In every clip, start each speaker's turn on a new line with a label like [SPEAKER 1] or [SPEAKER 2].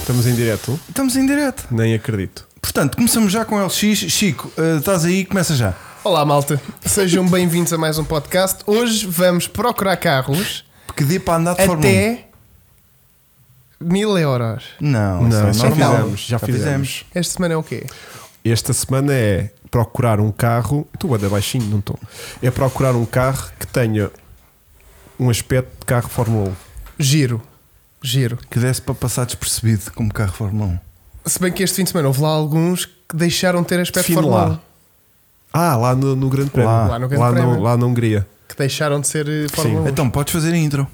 [SPEAKER 1] Estamos em direto?
[SPEAKER 2] Estamos em direto.
[SPEAKER 1] Nem acredito.
[SPEAKER 2] Portanto, começamos já com LX. Chico, eh, estás aí, começa já.
[SPEAKER 3] Olá, malta. Sejam bem-vindos a mais um podcast. Hoje vamos procurar carros
[SPEAKER 2] Porque dê para andar de Fórmula 1.
[SPEAKER 3] até mil euros.
[SPEAKER 2] Não, isso
[SPEAKER 1] Não,
[SPEAKER 2] é
[SPEAKER 1] já
[SPEAKER 2] normal.
[SPEAKER 1] fizemos, já fizemos.
[SPEAKER 3] Esta semana é o quê?
[SPEAKER 1] Esta semana é procurar um carro. Estou a dar baixinho, não estou. É procurar um carro que tenha um aspecto de carro Fórmula 1.
[SPEAKER 3] Giro. Giro.
[SPEAKER 2] Que desse para passar despercebido como carro Fórmula um.
[SPEAKER 3] Se bem que este fim de semana houve lá alguns que deixaram de ter aspecto de
[SPEAKER 1] Define
[SPEAKER 3] Fórmula um.
[SPEAKER 1] lá. Ah, lá no, no Grande Prémio.
[SPEAKER 2] Lá.
[SPEAKER 3] Lá no Grande Prémio.
[SPEAKER 1] lá na Hungria.
[SPEAKER 3] 1. Que deixaram de ser eh, Fórmula 1.
[SPEAKER 2] 1. Então, podes fazer a intro.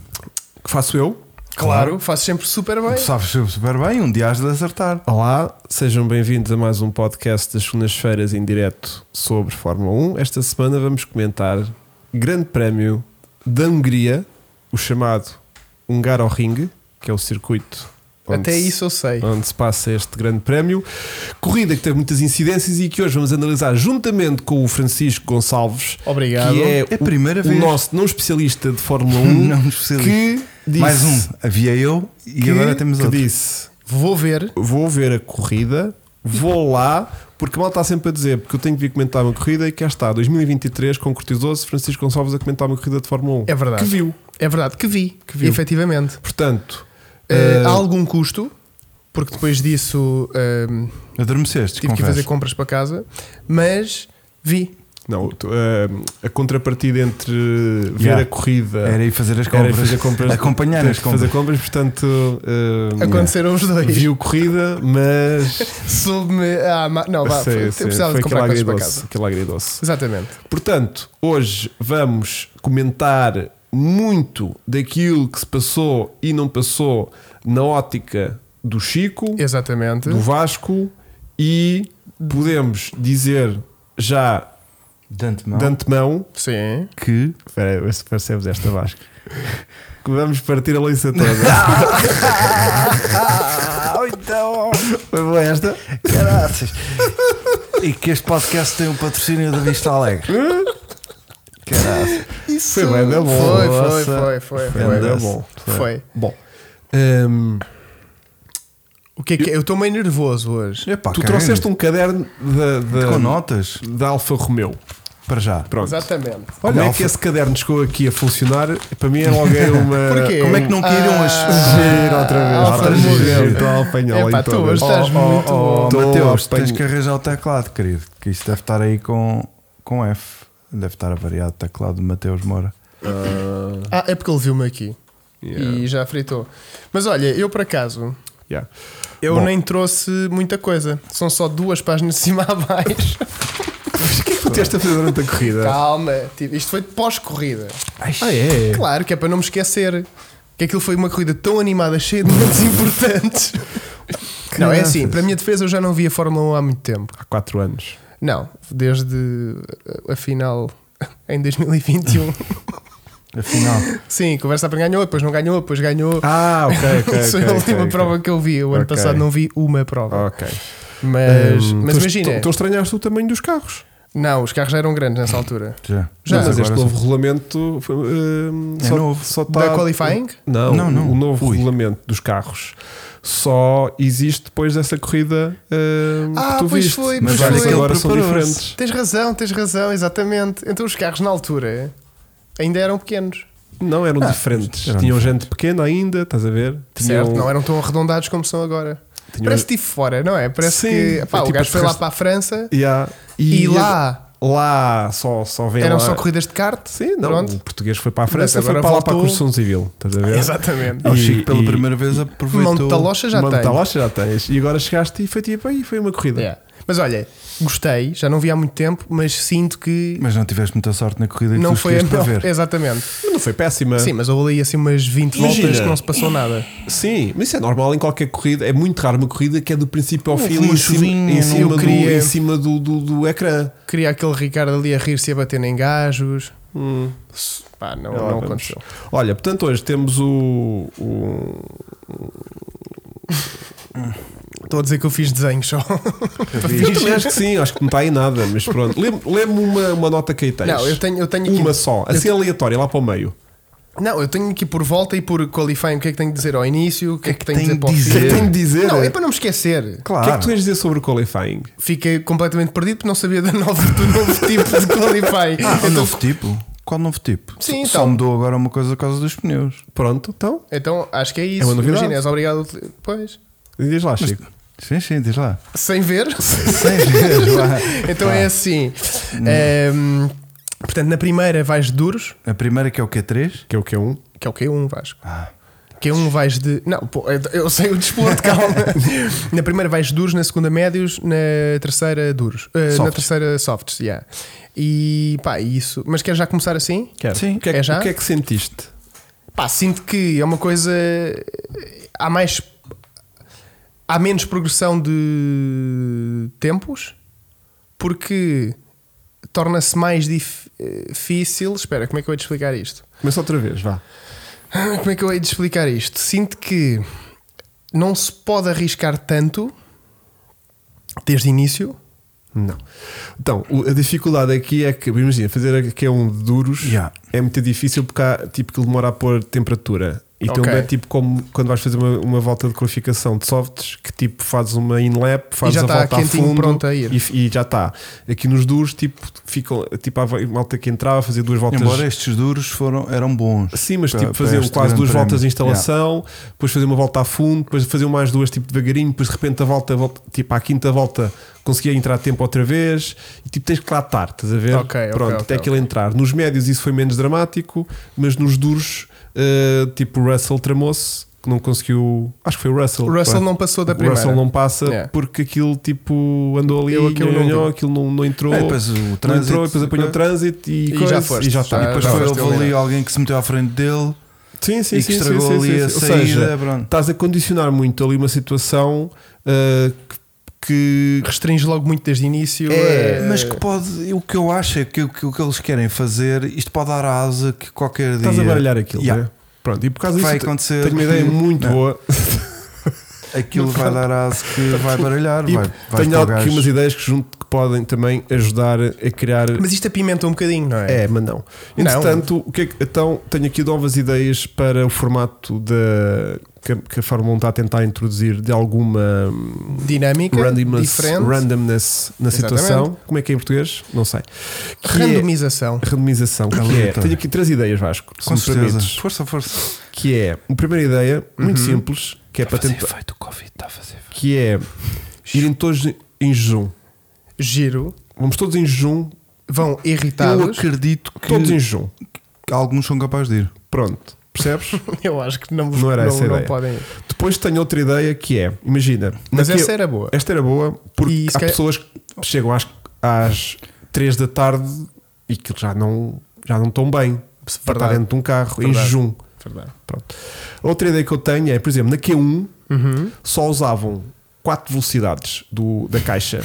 [SPEAKER 1] Que faço eu?
[SPEAKER 3] Claro, fazes sempre super bem.
[SPEAKER 2] Tu sabes super bem, um dia has de acertar.
[SPEAKER 1] Olá, sejam bem-vindos a mais um podcast das segundas-feiras em direto sobre Fórmula 1. Esta semana vamos comentar Grande Prémio da Hungria, o chamado Hungaroring, que é o circuito. onde
[SPEAKER 3] Até
[SPEAKER 1] se-
[SPEAKER 3] isso eu sei.
[SPEAKER 1] Onde se passa este grande prémio. Corrida que teve muitas incidências e que hoje vamos analisar juntamente com o Francisco Gonçalves,
[SPEAKER 3] Obrigado.
[SPEAKER 1] que é,
[SPEAKER 2] É a
[SPEAKER 1] o-
[SPEAKER 2] primeira
[SPEAKER 1] o,
[SPEAKER 2] vez.
[SPEAKER 1] nosso não especialista de Fórmula 1,
[SPEAKER 2] Não especialista.
[SPEAKER 1] que disse,
[SPEAKER 2] Mais um. Havia eu e
[SPEAKER 1] que-
[SPEAKER 2] agora temos
[SPEAKER 1] que
[SPEAKER 2] outro.
[SPEAKER 1] disse
[SPEAKER 3] Vou ver.
[SPEAKER 1] vou ver a corrida, vou lá, porque mal está sempre a dizer, porque eu tenho que vir comentar uma corrida e cá está, 2023 concretizou-se Francisco Gonçalves a comentar uma corrida de Fórmula 1.
[SPEAKER 3] É verdade.
[SPEAKER 1] Que viu.
[SPEAKER 3] É verdade, que vi.
[SPEAKER 1] Que viu.
[SPEAKER 3] Efetivamente.
[SPEAKER 1] Portanto,
[SPEAKER 3] Eh,
[SPEAKER 1] eh,
[SPEAKER 3] há algum custo, porque depois disso ehm,
[SPEAKER 2] Adormeceste,
[SPEAKER 3] tive que ir
[SPEAKER 2] confesso.
[SPEAKER 3] fazer compras para casa, mas vi.
[SPEAKER 1] não, tu, eh, a contrapartida entre ver
[SPEAKER 2] Yeah.
[SPEAKER 1] a corrida
[SPEAKER 2] Era ir fazer as
[SPEAKER 1] era ir
[SPEAKER 2] compras.
[SPEAKER 1] fazer compras
[SPEAKER 2] Acompanhar
[SPEAKER 1] ter
[SPEAKER 2] as
[SPEAKER 1] que
[SPEAKER 2] compras.
[SPEAKER 1] Fazer compras, portanto, eh,
[SPEAKER 3] Aconteceram os dois.
[SPEAKER 1] viu corrida, mas
[SPEAKER 3] Soube-me. Ah, ma- não, vá,
[SPEAKER 1] Sei,
[SPEAKER 3] foi- eu
[SPEAKER 1] sei,
[SPEAKER 3] precisava
[SPEAKER 1] foi
[SPEAKER 3] de comprar
[SPEAKER 1] aquele
[SPEAKER 3] coisas para
[SPEAKER 1] agridoce,
[SPEAKER 3] casa.
[SPEAKER 1] aquele agridoce.
[SPEAKER 3] Exatamente.
[SPEAKER 1] Portanto, hoje vamos comentar muito daquilo que se passou e não passou na ótica do Chico,
[SPEAKER 3] Exatamente.
[SPEAKER 1] do Vasco e podemos dizer já
[SPEAKER 2] De antemão,
[SPEAKER 1] de antemão
[SPEAKER 3] Sim.
[SPEAKER 1] que. Espera, aí, vê se percebes esta Vasco. Que vamos partir a leiça toda.
[SPEAKER 2] Ah, então.
[SPEAKER 1] Foi boa esta?
[SPEAKER 2] Graças. e que este podcast tem um patrocínio da Vista Alegre. Caraca.
[SPEAKER 1] Foi bem, é da bom.
[SPEAKER 3] Foi, foi,
[SPEAKER 1] Nossa.
[SPEAKER 3] foi, foi.
[SPEAKER 1] Foi
[SPEAKER 3] foi.
[SPEAKER 1] bem, da bom.
[SPEAKER 3] Foi.
[SPEAKER 1] Bom. hum,
[SPEAKER 3] O que é que é? Eu estou meio nervoso hoje.
[SPEAKER 2] Epá,
[SPEAKER 1] tu
[SPEAKER 2] caguei.
[SPEAKER 1] trouxeste um caderno da-
[SPEAKER 2] Com
[SPEAKER 1] da,
[SPEAKER 2] notas?
[SPEAKER 1] da Alfa Romeo.
[SPEAKER 2] Para já.
[SPEAKER 1] Hum. Pronto.
[SPEAKER 3] Exatamente.
[SPEAKER 1] Olha, Como é que
[SPEAKER 2] Alfa-
[SPEAKER 1] esse caderno chegou aqui a funcionar? Para mim é logo é uma.
[SPEAKER 3] Porquê?
[SPEAKER 2] Como é que não caíram
[SPEAKER 3] Ah,
[SPEAKER 2] as-
[SPEAKER 1] Giro, outra vez.
[SPEAKER 3] Alfa
[SPEAKER 1] outra
[SPEAKER 2] Romeo.
[SPEAKER 1] vez. então, Estou a apanhá-la
[SPEAKER 3] Epá,
[SPEAKER 1] em
[SPEAKER 3] tu
[SPEAKER 1] todas.
[SPEAKER 3] hoje tá- estás
[SPEAKER 1] Oh, oh, oh,
[SPEAKER 3] muito bom.
[SPEAKER 1] estou a
[SPEAKER 2] Mateus,
[SPEAKER 1] apanhar-
[SPEAKER 2] tens que arranjar o teclado, querido. Que isto deve estar aí com, com F. Deve estar avariado o teclado do Mateus Moura.
[SPEAKER 3] Ah, é porque ele viu-me aqui
[SPEAKER 1] Yeah,
[SPEAKER 3] e já fritou. Mas olha, eu por acaso.
[SPEAKER 1] yeah.
[SPEAKER 3] Eu
[SPEAKER 1] Bom.
[SPEAKER 3] nem trouxe muita coisa. São só duas páginas de cima a baixo.
[SPEAKER 1] Mas o que é que tu tens a fazer durante a corrida?
[SPEAKER 3] Calma. tipo, isto foi de pós-corrida.
[SPEAKER 1] Ah, é?
[SPEAKER 3] Claro que é para não me esquecer. Que aquilo foi uma corrida tão animada, cheia de momentos importantes. não, é assim,
[SPEAKER 1] Caraças.
[SPEAKER 3] para a minha defesa eu já não via Fórmula 1 há muito tempo.
[SPEAKER 1] Há 4 anos.
[SPEAKER 3] Não, desde eh, a final em 2021.
[SPEAKER 2] Afinal,
[SPEAKER 3] Sim, conversa para ganhou, depois não ganhou, depois ganhou.
[SPEAKER 1] Ah, ok, ok.
[SPEAKER 3] Isso
[SPEAKER 1] ok,
[SPEAKER 3] é
[SPEAKER 1] ok,
[SPEAKER 3] a última
[SPEAKER 1] ok.
[SPEAKER 3] prova que eu vi. O ano
[SPEAKER 1] Ok.
[SPEAKER 3] passado não vi uma prova.
[SPEAKER 1] Ok.
[SPEAKER 3] Mas,
[SPEAKER 1] Hum,
[SPEAKER 3] mas
[SPEAKER 1] tu-
[SPEAKER 3] imagina.
[SPEAKER 1] Tu, tu estranhaste o tamanho dos carros.
[SPEAKER 3] Não, os carros já eram grandes nessa altura.
[SPEAKER 2] já.
[SPEAKER 3] Já,
[SPEAKER 1] mas
[SPEAKER 2] agora
[SPEAKER 1] este novo regulamento. foi, hum,
[SPEAKER 2] É
[SPEAKER 1] só,
[SPEAKER 2] novo.
[SPEAKER 1] Só
[SPEAKER 3] Da
[SPEAKER 1] está,
[SPEAKER 3] qualifying?
[SPEAKER 1] Não,
[SPEAKER 2] Não, não.
[SPEAKER 1] o novo
[SPEAKER 2] Ui.
[SPEAKER 1] regulamento dos carros só existe depois dessa corrida hum,
[SPEAKER 3] Ah,
[SPEAKER 1] que tu
[SPEAKER 3] pois
[SPEAKER 1] viste.
[SPEAKER 3] foi,
[SPEAKER 1] Mas
[SPEAKER 3] pois
[SPEAKER 1] olha
[SPEAKER 3] foi.
[SPEAKER 1] que agora
[SPEAKER 2] Ele
[SPEAKER 1] são
[SPEAKER 2] preparou-se.
[SPEAKER 1] diferentes.
[SPEAKER 3] Tens razão, tens razão, exatamente. Então os carros na altura ainda eram pequenos.
[SPEAKER 1] Não, eram
[SPEAKER 2] Ah,
[SPEAKER 1] diferentes.
[SPEAKER 2] eram
[SPEAKER 1] tinham gente pequena ainda, estás a ver? Tinham,
[SPEAKER 3] Certo, não é? eram tão arredondados como são agora.
[SPEAKER 1] tinham-
[SPEAKER 3] Parece tipo fora, não é? Parece
[SPEAKER 1] Sim,
[SPEAKER 3] que pá,
[SPEAKER 1] foi
[SPEAKER 3] o
[SPEAKER 1] tipo
[SPEAKER 3] gajo
[SPEAKER 1] as
[SPEAKER 3] foi lá
[SPEAKER 1] rest-
[SPEAKER 3] para a França
[SPEAKER 1] Yeah.
[SPEAKER 3] e, lá
[SPEAKER 1] lá só, só vem
[SPEAKER 3] eram
[SPEAKER 1] lá.
[SPEAKER 3] só corridas de kart.
[SPEAKER 1] Sim, não,
[SPEAKER 3] Pronto.
[SPEAKER 1] o português foi para a França,
[SPEAKER 3] Mas
[SPEAKER 1] foi
[SPEAKER 3] agora
[SPEAKER 1] para lá para a
[SPEAKER 3] voltou-
[SPEAKER 1] construção civil, estás a ver?
[SPEAKER 3] Exatamente.
[SPEAKER 2] O
[SPEAKER 1] E-
[SPEAKER 2] Chico, pela
[SPEAKER 1] e-
[SPEAKER 2] primeira vez, aproveitou.
[SPEAKER 3] Monte da Locha já
[SPEAKER 1] Uma
[SPEAKER 3] tem.
[SPEAKER 1] metalocha já tens. E agora chegaste e foi tipo, aí foi uma corrida.
[SPEAKER 3] Yeah. Mas olha, gostei, já não vi há muito tempo, mas sinto que
[SPEAKER 2] Mas não tiveste muita sorte na corrida que
[SPEAKER 3] não
[SPEAKER 2] tu
[SPEAKER 3] foi a
[SPEAKER 2] escolheste para ver.
[SPEAKER 3] Exatamente.
[SPEAKER 1] Mas não foi péssima.
[SPEAKER 3] Sim, mas houve ali assim umas 20 voltas
[SPEAKER 1] Ah. Imagina.
[SPEAKER 3] que não se passou nada.
[SPEAKER 1] Sim, mas isso é normal em qualquer corrida. É muito raro uma corrida que é do princípio ao
[SPEAKER 2] Houve
[SPEAKER 1] fim,
[SPEAKER 2] uma
[SPEAKER 1] em cima,
[SPEAKER 2] chuvinha,
[SPEAKER 1] em cima
[SPEAKER 3] eu
[SPEAKER 1] do,
[SPEAKER 3] queria-
[SPEAKER 1] em cima do, do, do ecrã.
[SPEAKER 3] Queria aquele Ricardo ali a rir-se e a bater em gajos.
[SPEAKER 1] Hum.
[SPEAKER 3] Pá, não,
[SPEAKER 1] É lá,
[SPEAKER 3] não
[SPEAKER 1] vamos.
[SPEAKER 3] aconteceu.
[SPEAKER 1] Olha, portanto, hoje temos o. o-
[SPEAKER 3] Estou a dizer que eu fiz desenhos só. É
[SPEAKER 1] Eu também acho que sim, acho que não está aí nada, mas pronto. Lembro-me uma, uma nota que aí tens.
[SPEAKER 3] Não, eu tenho, eu tenho aqui.
[SPEAKER 1] Uma só, assim aleatória, lá para o meio.
[SPEAKER 3] Não, eu tenho aqui por volta e por qualifying o que é que tenho de dizer ao início, o que é que tenho de
[SPEAKER 2] tem
[SPEAKER 3] dizer para o
[SPEAKER 2] de
[SPEAKER 1] O que é que
[SPEAKER 2] dizer?
[SPEAKER 3] fim.
[SPEAKER 1] tenho de dizer?
[SPEAKER 3] Não,
[SPEAKER 1] é?
[SPEAKER 3] é para não me esquecer.
[SPEAKER 1] O que é que
[SPEAKER 2] Claro.
[SPEAKER 1] tu tens de dizer sobre o qualifying?
[SPEAKER 3] Fiquei completamente perdido porque não sabia do novo, do novo tipo de qualifying.
[SPEAKER 2] Ah, o
[SPEAKER 3] então,
[SPEAKER 2] novo tipo? Qual novo tipo?
[SPEAKER 3] Sim,
[SPEAKER 2] Só
[SPEAKER 3] então.
[SPEAKER 2] mudou agora uma coisa por causa dos pneus.
[SPEAKER 1] Pronto, então,
[SPEAKER 3] então, acho que é isso.
[SPEAKER 1] É uma novidade.
[SPEAKER 3] Imagina, és obrigado. a util- Pois.
[SPEAKER 1] diz lá, Chico.
[SPEAKER 2] Sim, sim, diz lá.
[SPEAKER 3] Sem ver.
[SPEAKER 2] Sim, diz lá.
[SPEAKER 3] então é assim. Ehm, portanto, na primeira vais de duros,
[SPEAKER 2] A primeira que é o Q3?
[SPEAKER 1] Que é o que é um?
[SPEAKER 3] que é o Q1, Vasco.
[SPEAKER 2] Ah,
[SPEAKER 3] Q1 vais de. Não, pô, eu sei o desporto, calma. na primeira vais de duros, na segunda médios, na terceira duros. Eh, na
[SPEAKER 2] Softs.
[SPEAKER 3] terceira softs, yeah. E pá, isso. Mas queres já começar assim?
[SPEAKER 1] Quero.
[SPEAKER 2] Sim.
[SPEAKER 1] o que é, que-
[SPEAKER 3] É já?
[SPEAKER 1] O que é que sentiste?
[SPEAKER 3] Pá, sinto que é uma coisa. eh, Há mais. Há menos progressão de tempos porque torna-se mais dif- eh, difícil. Espera, como é que eu hei de explicar isto?
[SPEAKER 1] Começa outra vez, vá.
[SPEAKER 3] Como é que eu hei de explicar isto? Sinto que não se pode arriscar tanto desde o início.
[SPEAKER 1] Não. Então, o- a dificuldade aqui é que, imagina, fazer aqui é um de duros
[SPEAKER 2] Já.
[SPEAKER 1] é muito difícil porque há, tipo, que demora a pôr temperatura. Então
[SPEAKER 3] Ok.
[SPEAKER 1] é tipo como quando vais fazer uma, uma volta de qualificação de softs, que tipo fazes uma in-lap, fazes
[SPEAKER 3] já
[SPEAKER 1] a
[SPEAKER 3] está
[SPEAKER 1] volta a
[SPEAKER 3] quentinho,
[SPEAKER 1] fundo
[SPEAKER 3] pronto a ir.
[SPEAKER 1] E, f- e já está. Aqui nos duros, tipo, ficam, tipo, há vai- malta que entrava a fazer duas voltas.
[SPEAKER 2] Embora estes duros foram, eram bons.
[SPEAKER 1] Sim, mas
[SPEAKER 2] Para-
[SPEAKER 1] tipo
[SPEAKER 2] para
[SPEAKER 1] faziam
[SPEAKER 2] este
[SPEAKER 1] quase
[SPEAKER 2] grande
[SPEAKER 1] duas
[SPEAKER 2] prémio.
[SPEAKER 1] voltas de instalação, depois faziam uma volta a fundo, depois faziam mais duas tipo devagarinho, depois de repente a volta, a volta- tipo à quinta volta conseguia entrar a tempo outra vez e tipo tens que lá estar, estás a ver?
[SPEAKER 3] Ok, ok,
[SPEAKER 1] Pronto,
[SPEAKER 3] ok,
[SPEAKER 1] até
[SPEAKER 3] ok.
[SPEAKER 1] aquilo entrar. Nos médios isso foi menos dramático, mas nos duros, eh, tipo o Russell tramou-se, que não conseguiu. Acho que foi o Russell.
[SPEAKER 3] O Russell
[SPEAKER 1] pá.
[SPEAKER 3] não passou da
[SPEAKER 1] O
[SPEAKER 3] primeira.
[SPEAKER 1] Russell não passa
[SPEAKER 3] Yeah.
[SPEAKER 1] porque aquilo tipo andou ali,
[SPEAKER 3] Eu aquilo não
[SPEAKER 1] nhonhonhon,
[SPEAKER 3] vi.
[SPEAKER 1] aquilo não, não entrou.
[SPEAKER 2] É, depois o
[SPEAKER 1] não
[SPEAKER 2] trânsito- né?
[SPEAKER 1] entrou, depois apanhou o trânsito e,
[SPEAKER 3] E já
[SPEAKER 1] coisa,
[SPEAKER 3] foste,
[SPEAKER 1] e já está.
[SPEAKER 3] já-
[SPEAKER 1] E depois
[SPEAKER 3] já
[SPEAKER 1] foi
[SPEAKER 2] Depois
[SPEAKER 3] foste
[SPEAKER 2] houve ali
[SPEAKER 3] eliminado.
[SPEAKER 2] alguém que se meteu à frente dele
[SPEAKER 1] Sim, sim,
[SPEAKER 2] e
[SPEAKER 1] sim,
[SPEAKER 2] que estragou
[SPEAKER 1] sim,
[SPEAKER 2] ali
[SPEAKER 1] sim,
[SPEAKER 2] a
[SPEAKER 1] sim. Ou
[SPEAKER 2] saída.
[SPEAKER 1] seja,
[SPEAKER 2] pronto.
[SPEAKER 1] estás a condicionar muito ali uma situação uh, que, que-
[SPEAKER 3] Restringe logo muito desde
[SPEAKER 1] É.
[SPEAKER 3] o início. eh,
[SPEAKER 2] É, Mas que pode, o que eu acho é que o que, o que eles querem fazer, isto pode dar asa que qualquer dia.
[SPEAKER 1] estás a baralhar aquilo.
[SPEAKER 2] Yeah.
[SPEAKER 1] não é? Pronto, e por causa
[SPEAKER 2] Vai
[SPEAKER 1] disso te-
[SPEAKER 2] acontecer.
[SPEAKER 1] tenho uma ideia muito
[SPEAKER 2] Não.
[SPEAKER 1] boa
[SPEAKER 2] Aquilo vai dar asa que vai baralhar.
[SPEAKER 1] e
[SPEAKER 2] vai, vai
[SPEAKER 1] tenho
[SPEAKER 2] para o
[SPEAKER 1] algo- aqui
[SPEAKER 2] gajo.
[SPEAKER 1] umas ideias que junto que podem também ajudar a criar.
[SPEAKER 3] Mas isto apimenta um bocadinho, não é?
[SPEAKER 1] É, mas não.
[SPEAKER 3] Não.
[SPEAKER 1] Entretanto, o que é que- então tenho aqui novas ideias para o formato da que, a- que a Fórmula 1 está a tentar introduzir de alguma hum,
[SPEAKER 3] Dinâmica,
[SPEAKER 1] randomness,
[SPEAKER 3] diferente,
[SPEAKER 1] randomness na situação.
[SPEAKER 3] Exatamente.
[SPEAKER 1] Como é que é em português? Não sei. Que é-
[SPEAKER 3] randomização.
[SPEAKER 1] randomização, que é,
[SPEAKER 2] Aleatório.
[SPEAKER 1] tenho aqui três ideias, Vasco, se
[SPEAKER 2] Com
[SPEAKER 1] me
[SPEAKER 2] certeza.
[SPEAKER 1] permites,
[SPEAKER 2] Força, força.
[SPEAKER 1] que é, uma primeira ideia, muito
[SPEAKER 2] Uhum.
[SPEAKER 1] simples, que é para tentar,
[SPEAKER 2] Tá efeito, o Covid está a fazer efeito.
[SPEAKER 1] que é irem todos em jejum.
[SPEAKER 3] Giro.
[SPEAKER 1] Vamos todos em jejum,
[SPEAKER 3] Vão
[SPEAKER 2] Eu
[SPEAKER 3] irritados.
[SPEAKER 2] acredito que
[SPEAKER 1] todos em jejum.
[SPEAKER 2] alguns são capazes de ir.
[SPEAKER 1] Pronto, percebes?
[SPEAKER 3] Eu, acho que não,
[SPEAKER 1] Não era
[SPEAKER 3] não,
[SPEAKER 1] essa a
[SPEAKER 3] não
[SPEAKER 1] ideia.
[SPEAKER 3] podem ir.
[SPEAKER 1] Depois tenho outra ideia que é, imagina,
[SPEAKER 3] Mas
[SPEAKER 1] daqui a-
[SPEAKER 3] essa era boa.
[SPEAKER 1] esta era boa, porque
[SPEAKER 3] E
[SPEAKER 1] há
[SPEAKER 3] se calhar-
[SPEAKER 1] pessoas que chegam às, às 3 da tarde e que já não, já não estão bem, para estar
[SPEAKER 3] Verdade.
[SPEAKER 1] dentro de um carro, em
[SPEAKER 3] Verdade.
[SPEAKER 1] jejum.
[SPEAKER 3] Verdade.
[SPEAKER 1] Pronto. Outra ideia que eu tenho é, por exemplo, na Q1 só usavam 4 velocidades do, da caixa.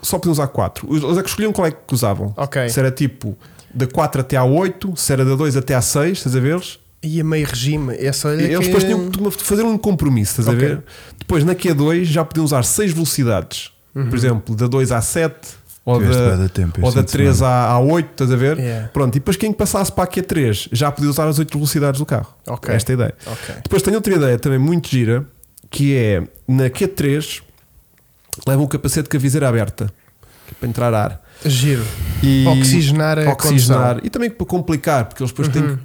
[SPEAKER 1] Só podiam usar 4. Eles é que escolhiam qual é que usavam.
[SPEAKER 3] Ok.
[SPEAKER 1] Se era tipo da 4 até à 8, se era da 2 até à 6, estás a ver?
[SPEAKER 3] E a meio regime, essa olha
[SPEAKER 1] E eles
[SPEAKER 3] que-
[SPEAKER 1] depois tinham que tomar- fazer um compromisso, estás
[SPEAKER 3] Ok.
[SPEAKER 1] a ver? Depois na Q2 já podiam usar 6 velocidades.
[SPEAKER 3] Uhum.
[SPEAKER 1] Por exemplo, da 2 à 7. Ou
[SPEAKER 2] Tiveste bué
[SPEAKER 1] da,
[SPEAKER 2] de tempo é
[SPEAKER 1] ou
[SPEAKER 2] este
[SPEAKER 1] da
[SPEAKER 2] fim de
[SPEAKER 1] 3 à, à 8, estás a ver?
[SPEAKER 3] Yeah.
[SPEAKER 1] Pronto, e depois quem passasse para a Q3 já podia usar as 8 velocidades do carro.
[SPEAKER 3] Ok.
[SPEAKER 1] Esta é a ideia.
[SPEAKER 3] Ok.
[SPEAKER 1] Depois tenho outra ideia também muito gira, que é na Q3 levam o um capacete com a viseira aberta que é para entrar ar.
[SPEAKER 3] Giro.
[SPEAKER 1] E
[SPEAKER 3] Para oxigenar a Uhum.
[SPEAKER 1] oxigenar. E também para complicar, porque eles depois têm que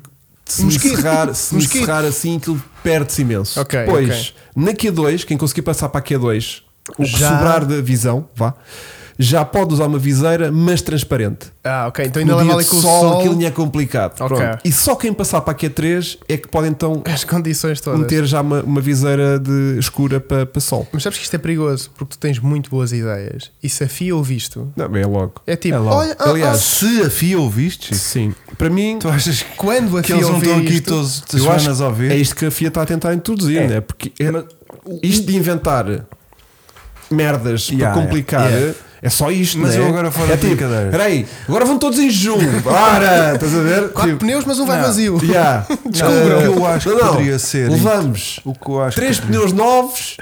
[SPEAKER 1] se me
[SPEAKER 3] Mosquito.
[SPEAKER 1] encerrar, se me
[SPEAKER 3] Mosquito.
[SPEAKER 1] encerrar assim, aquilo perde-se imenso.
[SPEAKER 3] Ok,
[SPEAKER 1] depois, na Q2, quem conseguir passar para a Q2, o que
[SPEAKER 3] Já-
[SPEAKER 1] sobrar da visão, vá, já pode usar uma viseira, mas transparente.
[SPEAKER 3] Ah, ok. Então ainda
[SPEAKER 1] No
[SPEAKER 3] leva
[SPEAKER 1] dia de
[SPEAKER 3] ali com o
[SPEAKER 1] sol,
[SPEAKER 3] sol.
[SPEAKER 1] aquilo não é complicado.
[SPEAKER 3] Ok.
[SPEAKER 1] Pronto. E só quem passar para a Q3 é que pode então
[SPEAKER 3] As condições todas.
[SPEAKER 1] meter já uma, uma viseira de escura para sol.
[SPEAKER 3] Mas sabes que isto é perigoso, porque tu tens muito boas ideias. E se a FIA ouvir isto,
[SPEAKER 1] Não, bem, é logo.
[SPEAKER 3] é tipo,
[SPEAKER 1] É logo.
[SPEAKER 3] olha, ah,
[SPEAKER 1] Aliás,
[SPEAKER 3] ah,
[SPEAKER 2] Se a FIA ouviste,
[SPEAKER 1] Sim. Para mim,
[SPEAKER 2] tu achas que,
[SPEAKER 3] quando a
[SPEAKER 2] que
[SPEAKER 3] FIA
[SPEAKER 2] eles não
[SPEAKER 3] ouvir
[SPEAKER 2] estão aqui
[SPEAKER 3] isto,
[SPEAKER 2] todos as
[SPEAKER 1] eu acho
[SPEAKER 2] semanas a
[SPEAKER 1] que
[SPEAKER 2] ouvir?
[SPEAKER 1] é isto que a FIA está a tentar introduzir,
[SPEAKER 2] É.
[SPEAKER 1] né? Porque é- isto de inventar merdas
[SPEAKER 2] Yeah,
[SPEAKER 1] para complicar.
[SPEAKER 2] yeah.
[SPEAKER 1] É só isto,
[SPEAKER 2] Mas
[SPEAKER 1] né?
[SPEAKER 2] eu agora fora
[SPEAKER 1] é
[SPEAKER 2] de
[SPEAKER 1] tipo,
[SPEAKER 2] brincadeiras.
[SPEAKER 1] Peraí, agora vão todos em junho. Para! Estás a ver?
[SPEAKER 3] quatro
[SPEAKER 1] Tipo,
[SPEAKER 3] pneus, mas um vai
[SPEAKER 2] Não.
[SPEAKER 3] vazio.
[SPEAKER 1] yeah.
[SPEAKER 2] Descubram.
[SPEAKER 1] Eh,
[SPEAKER 2] O que eu acho que
[SPEAKER 1] não, não.
[SPEAKER 2] poderia ser,
[SPEAKER 1] Levamos
[SPEAKER 2] O que eu acho
[SPEAKER 1] três
[SPEAKER 2] que-
[SPEAKER 1] pneus novos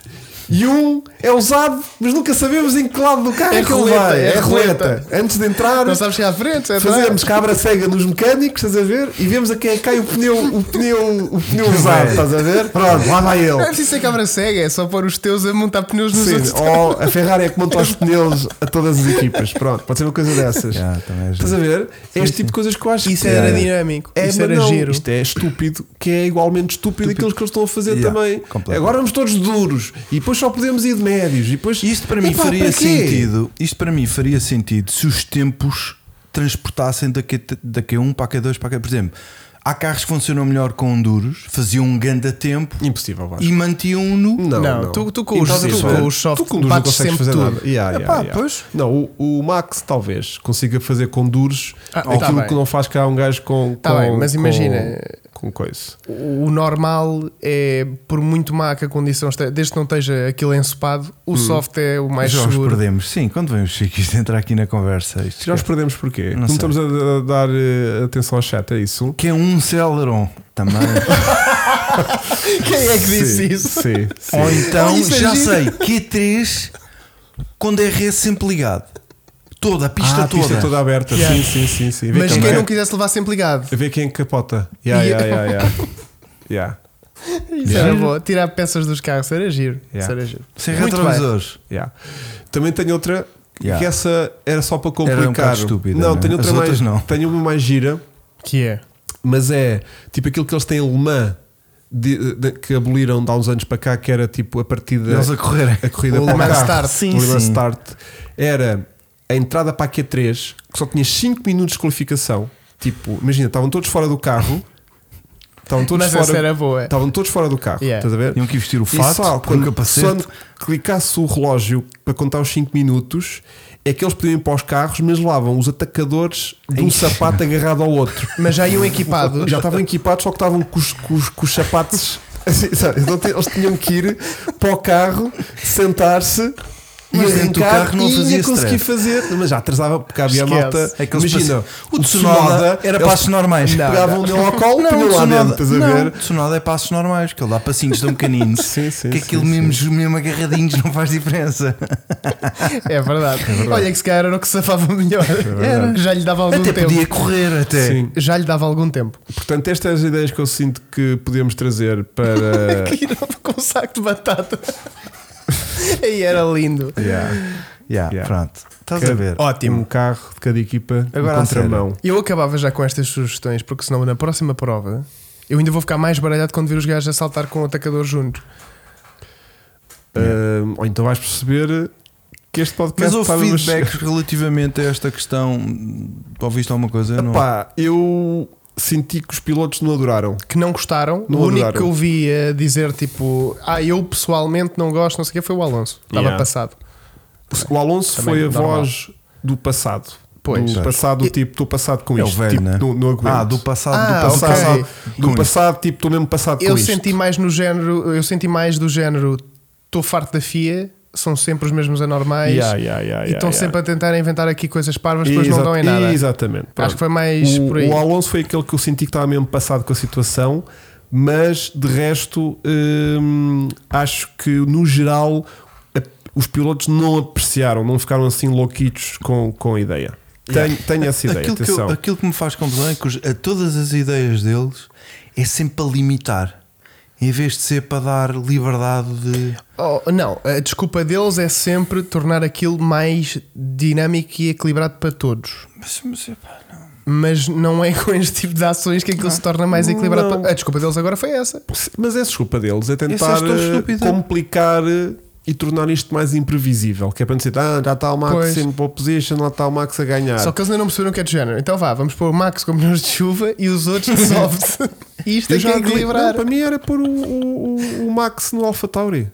[SPEAKER 1] E um é usado, mas nunca sabemos em que lado do carro
[SPEAKER 3] É
[SPEAKER 1] é que ele
[SPEAKER 3] roleta,
[SPEAKER 1] vai.
[SPEAKER 3] é
[SPEAKER 1] É
[SPEAKER 3] roleta.
[SPEAKER 1] roleta. Antes de entrar,
[SPEAKER 3] Não sabes se é à frente, é atrás.
[SPEAKER 1] fazemos cabra cega nos mecânicos, estás a ver? E vemos a quem é que cai o pneu, o pneu, o pneu usado, estás a ver? Pronto, lá vai
[SPEAKER 3] Não é
[SPEAKER 1] ele.
[SPEAKER 3] preciso ser cabra cega, é só pôr os teus a montar pneus nos
[SPEAKER 1] Sim,
[SPEAKER 3] outros.
[SPEAKER 1] ou a Ferrari é que monta os pneus a todas as equipas. Pronto, pode ser uma coisa dessas.
[SPEAKER 2] Já, também é
[SPEAKER 1] Estás
[SPEAKER 2] giro.
[SPEAKER 1] a ver? É este tipo de coisas que eu acho
[SPEAKER 3] Isso
[SPEAKER 1] que
[SPEAKER 3] era
[SPEAKER 2] Yeah.
[SPEAKER 3] dinâmico,
[SPEAKER 1] É,
[SPEAKER 3] isso
[SPEAKER 1] mas
[SPEAKER 3] era
[SPEAKER 1] não,
[SPEAKER 3] giro.
[SPEAKER 1] Isto é estúpido, que é igualmente estúpido, aquilo que eles estão a fazer
[SPEAKER 2] Yeah,
[SPEAKER 1] também.
[SPEAKER 2] completamente.
[SPEAKER 1] Agora vamos todos duros e depois só podemos ir de médios. E depois,
[SPEAKER 2] Isto para mim
[SPEAKER 1] Epá,
[SPEAKER 2] faria
[SPEAKER 1] para quê?
[SPEAKER 2] sentido. Isto para mim faria sentido se os tempos transportassem da, Q, da Q1 para a Q2 para a Q. Por exemplo, há carros que funcionam melhor com duros, faziam um ganda tempo
[SPEAKER 1] Impossível, Vasco.
[SPEAKER 2] e mantinham-no.
[SPEAKER 1] Não,
[SPEAKER 3] Não,
[SPEAKER 1] não.
[SPEAKER 3] tu- tu com os-
[SPEAKER 1] Impossível.
[SPEAKER 3] tu com os soft
[SPEAKER 1] Tu com duros não
[SPEAKER 3] bates
[SPEAKER 1] consegues
[SPEAKER 3] sempre
[SPEAKER 1] fazer
[SPEAKER 3] tudo.
[SPEAKER 1] nada. Yeah, yeah,
[SPEAKER 2] Epá,
[SPEAKER 1] yeah.
[SPEAKER 2] pois.
[SPEAKER 1] Não, o, o Max talvez consiga fazer com duros
[SPEAKER 3] Ah,
[SPEAKER 1] aquilo
[SPEAKER 3] tá bem.
[SPEAKER 1] que não faz cá um gajo com.
[SPEAKER 3] Tá
[SPEAKER 1] com-
[SPEAKER 3] bem, mas
[SPEAKER 1] com-
[SPEAKER 3] imagina.
[SPEAKER 1] Com coisa.
[SPEAKER 3] O normal é, por muito má que a condição esteja, desde que não esteja aquilo ensopado, o
[SPEAKER 1] Hum.
[SPEAKER 3] soft é o mais
[SPEAKER 2] já os
[SPEAKER 3] seguro.
[SPEAKER 2] perdemos. Sim, quando vem o Chico isto entrar aqui na conversa. Isto
[SPEAKER 1] Já
[SPEAKER 3] é.
[SPEAKER 1] os perdemos porquê? Não,
[SPEAKER 2] sei.
[SPEAKER 1] estamos a, a dar eh, atenção ao chat, é isso?
[SPEAKER 2] que é um Celeron também.
[SPEAKER 3] Quem é que disse
[SPEAKER 1] Sim,
[SPEAKER 3] isso?
[SPEAKER 1] Sim, sim.
[SPEAKER 2] Ou então,
[SPEAKER 3] Oh, isso é
[SPEAKER 2] já
[SPEAKER 3] giro.
[SPEAKER 2] sei, Q3 com DRS sempre ligado. é Toda, a pista
[SPEAKER 1] Ah, a
[SPEAKER 2] toda.
[SPEAKER 1] pista toda aberta.
[SPEAKER 3] Yeah.
[SPEAKER 1] Sim, sim, sim. sim. Vê
[SPEAKER 3] Mas
[SPEAKER 1] quem
[SPEAKER 3] quem
[SPEAKER 1] é.
[SPEAKER 3] não quisesse levar sempre ligado.
[SPEAKER 1] A ver quem capota. Yeah,
[SPEAKER 3] Yeah.
[SPEAKER 1] yeah, yeah, yeah. yeah.
[SPEAKER 3] Isso
[SPEAKER 1] Yeah.
[SPEAKER 3] era bom. Tirar peças dos carros, era giro.
[SPEAKER 1] Yeah.
[SPEAKER 3] Isso era giro.
[SPEAKER 2] Sem
[SPEAKER 3] Muito bem.
[SPEAKER 2] retrovisores.
[SPEAKER 1] yeah. Também tenho outra
[SPEAKER 2] Yeah.
[SPEAKER 1] que essa era só para
[SPEAKER 2] um bocado
[SPEAKER 1] complicar.
[SPEAKER 2] estúpida,
[SPEAKER 1] não,
[SPEAKER 2] né?
[SPEAKER 1] tenho outra
[SPEAKER 2] As
[SPEAKER 1] mais,
[SPEAKER 2] outras não.
[SPEAKER 1] Tenho uma mais gira,
[SPEAKER 3] Que é?
[SPEAKER 1] mas é tipo aquilo que eles têm em Le Mans de- de- que aboliram de há uns anos para cá, que era tipo a partida
[SPEAKER 2] Eles a correrem.
[SPEAKER 1] a corrida
[SPEAKER 3] O
[SPEAKER 1] para
[SPEAKER 3] Le Mans
[SPEAKER 1] carro.
[SPEAKER 3] Start.
[SPEAKER 2] Sim,
[SPEAKER 1] o Le Mans
[SPEAKER 2] sim.
[SPEAKER 1] Start era a entrada para a Q3, que só tinha 5 minutos de qualificação. Tipo, imagina, estavam todos fora do carro. Estavam todos
[SPEAKER 3] Mas essa
[SPEAKER 1] fora. Tá.
[SPEAKER 3] era boa.
[SPEAKER 1] Estavam todos fora do carro,
[SPEAKER 3] Yeah.
[SPEAKER 1] estás a ver?
[SPEAKER 2] Tinham que vestir o
[SPEAKER 1] E
[SPEAKER 2] fato,
[SPEAKER 1] só
[SPEAKER 2] o
[SPEAKER 1] quando
[SPEAKER 2] capacete.
[SPEAKER 1] só clicasse o relógio para contar os 5 minutos, é que eles podiam ir para os carros, mas levavam os atacadores de um sapato agarrado ao outro.
[SPEAKER 3] Mas já iam equipados.
[SPEAKER 1] Já estavam equipados, só que estavam com os, com os- com os sapatos. assim, sabe? Então te- eles tinham que ir para o carro, sentar-se. e
[SPEAKER 2] Mas dentro do
[SPEAKER 1] arrancar
[SPEAKER 2] carro não
[SPEAKER 1] e
[SPEAKER 2] fazia
[SPEAKER 1] ia conseguir
[SPEAKER 2] stress.
[SPEAKER 1] fazer, mas já atrasava porque havia a
[SPEAKER 3] Esquece.
[SPEAKER 1] malta.
[SPEAKER 2] É que eles
[SPEAKER 1] Imagina,
[SPEAKER 2] passam- o Tsunoda era
[SPEAKER 1] eles
[SPEAKER 2] passos normais.
[SPEAKER 1] Pegavam nele ao colo,
[SPEAKER 2] Não,
[SPEAKER 1] punham
[SPEAKER 2] o
[SPEAKER 1] lá dentro,
[SPEAKER 2] Tsunoda-
[SPEAKER 1] estás a
[SPEAKER 2] não,
[SPEAKER 1] ver?
[SPEAKER 2] o Tsunoda é passos normais, que ele dá passinhos tão pequeninos.
[SPEAKER 1] Sim, sim,
[SPEAKER 2] que
[SPEAKER 1] sim,
[SPEAKER 2] aquilo
[SPEAKER 1] sim.
[SPEAKER 2] mesmo, mesmo agarradinhos não faz diferença.
[SPEAKER 3] É verdade. Olha que se calhar era o que safava melhor.
[SPEAKER 2] verdade.
[SPEAKER 3] Já lhe dava algum
[SPEAKER 2] até
[SPEAKER 3] tempo.
[SPEAKER 2] podia correr, até.
[SPEAKER 1] Sim.
[SPEAKER 3] Já lhe dava algum tempo.
[SPEAKER 1] Portanto, estas as ideias que eu sinto que podemos trazer para.
[SPEAKER 3] Caíram com um saco de batata. Aí era lindo.
[SPEAKER 1] Yeah.
[SPEAKER 2] Yeah,
[SPEAKER 1] Yeah.
[SPEAKER 2] Pronto, estás
[SPEAKER 1] Cada-
[SPEAKER 2] a ver.
[SPEAKER 1] Ótimo. Um carro de cada equipa
[SPEAKER 2] Agora
[SPEAKER 1] Agora
[SPEAKER 2] a
[SPEAKER 1] contramão.
[SPEAKER 3] Eu acabava já com estas sugestões, porque senão na próxima prova eu ainda vou ficar mais baralhado quando ver os gajos a saltar com o atacador juntos.
[SPEAKER 1] Ah, ou então vais perceber que este
[SPEAKER 2] Mas
[SPEAKER 1] podcast
[SPEAKER 2] houve
[SPEAKER 1] estava-
[SPEAKER 2] feedbacks relativamente a esta questão. Ouviste alguma coisa? Não?
[SPEAKER 1] Epá, eu senti que os pilotos não adoraram.
[SPEAKER 3] Que não gostaram.
[SPEAKER 1] Não
[SPEAKER 3] o único
[SPEAKER 1] adoraram.
[SPEAKER 3] que eu vi a dizer tipo, ah, eu pessoalmente não gosto, não sei o que, foi o Alonso. Estava
[SPEAKER 1] Yeah.
[SPEAKER 3] passado.
[SPEAKER 1] O Alonso
[SPEAKER 3] Também
[SPEAKER 1] foi a
[SPEAKER 3] normal.
[SPEAKER 1] voz do passado.
[SPEAKER 3] Pois.
[SPEAKER 1] Do passado, tipo, estou passado com
[SPEAKER 2] É o
[SPEAKER 1] isto.
[SPEAKER 2] velho,
[SPEAKER 1] tipo,
[SPEAKER 2] né?
[SPEAKER 1] não, não aguento.
[SPEAKER 2] Ah, do passado,
[SPEAKER 3] Ah,
[SPEAKER 2] do
[SPEAKER 1] do
[SPEAKER 3] ok.
[SPEAKER 2] passado.
[SPEAKER 1] passado, do
[SPEAKER 2] Com
[SPEAKER 1] passado, tipo, estou mesmo passado
[SPEAKER 3] Eu
[SPEAKER 1] com isto.
[SPEAKER 3] senti mais no género, eu senti mais do género, estou farto da FIA, são sempre os mesmos anormais
[SPEAKER 1] Yeah, yeah, yeah,
[SPEAKER 3] e
[SPEAKER 1] yeah,
[SPEAKER 3] estão
[SPEAKER 1] yeah.
[SPEAKER 3] sempre a tentar inventar aqui coisas parvas, depois não
[SPEAKER 1] Exa-
[SPEAKER 3] dão em nada.
[SPEAKER 1] Exatamente.
[SPEAKER 3] Acho que foi mais
[SPEAKER 1] o,
[SPEAKER 3] por aí.
[SPEAKER 1] o Alonso foi aquele que eu senti que estava mesmo passado com a situação, mas de resto, hum, acho que no geral a- os pilotos não apreciaram, não ficaram assim louquitos com, com a ideia. Tenho, tenho essa ideia,
[SPEAKER 2] Aquilo que, eu-
[SPEAKER 1] atenção.
[SPEAKER 2] aquilo que me faz confusão é que os- a todas as ideias deles é sempre para limitar, em vez de ser para dar liberdade de.
[SPEAKER 3] Oh, não, a desculpa deles é sempre tornar aquilo mais dinâmico e equilibrado para todos.
[SPEAKER 2] Mas, mas, epá, não.
[SPEAKER 3] Mas não é com este tipo de ações que aquilo se torna mais equilibrado.
[SPEAKER 1] Não.
[SPEAKER 3] para- A desculpa deles agora foi essa.
[SPEAKER 1] Mas é desculpa deles, é tentar
[SPEAKER 2] Essa é tão
[SPEAKER 1] eh,
[SPEAKER 2] estúpida.
[SPEAKER 1] complicar eh, e tornar isto mais imprevisível. Que é para dizer, ah, já está o Max
[SPEAKER 3] Pois.
[SPEAKER 1] em pole position, lá está o Max a ganhar.
[SPEAKER 3] Só que eles ainda não perceberam o que é de género. Então vá, vamos pôr o Max com pneus de chuva e os outros de soft. Isto é
[SPEAKER 1] Eu
[SPEAKER 3] que é
[SPEAKER 1] já vi- não,
[SPEAKER 3] equilibrar.
[SPEAKER 1] para mim era pôr o, o- o- o Max no Alpha Tauri.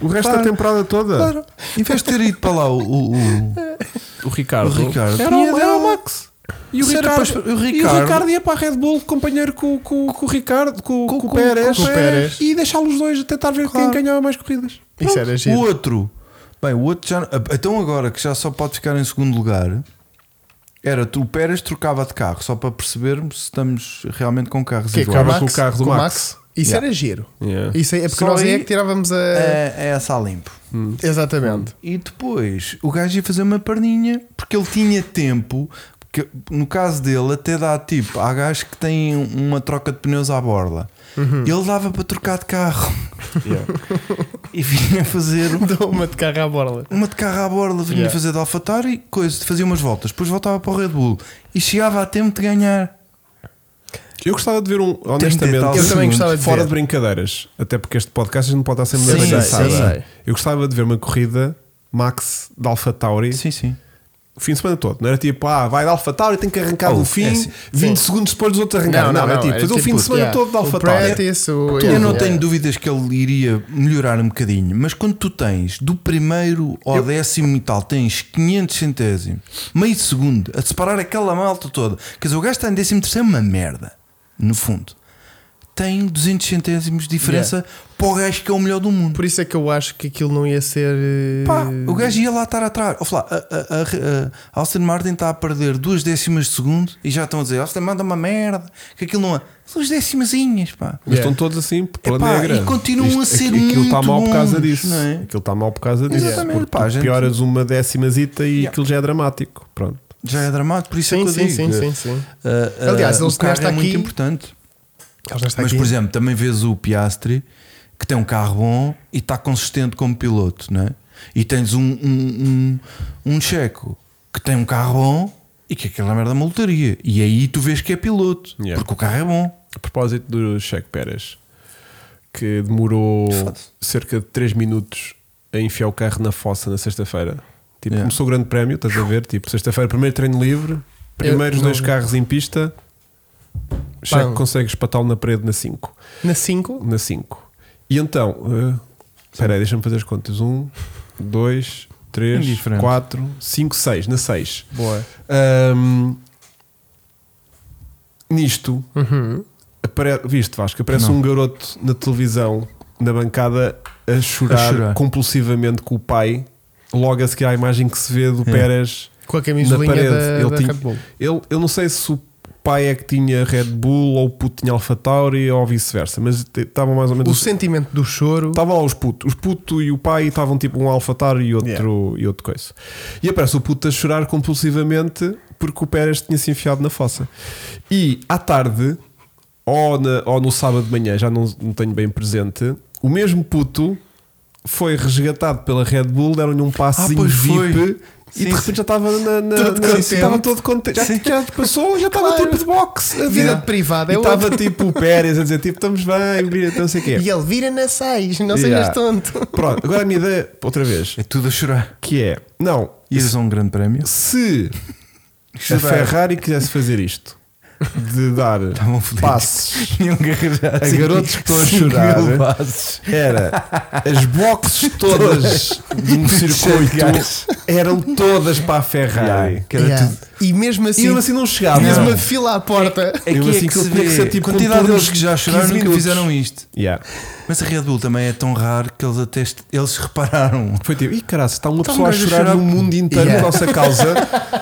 [SPEAKER 1] o resto da
[SPEAKER 2] Claro.
[SPEAKER 1] temporada toda.
[SPEAKER 2] Claro, em vez de ter ido para lá o, o, o-
[SPEAKER 1] O Ricardo.
[SPEAKER 2] O Ricardo.
[SPEAKER 1] Era, o,
[SPEAKER 2] Tinha
[SPEAKER 1] era o
[SPEAKER 2] dado-
[SPEAKER 1] Max. E o,
[SPEAKER 2] Isso era
[SPEAKER 1] Ricardo,
[SPEAKER 2] para- o
[SPEAKER 1] e o
[SPEAKER 2] Ricardo.
[SPEAKER 1] Ricardo ia para a Red Bull, companheiro com, com, com o Ricardo, com, com, o
[SPEAKER 2] com-
[SPEAKER 1] Pérez,
[SPEAKER 3] com o Pérez.
[SPEAKER 1] e deixá-los dois a tentar ver
[SPEAKER 2] Claro.
[SPEAKER 1] quem ganhava mais corridas.
[SPEAKER 3] Isso era
[SPEAKER 2] o
[SPEAKER 3] giro.
[SPEAKER 2] outro. Bem, o outro já. Então agora que já só pode ficar em segundo lugar. Era tu- o Pérez trocava de carro, só para percebermos se estamos realmente com carros
[SPEAKER 3] é Que
[SPEAKER 2] iguais.
[SPEAKER 1] Acaba
[SPEAKER 3] Max?
[SPEAKER 1] com o carro do
[SPEAKER 3] Com o
[SPEAKER 1] Max.
[SPEAKER 3] Isso
[SPEAKER 2] Yeah.
[SPEAKER 3] era giro.
[SPEAKER 1] Yeah.
[SPEAKER 3] Isso aí é porque
[SPEAKER 2] Só
[SPEAKER 3] nós aí é
[SPEAKER 2] aí-
[SPEAKER 3] que tirávamos a.
[SPEAKER 2] É, é essa a limpo.
[SPEAKER 3] Exatamente.
[SPEAKER 2] E depois o gajo ia fazer uma perninha porque ele tinha tempo. Porque no caso dele, até dá tipo, há gajos que têm uma troca de pneus à borla.
[SPEAKER 3] Uhum.
[SPEAKER 2] Ele dava para trocar de carro
[SPEAKER 1] Yeah.
[SPEAKER 2] e vinha fazer um
[SPEAKER 3] Dou uma de carro à borla.
[SPEAKER 2] uma de carro à borla, vinha
[SPEAKER 3] Yeah.
[SPEAKER 2] fazer de Alfatari, coisa, fazia umas voltas, depois voltava para o Red Bull e chegava a tempo de ganhar.
[SPEAKER 1] Eu gostava de ver um,
[SPEAKER 2] e
[SPEAKER 1] honestamente,
[SPEAKER 2] tal
[SPEAKER 3] Eu também
[SPEAKER 2] segundos.
[SPEAKER 3] gostava de
[SPEAKER 1] fora
[SPEAKER 3] ver.
[SPEAKER 1] de brincadeiras, até porque este podcast não pode estar sempre
[SPEAKER 2] Sim,
[SPEAKER 1] na
[SPEAKER 2] eu
[SPEAKER 1] brincadeira.
[SPEAKER 2] sei, eu
[SPEAKER 3] sei.
[SPEAKER 1] Eu gostava de ver uma corrida Max de Alpha Tauri
[SPEAKER 2] Sim, sim.
[SPEAKER 1] o fim de semana todo. Não era tipo, ah, vai de Alpha Tauri, tem que arrancar
[SPEAKER 2] Oh,
[SPEAKER 1] no fim,
[SPEAKER 2] é assim.
[SPEAKER 1] 20 segundos depois dos outros arrancarem. Não, não, era tipo,
[SPEAKER 2] é
[SPEAKER 1] fazer o fim de semana todo de Alpha
[SPEAKER 3] é O
[SPEAKER 1] Tauri.
[SPEAKER 3] practice, o-
[SPEAKER 2] Eu
[SPEAKER 3] yeah,
[SPEAKER 2] não
[SPEAKER 3] yeah.
[SPEAKER 2] tenho dúvidas que ele iria melhorar um bocadinho, mas quando tu tens do primeiro ao décimo e tal, tens 500 centésimos, meio segundo, a separar aquela malta toda. Quer dizer, o gajo está em décimo terceiro, é uma merda, no fundo. Tem 200 centésimos de diferença para o gajo que é o melhor do mundo.
[SPEAKER 3] Por isso é que eu acho que aquilo não ia ser. eh,
[SPEAKER 2] Pá, o gajo ia lá estar atrás. Ó, Flá, a, a, a- a Aston Martin está a perder duas décimas de segundo e já estão a dizer: Aston Martin é uma merda, que aquilo não é. Duas décimazinhas, pá.
[SPEAKER 1] Mas
[SPEAKER 3] Yeah.
[SPEAKER 1] estão todos assim, pela
[SPEAKER 2] Epá,
[SPEAKER 1] negra.
[SPEAKER 2] e continuam a ser
[SPEAKER 1] aquilo está
[SPEAKER 2] muito
[SPEAKER 1] mal por causa
[SPEAKER 2] bons,
[SPEAKER 1] disso.
[SPEAKER 2] não é?
[SPEAKER 1] Aquilo está mal por causa disso.
[SPEAKER 2] Exatamente,
[SPEAKER 1] Porque
[SPEAKER 2] pá, a
[SPEAKER 1] tu
[SPEAKER 2] gente-
[SPEAKER 1] pioras uma décimazita e
[SPEAKER 2] Yeah.
[SPEAKER 1] aquilo já é dramático. Pronto.
[SPEAKER 2] Já é dramático, por isso é
[SPEAKER 3] Sim,
[SPEAKER 2] que eu
[SPEAKER 3] sim,
[SPEAKER 2] digo.
[SPEAKER 3] sim,
[SPEAKER 2] que,
[SPEAKER 3] sim, sim.
[SPEAKER 2] ah, ah,
[SPEAKER 3] Aliás, ele
[SPEAKER 2] o carro
[SPEAKER 3] está
[SPEAKER 2] é muito
[SPEAKER 3] aqui-
[SPEAKER 2] importante.
[SPEAKER 3] Eles não estão
[SPEAKER 2] Mas,
[SPEAKER 3] aqui.
[SPEAKER 2] por exemplo, também vês o Piastri que tem um carro bom e está consistente como piloto, não é? E tens um, um, um, um checo que tem um carro bom e que aquela merda é uma lotaria. E aí tu vês que é piloto,
[SPEAKER 1] Yeah.
[SPEAKER 2] porque o carro é bom.
[SPEAKER 1] A propósito do Checo Pérez, que demorou
[SPEAKER 2] Foda-se.
[SPEAKER 1] cerca de 3 minutos a enfiar o carro na fossa na sexta-feira. Tipo,
[SPEAKER 2] Yeah.
[SPEAKER 1] começou o grande prémio, estás a ver? Tipo, sexta-feira, primeiro treino livre, primeiros
[SPEAKER 3] não
[SPEAKER 1] dois
[SPEAKER 3] vi.
[SPEAKER 1] carros em pista.
[SPEAKER 3] Pam.
[SPEAKER 1] Checo consegue espatá-lo na parede na 5.
[SPEAKER 3] na 5,
[SPEAKER 1] Na 5. E então, uh, espera aí, deixa-me fazer as contas. 1, 2, 3,
[SPEAKER 2] Indiferente.
[SPEAKER 1] 4, 5, 6. Na 6.
[SPEAKER 3] boa.
[SPEAKER 1] nisto,
[SPEAKER 3] Uhum.
[SPEAKER 1] apare... viste Vasco, aparece
[SPEAKER 2] Não.
[SPEAKER 1] um garoto na televisão, na bancada, a chorar,
[SPEAKER 2] A chorar.
[SPEAKER 1] compulsivamente com o pai. Logo a seguir à imagem que se vê do
[SPEAKER 2] É.
[SPEAKER 1] Pérez.
[SPEAKER 3] Com a
[SPEAKER 1] Na
[SPEAKER 3] camisolinha
[SPEAKER 1] parede,
[SPEAKER 3] da,
[SPEAKER 1] ele
[SPEAKER 3] da
[SPEAKER 1] tinha-
[SPEAKER 3] Red Bull.
[SPEAKER 1] Ele, eu não sei se o pai é que tinha Red Bull ou o puto tinha Alfa Tauri ou vice-versa, mas te- estavam mais ou
[SPEAKER 3] O
[SPEAKER 1] menos.
[SPEAKER 3] sentimento do choro.
[SPEAKER 1] Estavam lá os putos. Os puto e o pai estavam tipo um Alfa Tauri e outro, e outro coisa. E aparece o puto a chorar compulsivamente porque o Pérez tinha-se enfiado na fossa. E à tarde, ou, na- ou no sábado de manhã, já não, não tenho bem presente, o mesmo puto foi resgatado pela Red Bull, deram-lhe um passezinho
[SPEAKER 2] pois foi.
[SPEAKER 1] VIP. E
[SPEAKER 2] Sim,
[SPEAKER 1] de repente já estava na, na,
[SPEAKER 3] Todo
[SPEAKER 1] na-
[SPEAKER 3] contente.
[SPEAKER 1] estava todo contente. Já,
[SPEAKER 2] Sim.
[SPEAKER 1] já passou, já estava
[SPEAKER 3] Claro.
[SPEAKER 1] tipo de boxe. A
[SPEAKER 3] A vida privada
[SPEAKER 1] E
[SPEAKER 3] é
[SPEAKER 1] estava
[SPEAKER 3] outra.
[SPEAKER 1] tipo o Pérez a dizer: tipo, estamos bem, bonito, não sei o quê.
[SPEAKER 3] E ele vira na 6, não
[SPEAKER 1] Yeah.
[SPEAKER 3] sejas tonto.
[SPEAKER 1] Pronto, agora a minha ideia, outra vez,
[SPEAKER 2] É tudo a chorar.
[SPEAKER 1] que é: não,
[SPEAKER 2] Ires a um grande prémio.
[SPEAKER 1] se a Ferrari quisesse fazer isto, de dar
[SPEAKER 2] Estavam fodidos.
[SPEAKER 1] passes
[SPEAKER 2] Tinham que arranjar
[SPEAKER 1] a
[SPEAKER 2] cinco-
[SPEAKER 1] garotos que estão a
[SPEAKER 2] cinco
[SPEAKER 1] chorar.
[SPEAKER 2] mil passes.
[SPEAKER 1] era as boxes todas de um circuito
[SPEAKER 2] Gás.
[SPEAKER 1] eram todas para a Ferrari.
[SPEAKER 2] Que era
[SPEAKER 3] Yeah.
[SPEAKER 2] tudo-
[SPEAKER 3] E mesmo assim,
[SPEAKER 1] E mesmo assim não chegava.
[SPEAKER 3] tinhas
[SPEAKER 2] Não.
[SPEAKER 3] uma fila à porta.
[SPEAKER 1] Eu
[SPEAKER 2] Aqui é
[SPEAKER 1] assim
[SPEAKER 2] que
[SPEAKER 1] que
[SPEAKER 2] se
[SPEAKER 1] tinha que
[SPEAKER 2] vê.
[SPEAKER 1] ser, tipo, com
[SPEAKER 2] quantidade
[SPEAKER 1] turnos
[SPEAKER 2] deles que já
[SPEAKER 1] 15
[SPEAKER 2] choraram nunca
[SPEAKER 1] minutos.
[SPEAKER 2] fizeram isto.
[SPEAKER 1] Yeah.
[SPEAKER 2] Mas a Red Bull também é tão raro que eles até est- eles repararam.
[SPEAKER 1] Foi tipo, e caralho, está uma
[SPEAKER 2] Está um
[SPEAKER 1] pessoa a
[SPEAKER 2] gajo a
[SPEAKER 1] chorar
[SPEAKER 2] chorar.
[SPEAKER 1] no mundo inteiro
[SPEAKER 3] Yeah.
[SPEAKER 1] por nossa causa,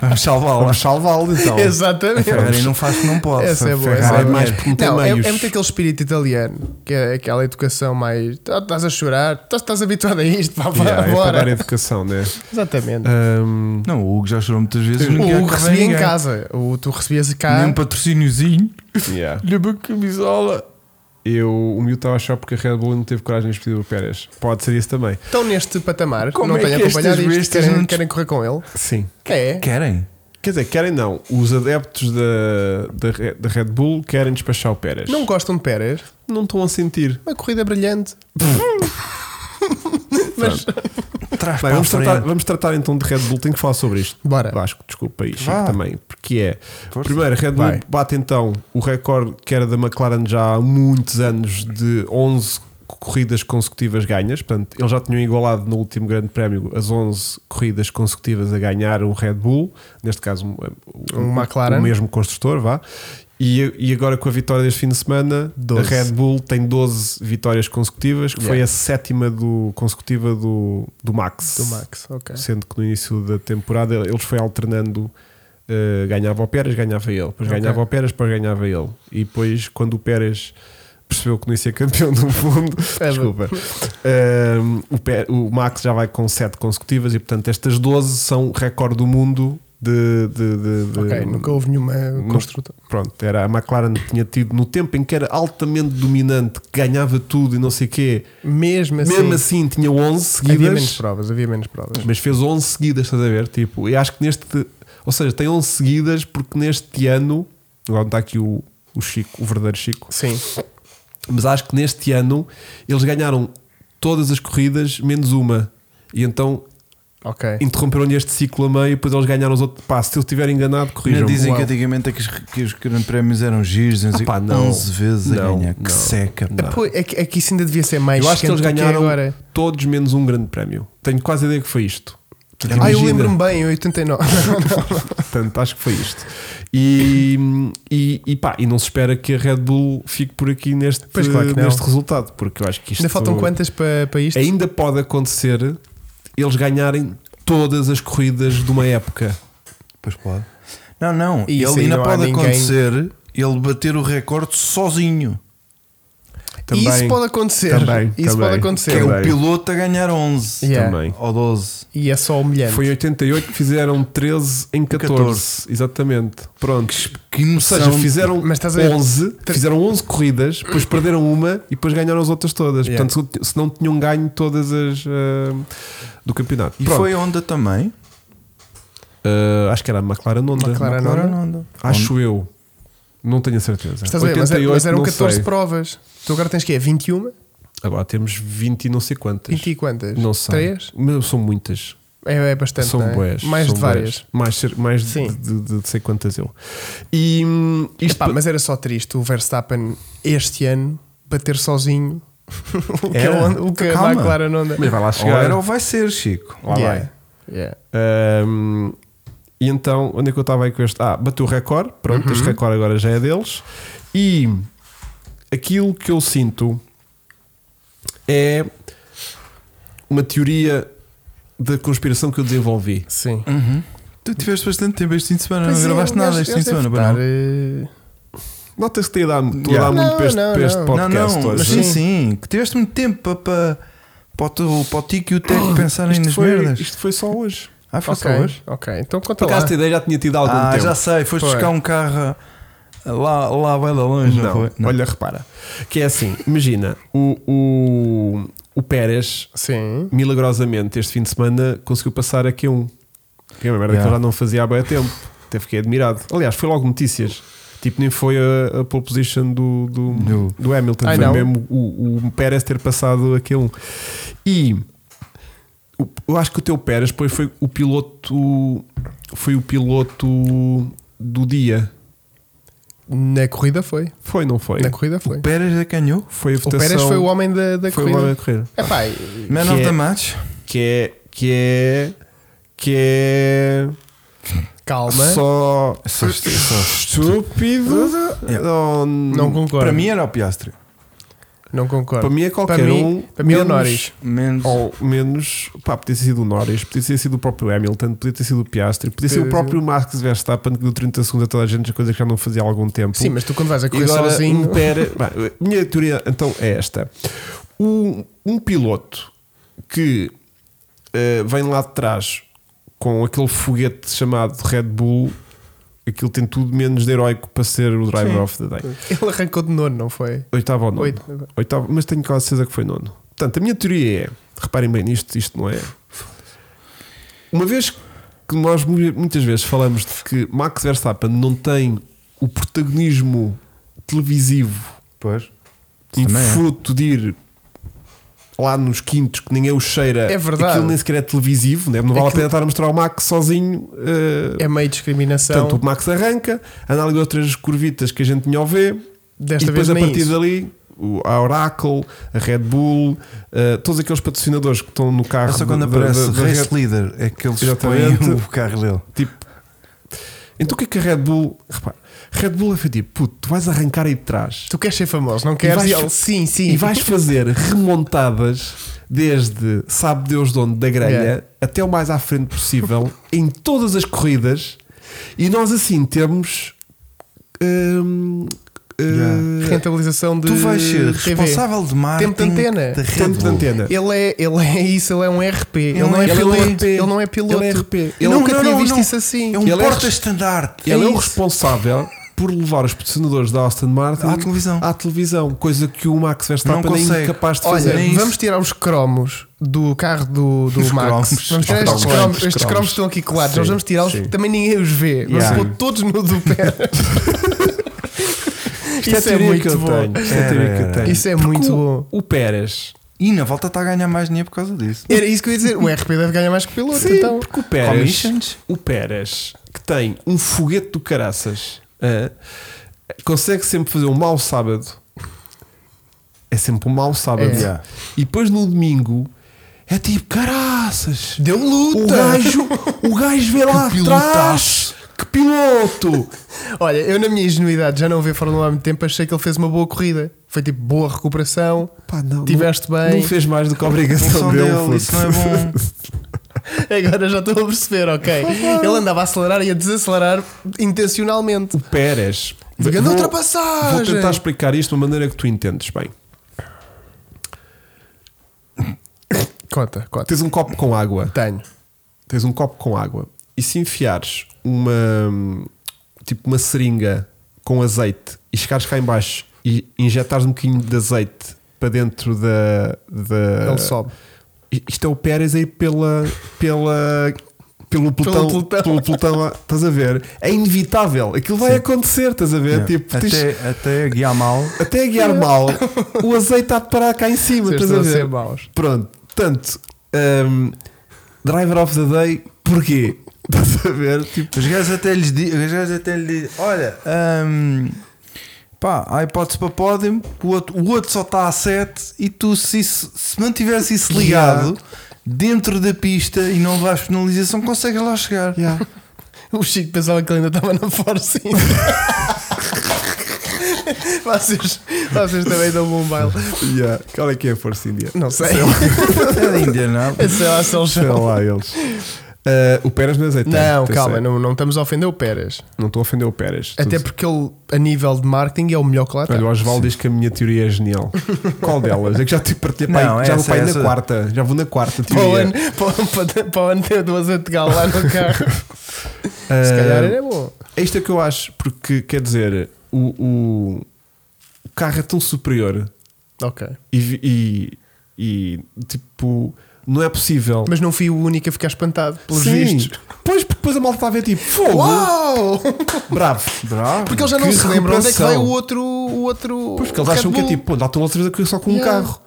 [SPEAKER 2] Vamos salvá-la.
[SPEAKER 1] vamos salvá-lo então.
[SPEAKER 2] A
[SPEAKER 3] Exatamente.
[SPEAKER 2] Ferrari não faz o que não pode.
[SPEAKER 3] Essa é
[SPEAKER 2] A
[SPEAKER 3] boa.
[SPEAKER 2] Ferrari
[SPEAKER 3] Essa é,
[SPEAKER 1] é
[SPEAKER 3] boa.
[SPEAKER 1] mais porque não tem
[SPEAKER 3] é,
[SPEAKER 1] meios.
[SPEAKER 3] é muito aquele espírito italiano, que é aquela educação mais. "Ah, Estás a chorar, estás, estás habituado a isto, pá, vá,
[SPEAKER 1] Yeah, é para
[SPEAKER 3] bora.
[SPEAKER 1] dar educação, né? Um,
[SPEAKER 3] Exatamente.
[SPEAKER 1] Ahm,
[SPEAKER 2] Não, o Hugo já chorou muitas vezes.
[SPEAKER 3] O
[SPEAKER 2] não quer
[SPEAKER 3] Hugo
[SPEAKER 2] que
[SPEAKER 3] recebia em
[SPEAKER 2] venha.
[SPEAKER 3] casa, o tu recebias cá.
[SPEAKER 2] Nem um patrocíniozinho.
[SPEAKER 1] yeah.
[SPEAKER 2] Olha uma camisola.
[SPEAKER 1] Eu, o miúdo estava a achar porque a Red Bull não teve coragem de despedir o Pérez. Pode ser isso também.
[SPEAKER 3] Estão neste patamar,
[SPEAKER 2] Como
[SPEAKER 3] não
[SPEAKER 2] é
[SPEAKER 3] tenho
[SPEAKER 2] que
[SPEAKER 3] acompanhado
[SPEAKER 2] estas
[SPEAKER 3] isto,
[SPEAKER 2] bestas
[SPEAKER 3] querem,
[SPEAKER 2] não-
[SPEAKER 3] querem correr com ele.
[SPEAKER 1] Sim.
[SPEAKER 3] É.
[SPEAKER 2] Querem?
[SPEAKER 1] Quer dizer, querem não. Os adeptos da, da, Re- da Red Bull querem despachar o Pérez.
[SPEAKER 3] Não gostam de Pérez,
[SPEAKER 1] não estão a sentir.
[SPEAKER 3] uma corrida brilhante. Mas,
[SPEAKER 2] Traz
[SPEAKER 1] Bem,
[SPEAKER 2] para
[SPEAKER 1] vamos,
[SPEAKER 2] a
[SPEAKER 1] tratar,
[SPEAKER 2] frente.
[SPEAKER 1] vamos tratar então de Red Bull. Tenho que falar sobre isto.
[SPEAKER 3] bora.
[SPEAKER 1] Vasco, desculpa isto
[SPEAKER 2] Vá.
[SPEAKER 1] também. Porque é.
[SPEAKER 2] Força.
[SPEAKER 1] Primeiro, a Red Bull
[SPEAKER 3] Vai.
[SPEAKER 1] bate então o recorde que era da McLaren já há muitos anos de 11 corridas consecutivas ganhas. Portanto, eles já tinham igualado no último Grande Prémio as 11 corridas consecutivas a ganhar um Red Bull, neste caso um, um-
[SPEAKER 3] Um McLaren.
[SPEAKER 1] o mesmo construtor, vá. E, e agora com a vitória deste fim de semana,
[SPEAKER 3] 12.
[SPEAKER 1] a Red Bull tem 12 vitórias consecutivas, que foi
[SPEAKER 3] Yeah.
[SPEAKER 1] a sétima do, consecutiva do, do Max.
[SPEAKER 3] Do Max, ok.
[SPEAKER 1] Sendo que no início da temporada eles foi alternando, eh, ganhava o Pérez, ganhava ele, depois
[SPEAKER 3] Ok.
[SPEAKER 1] ganhava o Pérez, depois ganhava ele. E depois, quando o Pérez percebeu que não ia ser campeão do mundo.
[SPEAKER 3] É,
[SPEAKER 1] Desculpa. Um, o, Pe- o Max já vai com 7 consecutivas e, portanto, estas 12 são recorde do mundo de. de, de- de-
[SPEAKER 3] Ok, nunca houve nenhuma
[SPEAKER 1] Não-
[SPEAKER 3] construta.
[SPEAKER 1] Pronto, era a McLaren que tinha tido no tempo em que era altamente dominante, que ganhava tudo e não sei o quê.
[SPEAKER 3] Mesmo assim,
[SPEAKER 1] Mesmo assim, tinha 11
[SPEAKER 3] havia menos
[SPEAKER 1] seguidas,
[SPEAKER 3] provas, havia menos provas.
[SPEAKER 1] mas fez 11 seguidas, estás a ver? Tipo, eu acho que neste. Ou seja, tem 11 seguidas porque neste ano. Agora não está aqui o, o Chico, o verdadeiro Chico.
[SPEAKER 3] Sim,
[SPEAKER 1] Mas acho que neste ano eles ganharam todas as corridas menos uma. E então
[SPEAKER 3] ok.
[SPEAKER 1] interromperam-lhe este ciclo a meio e depois eles ganharam os outros. Pá, se eu estiver enganado, corrijam
[SPEAKER 2] Ainda dizem
[SPEAKER 1] Uau.
[SPEAKER 2] que antigamente é que os, que os grandes prémios eram giros, não sei
[SPEAKER 1] pá,
[SPEAKER 2] o quê,
[SPEAKER 1] não.
[SPEAKER 2] 11 vezes
[SPEAKER 1] Não,
[SPEAKER 2] a ganhar.
[SPEAKER 1] não,
[SPEAKER 2] que seca,
[SPEAKER 1] não.
[SPEAKER 2] pá.
[SPEAKER 3] Pô, é, que, é que isso ainda devia ser mais
[SPEAKER 1] Eu acho que eles
[SPEAKER 3] quente do é
[SPEAKER 1] ganharam
[SPEAKER 3] agora.
[SPEAKER 1] todos menos um grande prémio. Tenho quase a ideia que foi isto. Portanto,
[SPEAKER 3] Ah, eu
[SPEAKER 1] imagina.
[SPEAKER 3] lembro-me bem, em 89.
[SPEAKER 1] Portanto, acho que foi isto. E, e, e pá, e não se espera que a Red Bull fique por aqui neste,
[SPEAKER 3] Pois, claro que não.
[SPEAKER 1] neste resultado, porque eu acho que isto
[SPEAKER 3] ainda faltam quantas para, para isto?
[SPEAKER 1] ainda pode acontecer eles ganharem todas as corridas de uma época.
[SPEAKER 2] Pois pode. Não, não.
[SPEAKER 3] E isso
[SPEAKER 2] ele
[SPEAKER 3] aí
[SPEAKER 2] ainda
[SPEAKER 3] não há
[SPEAKER 2] pode
[SPEAKER 3] ninguém-
[SPEAKER 2] acontecer ele bater o recorde sozinho.
[SPEAKER 1] Também,
[SPEAKER 3] isso pode acontecer.
[SPEAKER 1] também,
[SPEAKER 3] isso
[SPEAKER 1] também.
[SPEAKER 3] pode
[SPEAKER 2] Que
[SPEAKER 3] acontecer.
[SPEAKER 2] é o
[SPEAKER 1] Também.
[SPEAKER 2] piloto a ganhar 11
[SPEAKER 3] Yeah.
[SPEAKER 1] também.
[SPEAKER 2] ou 12.
[SPEAKER 3] E é só humilhante.
[SPEAKER 1] Foi em 88 que fizeram 13 em 14.
[SPEAKER 2] 14.
[SPEAKER 1] Exatamente. Pronto.
[SPEAKER 2] Que
[SPEAKER 1] Ou seja,
[SPEAKER 2] emoção.
[SPEAKER 1] fizeram,
[SPEAKER 3] Mas estás a ver-
[SPEAKER 1] 11, fizeram 11 corridas, depois perderam uma e depois ganharam as outras todas.
[SPEAKER 3] Yeah.
[SPEAKER 1] Portanto, se se não tinham ganho todas as ah, do campeonato.
[SPEAKER 2] E
[SPEAKER 1] Pronto.
[SPEAKER 2] foi onda também.
[SPEAKER 1] Ah, acho que era a McLaren Honda.
[SPEAKER 3] McLaren. Para
[SPEAKER 2] Claro,
[SPEAKER 3] Honda?
[SPEAKER 2] Honda.
[SPEAKER 1] Acho eu. Não tenho a certeza.
[SPEAKER 3] Estás a ver? Mas, é-
[SPEAKER 1] 88,
[SPEAKER 3] mas eram
[SPEAKER 1] não
[SPEAKER 3] 14
[SPEAKER 1] sei.
[SPEAKER 3] provas. Tu agora tens que é 21?
[SPEAKER 1] Agora temos 20 e não sei quantas.
[SPEAKER 3] 20 e quantas?
[SPEAKER 1] Não sei.
[SPEAKER 3] 3?
[SPEAKER 1] Meu, são muitas.
[SPEAKER 3] É, é bastante.
[SPEAKER 1] são
[SPEAKER 3] não é?
[SPEAKER 1] boés.
[SPEAKER 3] Mais
[SPEAKER 1] são
[SPEAKER 3] de
[SPEAKER 1] bués.
[SPEAKER 3] várias.
[SPEAKER 1] Mais, cer- mais de,
[SPEAKER 3] Sim.
[SPEAKER 1] de, de- de sei quantas eu. E hum, isto
[SPEAKER 3] Epá, mas era só triste o Verstappen este ano bater sozinho o que, a
[SPEAKER 1] Era?
[SPEAKER 3] Honda- o que a
[SPEAKER 2] Calma.
[SPEAKER 3] McLaren Honda.
[SPEAKER 1] Mas vai lá
[SPEAKER 2] Ou
[SPEAKER 1] chegar.
[SPEAKER 2] era ou vai ser, Chico.
[SPEAKER 1] Lá
[SPEAKER 3] Yeah, yeah.
[SPEAKER 1] vai. Hum, e então, onde é que eu estava aí com este? Ah, bateu o recorde.
[SPEAKER 3] Uhum.
[SPEAKER 1] Pronto, este recorde agora já é deles. E aquilo que eu sinto é uma teoria da conspiração que eu desenvolvi.
[SPEAKER 3] Sim.
[SPEAKER 2] Tu tiveste bastante tempo este fim de semana,
[SPEAKER 3] Pois
[SPEAKER 2] não
[SPEAKER 3] é,
[SPEAKER 2] gravaste
[SPEAKER 3] o gajo-
[SPEAKER 2] nada este fim
[SPEAKER 3] gajo
[SPEAKER 2] de semana,
[SPEAKER 3] deve
[SPEAKER 2] para não.
[SPEAKER 3] estar, eh,
[SPEAKER 1] Nota-se que tem dado, estou
[SPEAKER 2] Yeah.
[SPEAKER 1] a dar muito
[SPEAKER 3] Não,
[SPEAKER 1] para este,
[SPEAKER 3] não,
[SPEAKER 1] para este
[SPEAKER 3] não.
[SPEAKER 2] Não,
[SPEAKER 1] podcast
[SPEAKER 2] não,
[SPEAKER 1] hoje.
[SPEAKER 2] mas sim, sim, que tiveste muito tempo para, para, para, o, teu- para o Tico e o Tec pensarem
[SPEAKER 1] Isto
[SPEAKER 2] nas
[SPEAKER 1] foi,
[SPEAKER 2] merdas.
[SPEAKER 1] isto foi só hoje.
[SPEAKER 2] Ah, foi só
[SPEAKER 3] ok,
[SPEAKER 2] hoje?
[SPEAKER 3] ok, então
[SPEAKER 1] Por
[SPEAKER 3] conta lá.
[SPEAKER 1] acaso esta ideia já tinha tido há algum
[SPEAKER 2] Ah,
[SPEAKER 1] um tempo.
[SPEAKER 2] já sei, foste
[SPEAKER 3] Foi.
[SPEAKER 2] buscar um carro ah, lá, lá vai da longe, não,
[SPEAKER 1] Não,
[SPEAKER 2] foi? Não.
[SPEAKER 1] olha, repara. Que é assim, imagina, o, o, o Pérez,
[SPEAKER 3] Sim.
[SPEAKER 1] milagrosamente, este fim de semana conseguiu passar a Q1. Que é uma merda que
[SPEAKER 2] Yeah.
[SPEAKER 1] eu já não fazia há bem tempo. Até fiquei admirado. Aliás, foi logo notícias. Tipo, nem foi a, a pole position do, do,
[SPEAKER 2] Do-
[SPEAKER 1] do Hamilton.
[SPEAKER 3] Ai,
[SPEAKER 1] foi
[SPEAKER 3] não.
[SPEAKER 1] mesmo o, o Pérez ter passado a Q1. E o- eu acho que o teu Pérez depois foi o piloto. Foi o piloto do dia.
[SPEAKER 3] Na corrida foi.
[SPEAKER 1] Foi, não foi?
[SPEAKER 3] Na corrida foi.
[SPEAKER 2] O Pérez é que ganhou?
[SPEAKER 1] Foi a
[SPEAKER 3] O
[SPEAKER 1] votação.
[SPEAKER 3] Pérez foi o homem da, da
[SPEAKER 1] foi o
[SPEAKER 3] corrida.
[SPEAKER 1] homem a correr.
[SPEAKER 3] Epá,
[SPEAKER 2] Man
[SPEAKER 1] Que
[SPEAKER 2] of
[SPEAKER 1] é-
[SPEAKER 2] the match?
[SPEAKER 1] Que é. Que é. Que é.
[SPEAKER 3] calma.
[SPEAKER 1] Só.
[SPEAKER 2] Só isto- só-
[SPEAKER 1] Estúpido.
[SPEAKER 2] Yeah.
[SPEAKER 1] Não,
[SPEAKER 3] É. Não concordo.
[SPEAKER 2] Para mim era o Piastri.
[SPEAKER 3] não concordo.
[SPEAKER 1] para mim é qualquer
[SPEAKER 3] Para mim-
[SPEAKER 1] um.
[SPEAKER 3] para mim é o
[SPEAKER 1] menos-
[SPEAKER 3] Norris.
[SPEAKER 2] Menos.
[SPEAKER 1] Ou menos. Pá, podia ter sido o Norris, podia ter sido o próprio Hamilton, podia ter sido o Piastri, podia ser o
[SPEAKER 3] Pois,
[SPEAKER 1] próprio Max Verstappen que deu 30 segundos a toda a gente, coisa que já não fazia há algum tempo.
[SPEAKER 3] Sim, mas tu quando vais a
[SPEAKER 1] E
[SPEAKER 3] correr
[SPEAKER 1] agora
[SPEAKER 3] sozinho.
[SPEAKER 1] um Pérez. Bah, minha teoria então é esta: um, um piloto que eh, vem lá de trás com aquele foguete chamado Red Bull, aquilo tem tudo menos de heróico para ser o driver
[SPEAKER 2] Sim.
[SPEAKER 1] of the day.
[SPEAKER 3] Ele arrancou de nono, não foi?
[SPEAKER 1] Oitavo ou nono?
[SPEAKER 3] Oito.
[SPEAKER 1] Oitavo, mas tenho quase certeza que foi nono. Portanto, a minha teoria é: reparem bem nisto, isto não é. Uma vez que nós mu- muitas vezes falamos de que Max Verstappen não tem o protagonismo televisivo
[SPEAKER 2] Pois.
[SPEAKER 1] e
[SPEAKER 2] Também é.
[SPEAKER 1] fruto de ir lá nos quintos que ninguém o cheira,
[SPEAKER 3] É verdade.
[SPEAKER 1] aquilo nem sequer é televisivo, né? não vale a
[SPEAKER 3] Aquilo-
[SPEAKER 1] pena estar a mostrar o Max sozinho. eh,
[SPEAKER 3] É meio discriminação.
[SPEAKER 1] Portanto, o Max arranca, anda ali outras curvitas que a gente não vê,
[SPEAKER 3] Desta
[SPEAKER 1] e depois
[SPEAKER 3] vez
[SPEAKER 1] a
[SPEAKER 3] nem
[SPEAKER 1] partir
[SPEAKER 3] isso.
[SPEAKER 1] dali. o- A Oracle, a Red Bull, eh, todos aqueles patrocinadores que estão no carro.
[SPEAKER 2] É só quando
[SPEAKER 1] da- da-
[SPEAKER 2] aparece
[SPEAKER 1] da- da
[SPEAKER 2] race
[SPEAKER 1] Red-
[SPEAKER 2] leader, é que eles
[SPEAKER 1] Exatamente.
[SPEAKER 2] põem o carro dele.
[SPEAKER 1] Tipo, então o que é que a Red Bull. Repara, Red Bull é feito tipo, puto, tu vais arrancar aí de trás.
[SPEAKER 3] Tu queres ser famoso, não queres?
[SPEAKER 1] vais-
[SPEAKER 3] E ele, sim, sim.
[SPEAKER 1] E vais fazer remontadas desde sabe Deus de onde da grelha
[SPEAKER 3] Yeah.
[SPEAKER 1] até o mais à frente possível em todas as corridas e nós assim temos hum, eh,
[SPEAKER 2] Yeah.
[SPEAKER 3] Rentabilização de.
[SPEAKER 2] tu vais ser
[SPEAKER 3] de TV.
[SPEAKER 2] responsável de marketing
[SPEAKER 3] Tempo de antena.
[SPEAKER 2] da Red
[SPEAKER 1] tempo de
[SPEAKER 2] Bull.
[SPEAKER 1] antena.
[SPEAKER 3] Ele é, ele é isso, ele é um RP. Ele,
[SPEAKER 2] um
[SPEAKER 3] não é
[SPEAKER 2] RP.
[SPEAKER 3] piloto. Ele não é piloto.
[SPEAKER 1] Ele é RP. Ele-
[SPEAKER 3] Eu
[SPEAKER 2] Não,
[SPEAKER 3] nunca
[SPEAKER 2] não,
[SPEAKER 3] tinha
[SPEAKER 2] não,
[SPEAKER 3] visto
[SPEAKER 2] não.
[SPEAKER 3] isso assim.
[SPEAKER 2] É um
[SPEAKER 1] Ele é
[SPEAKER 2] porta-estandarte.
[SPEAKER 1] Ele é,
[SPEAKER 2] É
[SPEAKER 1] o
[SPEAKER 2] isso.
[SPEAKER 1] responsável por levar os patrocinadores da Austin Martin
[SPEAKER 2] À televisão.
[SPEAKER 1] à televisão, coisa que o Max Verstappen
[SPEAKER 2] Não
[SPEAKER 1] é
[SPEAKER 2] consegue.
[SPEAKER 1] incapaz de
[SPEAKER 3] Olha,
[SPEAKER 1] fazer.
[SPEAKER 2] é isso.
[SPEAKER 3] vamos tirar os cromos do carro do, do
[SPEAKER 2] Os
[SPEAKER 3] Max.
[SPEAKER 2] cromos.
[SPEAKER 3] Vamos
[SPEAKER 1] Os
[SPEAKER 3] tirar estes
[SPEAKER 1] cromos.
[SPEAKER 3] cromos.
[SPEAKER 1] Os
[SPEAKER 3] Estes cromos
[SPEAKER 1] cromos.
[SPEAKER 3] estão aqui colados.
[SPEAKER 1] Sim,
[SPEAKER 3] Nós vamos tirá-los
[SPEAKER 1] sim.
[SPEAKER 3] porque também ninguém os vê.
[SPEAKER 1] Yeah.
[SPEAKER 3] Vamos pôr todos no do pé.
[SPEAKER 1] Isto é a
[SPEAKER 3] Isso é
[SPEAKER 1] teoria que
[SPEAKER 3] muito
[SPEAKER 1] eu
[SPEAKER 3] bom.
[SPEAKER 1] tenho. Isto é a
[SPEAKER 2] Era,
[SPEAKER 1] teoria que eu
[SPEAKER 2] era.
[SPEAKER 1] tenho.
[SPEAKER 3] Isso é
[SPEAKER 1] Porque
[SPEAKER 3] muito
[SPEAKER 1] o-
[SPEAKER 3] bom.
[SPEAKER 1] O Pérez.
[SPEAKER 2] E na volta está a ganhar mais dinheiro por causa disso.
[SPEAKER 3] Era isso que eu ia dizer. O RP deve ganhar mais que o piloto.
[SPEAKER 1] Sim,
[SPEAKER 3] então.
[SPEAKER 1] porque o Pérez.
[SPEAKER 2] Commissions?
[SPEAKER 1] o Pérez, que tem um foguete do caraças, ah, consegue sempre fazer um mau sábado. É sempre um mau sábado.
[SPEAKER 3] É.
[SPEAKER 2] Yeah.
[SPEAKER 1] E depois no domingo é tipo caraças.
[SPEAKER 3] Deu luta.
[SPEAKER 1] O gajo, o gajo vê lá atrás.
[SPEAKER 2] Que pilotaço.
[SPEAKER 1] Que piloto!
[SPEAKER 3] Olha, eu na minha ingenuidade já não vi Fórmula 1 há muito tempo. Achei que ele fez uma boa corrida. Foi tipo boa recuperação.
[SPEAKER 1] Pá, não,
[SPEAKER 3] Tiveste
[SPEAKER 1] não,
[SPEAKER 3] bem.
[SPEAKER 1] Não fez mais do que a
[SPEAKER 2] Função
[SPEAKER 1] obrigação dele.
[SPEAKER 2] dele, isso não é bom.
[SPEAKER 3] Agora já estou a perceber, ok. Ele andava a acelerar e a desacelerar intencionalmente.
[SPEAKER 1] O Pérez.
[SPEAKER 3] Grande
[SPEAKER 1] Vou-
[SPEAKER 3] ultrapassagem.
[SPEAKER 1] Vou tentar explicar isto de uma maneira que tu entendes bem.
[SPEAKER 3] Conta, conta.
[SPEAKER 1] Tens um copo com água.
[SPEAKER 3] Tenho.
[SPEAKER 1] tens um copo com água e se enfiares uma tipo uma seringa com azeite e chegares cá em baixo e injetares um bocadinho de azeite para dentro da, da
[SPEAKER 3] Ele sobe.
[SPEAKER 1] I- isto é o Pérez aí pela pela pelo pelotão,
[SPEAKER 3] pelotão.
[SPEAKER 1] pelo pelotão lá, estás a ver é inevitável aquilo vai acontecer estás a ver
[SPEAKER 2] Yeah.
[SPEAKER 1] tipo tens- até,
[SPEAKER 2] Até, até guiar mal.
[SPEAKER 1] a guiar mal o azeite há de parar cá em cima
[SPEAKER 3] Vocês
[SPEAKER 1] estás a
[SPEAKER 3] estão a
[SPEAKER 1] ver
[SPEAKER 3] ser maus.
[SPEAKER 1] Pronto, portanto, hum, Driver of the Day, porquê? Estás a ver? Tipo,
[SPEAKER 2] Os gajos até lhes dizem: os gajos até lhe dizem olha, hum, pá, há hipótese para pódio, o outro, o outro só está a 7 e tu, se, isso- se mantiveres isso ligado dentro da pista e não vais penalização, consegues lá chegar.
[SPEAKER 3] O Chico pensava que ele ainda estava na Force India. vocês, vocês também dão um bom baile.
[SPEAKER 1] yeah. qual é que é a força índia?
[SPEAKER 3] Não sei.
[SPEAKER 2] É de Indianápolis.
[SPEAKER 3] Sei lá se eles
[SPEAKER 1] Sei
[SPEAKER 3] são.
[SPEAKER 1] lá eles. Ah, o Pérez não azeite.
[SPEAKER 3] Não, calma, não, não estamos a ofender o Pérez.
[SPEAKER 1] Não estou a ofender o Pérez.
[SPEAKER 3] Até
[SPEAKER 1] Tudo-
[SPEAKER 3] porque ele, a nível de marketing, é o melhor que lá está.
[SPEAKER 1] Olha, o Osvaldo diz que a minha teoria é genial. Qual delas? É que já te partilhei para aí-
[SPEAKER 2] Não,
[SPEAKER 1] já vou
[SPEAKER 2] essa-
[SPEAKER 1] para aí na
[SPEAKER 2] essa-
[SPEAKER 1] quarta. Já vou na quarta
[SPEAKER 3] Para o, ano,
[SPEAKER 1] teoria.
[SPEAKER 3] para, o ano- para, para o ano ter duas a tegal lá no carro.
[SPEAKER 1] Ah,
[SPEAKER 3] Se calhar era bom.
[SPEAKER 1] É isto é que eu acho, porque quer dizer, o, o, o carro é tão superior
[SPEAKER 3] Ok.
[SPEAKER 1] e, vi- e, e, tipo, não é possível.
[SPEAKER 3] Mas não fui o único a ficar espantado pelos
[SPEAKER 1] Sim.
[SPEAKER 3] vistos.
[SPEAKER 1] Pois, porque depois a malta está a ver tipo, fogo,
[SPEAKER 3] Uau!
[SPEAKER 1] bravo.
[SPEAKER 2] Bravo.
[SPEAKER 3] Porque eles já não
[SPEAKER 1] Que
[SPEAKER 3] se lembram onde é que vai o
[SPEAKER 1] recuperação.
[SPEAKER 3] outro. O outro
[SPEAKER 1] Pois, porque eles acham
[SPEAKER 3] Red
[SPEAKER 1] que é
[SPEAKER 3] Bull.
[SPEAKER 1] tipo, pô, dá toda outra vez só com um
[SPEAKER 3] Yeah.
[SPEAKER 1] carro.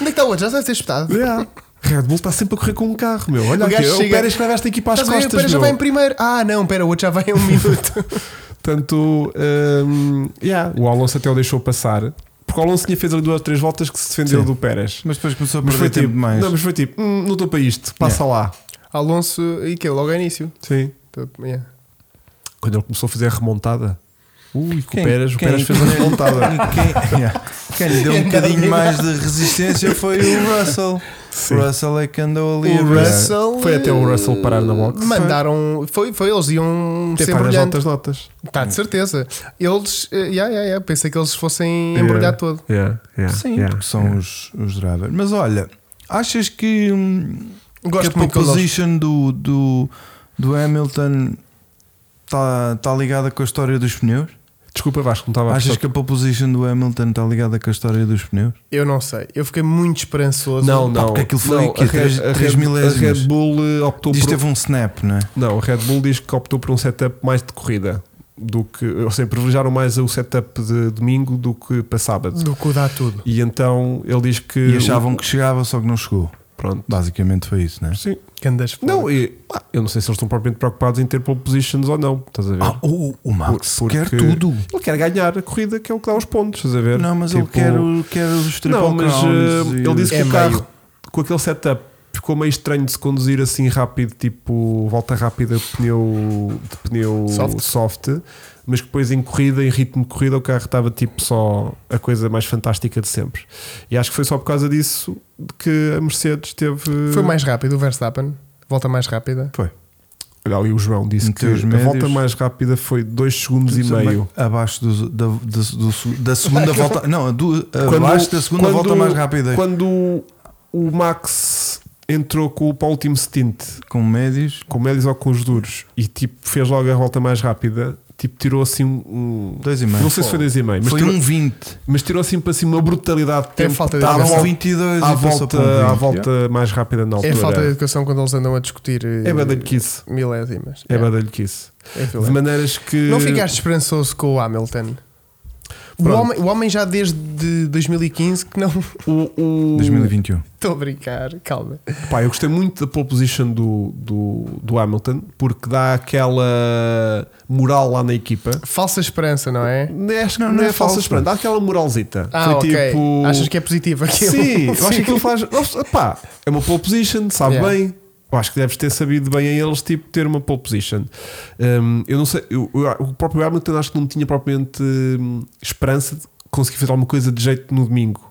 [SPEAKER 3] Onde é que está o outro? Já vai ser espetado.
[SPEAKER 1] Yeah. Red Bull está sempre a correr com um carro, meu. Olha
[SPEAKER 3] O
[SPEAKER 1] aqui,
[SPEAKER 3] gajo
[SPEAKER 1] é o
[SPEAKER 3] chega-
[SPEAKER 1] Pérez que leva esta equipa às
[SPEAKER 3] Estás a ver?
[SPEAKER 1] costas,
[SPEAKER 3] O Pérez já
[SPEAKER 1] meu.
[SPEAKER 3] vai em primeiro. Ah, não, pera, o outro já vai em um minuto.
[SPEAKER 1] Portanto, hum, yeah, o Alonso até o deixou passar. Porque o Alonso tinha feito ali duas ou três voltas que se defendeu
[SPEAKER 2] Sim.
[SPEAKER 1] do Pérez.
[SPEAKER 2] Mas depois começou a
[SPEAKER 1] Mas
[SPEAKER 2] perder
[SPEAKER 1] foi,
[SPEAKER 2] tempo
[SPEAKER 1] tipo,
[SPEAKER 2] demais.
[SPEAKER 1] não, mas foi tipo, hum, não estou para isto, passa lá.
[SPEAKER 3] Alonso, e que logo ao início.
[SPEAKER 1] Sim.
[SPEAKER 3] Então, yeah.
[SPEAKER 1] Quando ele começou a fazer a remontada, ui, que o
[SPEAKER 2] Quem-
[SPEAKER 1] Pérez, o
[SPEAKER 2] quem-
[SPEAKER 1] Pérez fez a remontada.
[SPEAKER 2] Quem, yeah. Quem lhe deu um bocadinho mais de resistência foi o Russell.
[SPEAKER 1] Sim.
[SPEAKER 2] O Russell é que andou ali
[SPEAKER 3] O
[SPEAKER 2] a brilhar.
[SPEAKER 3] Russell.
[SPEAKER 1] Foi até o
[SPEAKER 3] eh,
[SPEAKER 1] Russell parar na box.
[SPEAKER 3] Mandaram. Foi, foi eles iam
[SPEAKER 1] Até
[SPEAKER 3] ser
[SPEAKER 1] faz as
[SPEAKER 3] embrulhando.
[SPEAKER 1] altas notas.
[SPEAKER 3] Está de certeza. Eles. eh, Yeah, yeah, yeah. Pensei que eles fossem
[SPEAKER 1] Yeah.
[SPEAKER 3] embrulhar todo.
[SPEAKER 1] Yeah, yeah,
[SPEAKER 2] Sim,
[SPEAKER 1] yeah,
[SPEAKER 2] porque são
[SPEAKER 1] yeah.
[SPEAKER 2] os, os drivers. Mas olha, achas que, hum,
[SPEAKER 3] Gosto
[SPEAKER 1] Tipo,
[SPEAKER 2] que a
[SPEAKER 3] muito que eu
[SPEAKER 2] proposition do, do, do Hamilton está tá ligada com a história dos pneus?
[SPEAKER 1] Desculpa, Vasco, não estava a
[SPEAKER 2] Achas
[SPEAKER 1] perceber.
[SPEAKER 2] que a proposition do Hamilton está ligada com a história dos pneus?
[SPEAKER 3] Eu não sei. Eu fiquei muito esperançoso.
[SPEAKER 1] Não,
[SPEAKER 2] Pá,
[SPEAKER 1] não.
[SPEAKER 2] porque aquilo foi
[SPEAKER 1] não,
[SPEAKER 2] que três-
[SPEAKER 1] a
[SPEAKER 2] três
[SPEAKER 1] Red-
[SPEAKER 2] milésimos.
[SPEAKER 1] A Red Bull eh, optou
[SPEAKER 2] Diz que
[SPEAKER 1] por.
[SPEAKER 2] teve um snap, não é?
[SPEAKER 1] Não, a Red Bull diz que optou por um setup mais de corrida. Do que, ou seja, privilegiaram mais o setup de domingo do que para sábado.
[SPEAKER 3] Do que o dá tudo.
[SPEAKER 1] E então ele diz que.
[SPEAKER 2] E achavam que chegava, só que não chegou.
[SPEAKER 1] Pronto.
[SPEAKER 2] Basicamente foi isso, não é?
[SPEAKER 1] Sim.
[SPEAKER 3] Candas
[SPEAKER 1] Não, e, ah, eu não sei se eles estão propriamente preocupados em ter pole positions ou não. Estás a ver?
[SPEAKER 2] Ah, o, o Max
[SPEAKER 1] Por-
[SPEAKER 2] quer
[SPEAKER 1] porque-
[SPEAKER 2] tudo.
[SPEAKER 1] Ele quer ganhar a corrida, que é o que dá os pontos, estás a ver?
[SPEAKER 2] Não, mas
[SPEAKER 1] Tipo,
[SPEAKER 2] ele quer, o- quer os triple
[SPEAKER 1] Não, mas
[SPEAKER 2] crowns
[SPEAKER 1] eh,
[SPEAKER 2] e
[SPEAKER 1] ele disse que
[SPEAKER 3] É
[SPEAKER 1] o carro,
[SPEAKER 3] meio.
[SPEAKER 1] com aquele setup, ficou meio estranho de se conduzir assim rápido, tipo volta rápida de pneu, de pneu
[SPEAKER 3] Soft.
[SPEAKER 1] soft. mas que depois em corrida, em ritmo de corrida, o carro estava tipo só a coisa mais fantástica de sempre. E acho que foi só por causa disso que a Mercedes teve.
[SPEAKER 3] Foi mais rápido o Verstappen. Volta mais rápida.
[SPEAKER 2] Foi.
[SPEAKER 1] Olha ali o João disse que
[SPEAKER 2] Meteu os
[SPEAKER 1] a volta
[SPEAKER 2] médios.
[SPEAKER 1] mais rápida foi 2 segundos é e meio.
[SPEAKER 2] Abaixo do- da, da, do- da segunda volta. Não, a do- abaixo da segunda
[SPEAKER 1] quando-
[SPEAKER 2] volta mais rápida.
[SPEAKER 1] Quando o Max entrou com o para o último stint,
[SPEAKER 2] Com médios.
[SPEAKER 1] com médios ou com os duros, e tipo fez logo a volta mais rápida, tipo tirou assim um. um-
[SPEAKER 2] Dois e meio.
[SPEAKER 1] Não sei se foi 2,5, É, mas,
[SPEAKER 2] Foi
[SPEAKER 1] tirou-
[SPEAKER 2] um 20.
[SPEAKER 1] mas tirou assim para cima uma brutalidade de
[SPEAKER 3] É
[SPEAKER 1] tempo.
[SPEAKER 3] falta de
[SPEAKER 1] à
[SPEAKER 2] Estava
[SPEAKER 3] educação.
[SPEAKER 2] um
[SPEAKER 1] volta-
[SPEAKER 2] 22
[SPEAKER 1] à
[SPEAKER 2] e passou
[SPEAKER 1] volta,
[SPEAKER 2] para um 20.
[SPEAKER 1] à volta mais rápida na altura.
[SPEAKER 3] É falta de educação quando eles andam a discutir eh,
[SPEAKER 1] É badalhoquice.
[SPEAKER 3] milésimas.
[SPEAKER 1] É badalhoquice.
[SPEAKER 3] É filé.
[SPEAKER 1] De maneiras que.
[SPEAKER 3] Não ficaste esperançoso com o Hamilton? O
[SPEAKER 1] Pronto.
[SPEAKER 3] homem, o homem já desde de 2015 que não.
[SPEAKER 1] o, o-
[SPEAKER 2] 2021.
[SPEAKER 3] Estou a brincar, calma.
[SPEAKER 1] Pá, eu gostei muito da pole position do, do, do Hamilton porque dá aquela moral lá na equipa.
[SPEAKER 3] Falsa esperança, não é?
[SPEAKER 1] Não, acho que
[SPEAKER 2] Não,
[SPEAKER 1] não,
[SPEAKER 2] não
[SPEAKER 1] é,
[SPEAKER 2] é
[SPEAKER 1] falsa
[SPEAKER 2] falso.
[SPEAKER 1] esperança, dá aquela moralzita. tipo,
[SPEAKER 3] Ah, ok. Achas que é positivo aquilo?
[SPEAKER 1] Sim, eu acho que aquilo faz. Pá, é uma pole position, sabe
[SPEAKER 3] Yeah.
[SPEAKER 1] bem. Eu acho que deves ter sabido bem a eles, tipo, ter uma pole position. Hum, eu não sei, eu- eu- o próprio Hamilton acho que não tinha propriamente hum, esperança de conseguir fazer alguma coisa de jeito no domingo.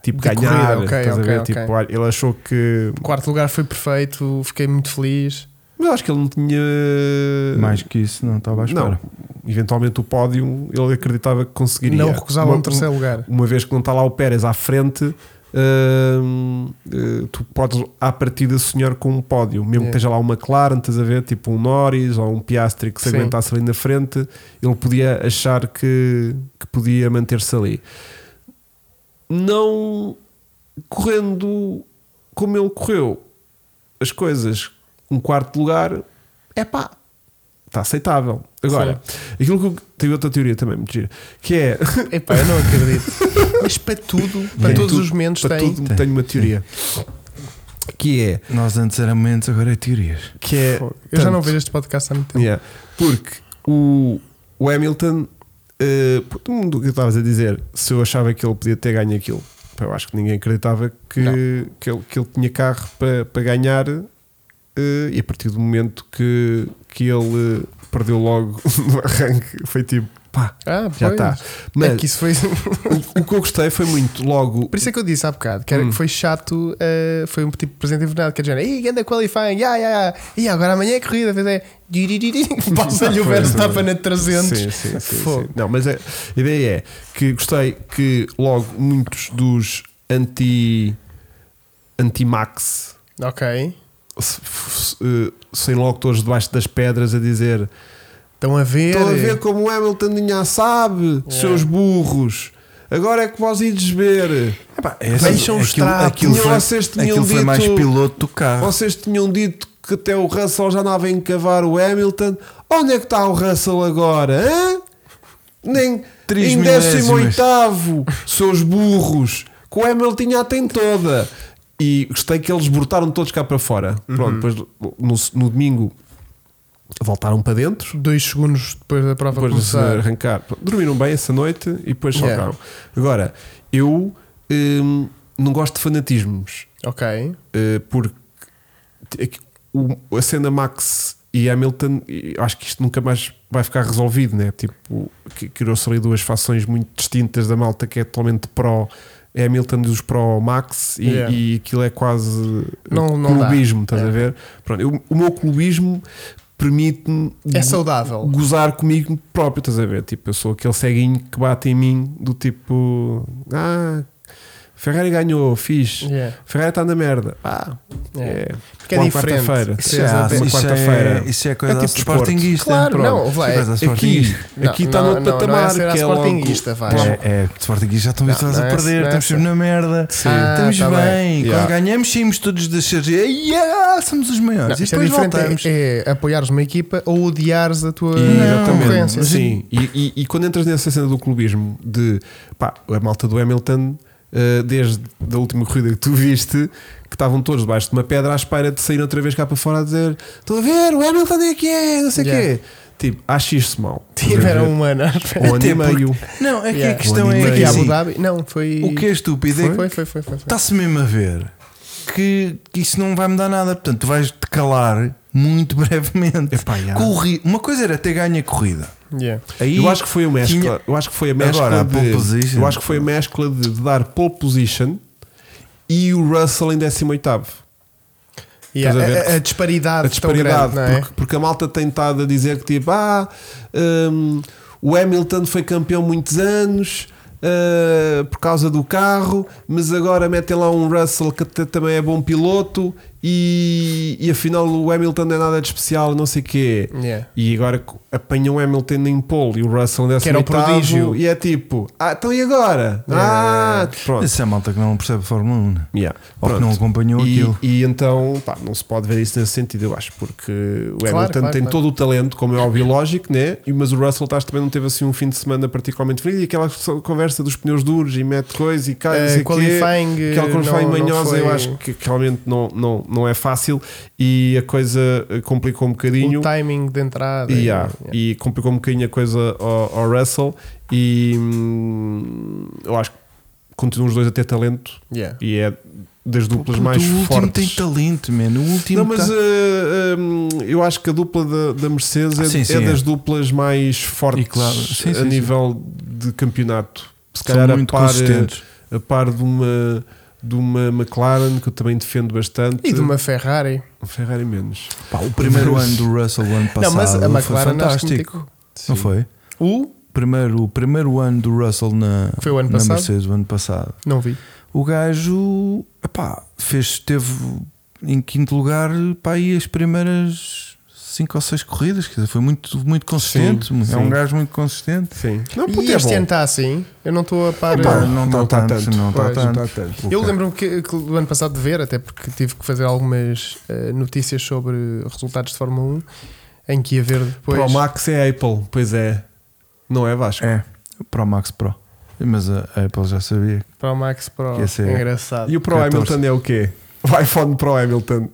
[SPEAKER 1] Tipo,
[SPEAKER 3] De
[SPEAKER 1] ganhar.
[SPEAKER 3] corrida, ok,
[SPEAKER 1] estás a
[SPEAKER 3] ok,
[SPEAKER 1] ver?
[SPEAKER 3] ok.
[SPEAKER 1] Tipo, olha, ele achou que.
[SPEAKER 3] O quarto lugar foi perfeito, fiquei muito feliz.
[SPEAKER 1] Mas eu acho que ele não tinha.
[SPEAKER 2] Mais que isso, não estava à
[SPEAKER 1] Não,
[SPEAKER 2] espera.
[SPEAKER 1] eventualmente o pódio ele acreditava que conseguiria.
[SPEAKER 3] Não recusava
[SPEAKER 1] Uma-
[SPEAKER 3] um terceiro lugar.
[SPEAKER 1] uma vez que não está lá o Pérez à frente, hum, eh, tu podes à partida sonhar com um pódio, mesmo
[SPEAKER 3] Yeah.
[SPEAKER 1] que esteja lá uma McLaren, estás a ver, tipo um Norris ou um Piastri que se
[SPEAKER 3] Sim.
[SPEAKER 1] aguentasse ali na frente, ele podia achar que, que podia manter-se ali. Não correndo como ele correu as coisas, um quarto lugar, é pá, está aceitável. Agora, aquilo que eu tenho outra teoria também, muito gira, que é
[SPEAKER 3] Epá, eu não acredito. Mas para tudo, para
[SPEAKER 1] Tem
[SPEAKER 3] todos
[SPEAKER 1] tudo-
[SPEAKER 3] os momentos
[SPEAKER 1] para
[SPEAKER 3] tem.
[SPEAKER 1] tudo tenho uma teoria que é
[SPEAKER 2] Nós antes era momentos, agora é teorias.
[SPEAKER 1] que é
[SPEAKER 3] Fogo. Eu já não
[SPEAKER 1] tanto-
[SPEAKER 3] vejo este podcast há muito tempo.
[SPEAKER 1] Yeah. porque o, o Hamilton eh, por tudo o que eu estavas a dizer se eu achava que ele podia ter ganho aquilo pá, eu acho que ninguém acreditava
[SPEAKER 3] Não.
[SPEAKER 1] que, que, ele, que ele tinha carro para, para ganhar eh, e a partir do momento que, que ele perdeu logo no arranque foi tipo pá
[SPEAKER 3] Ah,
[SPEAKER 1] já
[SPEAKER 3] pois.
[SPEAKER 1] está
[SPEAKER 3] É
[SPEAKER 1] mas
[SPEAKER 3] que isso foi.
[SPEAKER 1] o, o que eu gostei foi muito logo
[SPEAKER 3] Por isso é que eu disse há bocado que, era
[SPEAKER 1] Hum.
[SPEAKER 3] que foi chato, eh, foi um tipo de presente invernado, que era dizer, ih, anda qualifying, ya, ya, ya, e agora amanhã é corrida, fez é, "Diririri", passa-lhe o
[SPEAKER 1] Foi,
[SPEAKER 3] verso,
[SPEAKER 1] foi.
[SPEAKER 3] estava na 300.
[SPEAKER 1] Sim, sim, sim,
[SPEAKER 3] Fogo.
[SPEAKER 1] sim. Não, mas é- a ideia é que gostei que logo muitos dos anti anti-max
[SPEAKER 3] Ok,
[SPEAKER 1] se- f- eh, saem logo todos debaixo das pedras a dizer
[SPEAKER 3] estão a ver.
[SPEAKER 1] estão a ver como o Hamilton já sabe, seus burros. Agora é que vós ides ver.
[SPEAKER 2] Epá,
[SPEAKER 3] Deixam os trapos.
[SPEAKER 2] aquilo
[SPEAKER 1] Tinham
[SPEAKER 2] foi,
[SPEAKER 1] vocês tinham
[SPEAKER 2] aquilo foi
[SPEAKER 1] dito-
[SPEAKER 2] mais piloto do
[SPEAKER 3] Ah.
[SPEAKER 2] carro.
[SPEAKER 1] Vocês tinham dito que até o Russell já andava a encavar o Hamilton. Onde é que está o Russell agora? hã? Nem
[SPEAKER 2] Três
[SPEAKER 1] em
[SPEAKER 2] milésimas.
[SPEAKER 1] 18, seus burros, que o Hamilton já tem toda. E gostei que eles brotaram todos cá para fora.
[SPEAKER 3] Uhum.
[SPEAKER 1] Pronto, depois no, no domingo voltaram para dentro.
[SPEAKER 3] eh, Dois segundos depois da prova
[SPEAKER 1] Depois de se
[SPEAKER 3] começar.
[SPEAKER 1] arrancar, Pronto, dormiram bem essa noite e depois
[SPEAKER 3] Yeah.
[SPEAKER 1] saltaram. Agora, eu hum, não gosto de fanatismos.
[SPEAKER 3] Ok,
[SPEAKER 1] Uh, porque é que o- a cena Max e Hamilton, e acho que isto nunca mais vai ficar resolvido, né? Tipo, que- criou-se ali duas fações muito distintas da malta que é totalmente pró é Hamilton e os pró Max, e,
[SPEAKER 3] Yeah.
[SPEAKER 1] e aquilo é quase
[SPEAKER 3] Não- não dá.
[SPEAKER 1] clubismo, estás
[SPEAKER 3] É.
[SPEAKER 1] a ver? Pronto, eu- o meu clubismo permite-me
[SPEAKER 3] é saudável.
[SPEAKER 1] gozar comigo próprio, estás a ver? Tipo, eu sou aquele ceguinho que bate em mim do tipo, ah, Ferrari ganhou, fixe.
[SPEAKER 3] Yeah.
[SPEAKER 1] Ferrari está na merda. Ah,
[SPEAKER 3] É.
[SPEAKER 1] é.
[SPEAKER 3] Porque é
[SPEAKER 1] Uma
[SPEAKER 3] diferente.
[SPEAKER 1] quarta-feira.
[SPEAKER 3] Isso
[SPEAKER 2] Isso é,
[SPEAKER 1] Uma
[SPEAKER 2] isso,
[SPEAKER 1] quarta-feira.
[SPEAKER 2] é, isso é coisa
[SPEAKER 1] É
[SPEAKER 2] é
[SPEAKER 1] tipo desporto.
[SPEAKER 2] sportinguista.
[SPEAKER 3] Claro,
[SPEAKER 2] pronto.
[SPEAKER 3] não, vai,
[SPEAKER 2] Isso é coisa
[SPEAKER 1] Aqui,
[SPEAKER 2] sportinguista.
[SPEAKER 1] aqui está
[SPEAKER 3] Não,
[SPEAKER 1] no
[SPEAKER 3] não,
[SPEAKER 1] outro
[SPEAKER 3] não, não é
[SPEAKER 1] patamar.
[SPEAKER 3] ser
[SPEAKER 1] que é
[SPEAKER 3] sportinguista, vai.
[SPEAKER 1] logo...
[SPEAKER 3] Não.
[SPEAKER 2] É, é, sportinguistas já estão
[SPEAKER 3] Não,
[SPEAKER 2] habituados
[SPEAKER 3] não
[SPEAKER 2] a
[SPEAKER 3] é
[SPEAKER 2] perder,
[SPEAKER 3] essa, não é
[SPEAKER 2] estamos sempre na merda.
[SPEAKER 3] Sim.
[SPEAKER 2] Ah, estamos
[SPEAKER 3] tá
[SPEAKER 2] bem,
[SPEAKER 1] bem.
[SPEAKER 2] quando
[SPEAKER 1] Yeah.
[SPEAKER 2] ganhamos, saímos todos das cheias. Yeah, somos os
[SPEAKER 3] Não,
[SPEAKER 2] maiores. e
[SPEAKER 3] isto é
[SPEAKER 2] depois
[SPEAKER 3] diferente,
[SPEAKER 2] voltamos.
[SPEAKER 3] é, é apoiares uma equipa ou odiares a tua
[SPEAKER 1] E-
[SPEAKER 3] concorrência.
[SPEAKER 1] Mas Sim, e, e- e quando entras nessa cena do clubismo de pá, a malta do Hamilton, eh, desde a última corrida que tu viste, que estavam todos debaixo de uma pedra à espera de sair outra vez cá para fora a dizer: Estão a ver, o Hamilton é que é, não sei o
[SPEAKER 3] Yeah.
[SPEAKER 1] quê. Tipo, acho isto mal.
[SPEAKER 3] Tiveram um ano.
[SPEAKER 1] um ano
[SPEAKER 2] Até
[SPEAKER 1] e meio.
[SPEAKER 2] Não, é que
[SPEAKER 3] Yeah.
[SPEAKER 2] a questão
[SPEAKER 1] Foi
[SPEAKER 2] é
[SPEAKER 3] Foi aqui
[SPEAKER 2] que
[SPEAKER 3] a
[SPEAKER 1] Sim.
[SPEAKER 3] Abu
[SPEAKER 2] assim,
[SPEAKER 3] Dhabi? Não, foi.
[SPEAKER 2] o que é estúpido
[SPEAKER 3] foi,
[SPEAKER 2] é
[SPEAKER 3] foi,
[SPEAKER 2] que
[SPEAKER 3] foi, foi, foi.
[SPEAKER 1] Tá.
[SPEAKER 2] está-se mesmo a ver que, que isso não vai mudar nada. Portanto, tu vais te calar muito brevemente.
[SPEAKER 1] Epá, yeah.
[SPEAKER 2] Corri- Uma coisa era ter ganho a corrida.
[SPEAKER 3] Yeah.
[SPEAKER 2] Aí
[SPEAKER 1] eu acho que foi a mescla.
[SPEAKER 2] tinha-
[SPEAKER 1] Eu acho que foi a mescla
[SPEAKER 2] Agora, a
[SPEAKER 1] de,
[SPEAKER 2] pole position.
[SPEAKER 1] Eu acho que foi a mescla é assim de, de dar pole position e o Russell em 18 oitavo
[SPEAKER 3] Yeah,
[SPEAKER 1] Estás a ver?
[SPEAKER 3] a, a- a disparidade,
[SPEAKER 1] a disparidade,
[SPEAKER 3] tão grande, não é?
[SPEAKER 1] porque, porque a malta tem estado a dizer que tipo, ah, hum, o Hamilton foi campeão muitos anos. ah, por causa do carro, mas agora metem lá um Russell que até também é bom piloto e, e afinal o Hamilton não é nada de especial, não sei o quê.
[SPEAKER 3] Yeah.
[SPEAKER 1] E agora co- apanham o Hamilton em pole e o Russell desse
[SPEAKER 3] Que era o prodígio. É.
[SPEAKER 1] e é tipo, ah, então e agora? Ah, pronto.
[SPEAKER 2] Essa é a malta que não percebe Fórmula 1. né?
[SPEAKER 1] Yeah.
[SPEAKER 2] Ou que
[SPEAKER 1] Pronto.
[SPEAKER 2] não acompanhou
[SPEAKER 1] e,
[SPEAKER 2] aquilo.
[SPEAKER 1] e então, pá, não se pode ver isso nesse sentido, eu acho, porque o Hamilton
[SPEAKER 3] claro,
[SPEAKER 1] tem
[SPEAKER 3] claro.
[SPEAKER 1] todo o talento, como é óbvio e lógico, né? E- mas o Russell Tás também não teve assim um fim de semana particularmente feliz. E aquela so- conversa dos pneus duros e mete coisa e cai, não
[SPEAKER 3] Eh,
[SPEAKER 1] sei o quê.
[SPEAKER 3] qualifying, eh,
[SPEAKER 1] Aquela qualifying
[SPEAKER 3] não- não
[SPEAKER 1] manhosa, eu
[SPEAKER 3] foi-
[SPEAKER 1] acho que, que realmente não, não, não é fácil e a coisa eh, complicou um bocadinho.
[SPEAKER 3] O timing de entrada.
[SPEAKER 1] E, há,
[SPEAKER 3] é.
[SPEAKER 1] e complicou um bocadinho a coisa ao, ao Russell e hum, eu acho que continuam os dois a ter talento
[SPEAKER 3] Yeah.
[SPEAKER 1] e é das duplas
[SPEAKER 2] Puta,
[SPEAKER 1] mais
[SPEAKER 2] o último tem
[SPEAKER 1] fortes.
[SPEAKER 2] talento, mano. O último
[SPEAKER 1] Não, mas
[SPEAKER 2] tá-
[SPEAKER 1] eh, hum, eu acho que a dupla da, da Mercedes é,
[SPEAKER 2] Ah, sim,
[SPEAKER 1] é
[SPEAKER 2] sim,
[SPEAKER 1] das
[SPEAKER 2] é.
[SPEAKER 1] duplas mais fortes
[SPEAKER 2] E claro, sim,
[SPEAKER 1] a
[SPEAKER 2] sim, sim.
[SPEAKER 1] nível de campeonato. Se calhar
[SPEAKER 2] são
[SPEAKER 1] a
[SPEAKER 2] muito
[SPEAKER 1] par, eh,
[SPEAKER 2] consistentes.
[SPEAKER 1] a par de uma de uma McLaren que eu também defendo bastante um
[SPEAKER 3] E de uma Ferrari.
[SPEAKER 1] Ferrari menos
[SPEAKER 2] Pá, o primeiro ano do Russell o ano passado
[SPEAKER 3] não, mas a
[SPEAKER 2] foi
[SPEAKER 3] McLaren acho que
[SPEAKER 2] fantástico.
[SPEAKER 3] meteu-
[SPEAKER 2] Não foi?
[SPEAKER 3] O?
[SPEAKER 2] Primeiro, o primeiro ano do Russell na,
[SPEAKER 3] Foi o ano
[SPEAKER 2] na
[SPEAKER 3] passado?
[SPEAKER 2] Mercedes, o ano passado.
[SPEAKER 3] Não vi.
[SPEAKER 2] O gajo epá, fez, teve em quinto lugar pá, aí as primeiras cinco ou seis corridas. Quer dizer, foi muito, muito consistente.
[SPEAKER 1] Sim, sim.
[SPEAKER 2] É um gajo muito consistente.
[SPEAKER 1] sim não
[SPEAKER 3] E
[SPEAKER 1] puto, é
[SPEAKER 3] este
[SPEAKER 1] bom.
[SPEAKER 3] ano está assim. Eu não estou a par.
[SPEAKER 2] Epá,
[SPEAKER 3] eu-
[SPEAKER 2] não
[SPEAKER 1] não
[SPEAKER 2] está
[SPEAKER 1] tá
[SPEAKER 2] tanto,
[SPEAKER 1] tanto.
[SPEAKER 2] não está
[SPEAKER 1] Pois, não
[SPEAKER 2] tanto.
[SPEAKER 1] tá tanto.
[SPEAKER 3] Eu lembro-me que, que do ano passado de ver, até porque tive que fazer algumas eh, notícias sobre resultados de Fórmula 1, em que ia ver depois.
[SPEAKER 1] Pro Max é Apple, pois é. Não é Vasco?
[SPEAKER 2] É, Pro Max Pro. Mas a a Apple já sabia.
[SPEAKER 3] Pro Max Pro.
[SPEAKER 2] Que esse é-
[SPEAKER 3] Engraçado.
[SPEAKER 1] E o Pro
[SPEAKER 2] 14.
[SPEAKER 1] Hamilton é o quê? O iPhone Pro Hamilton.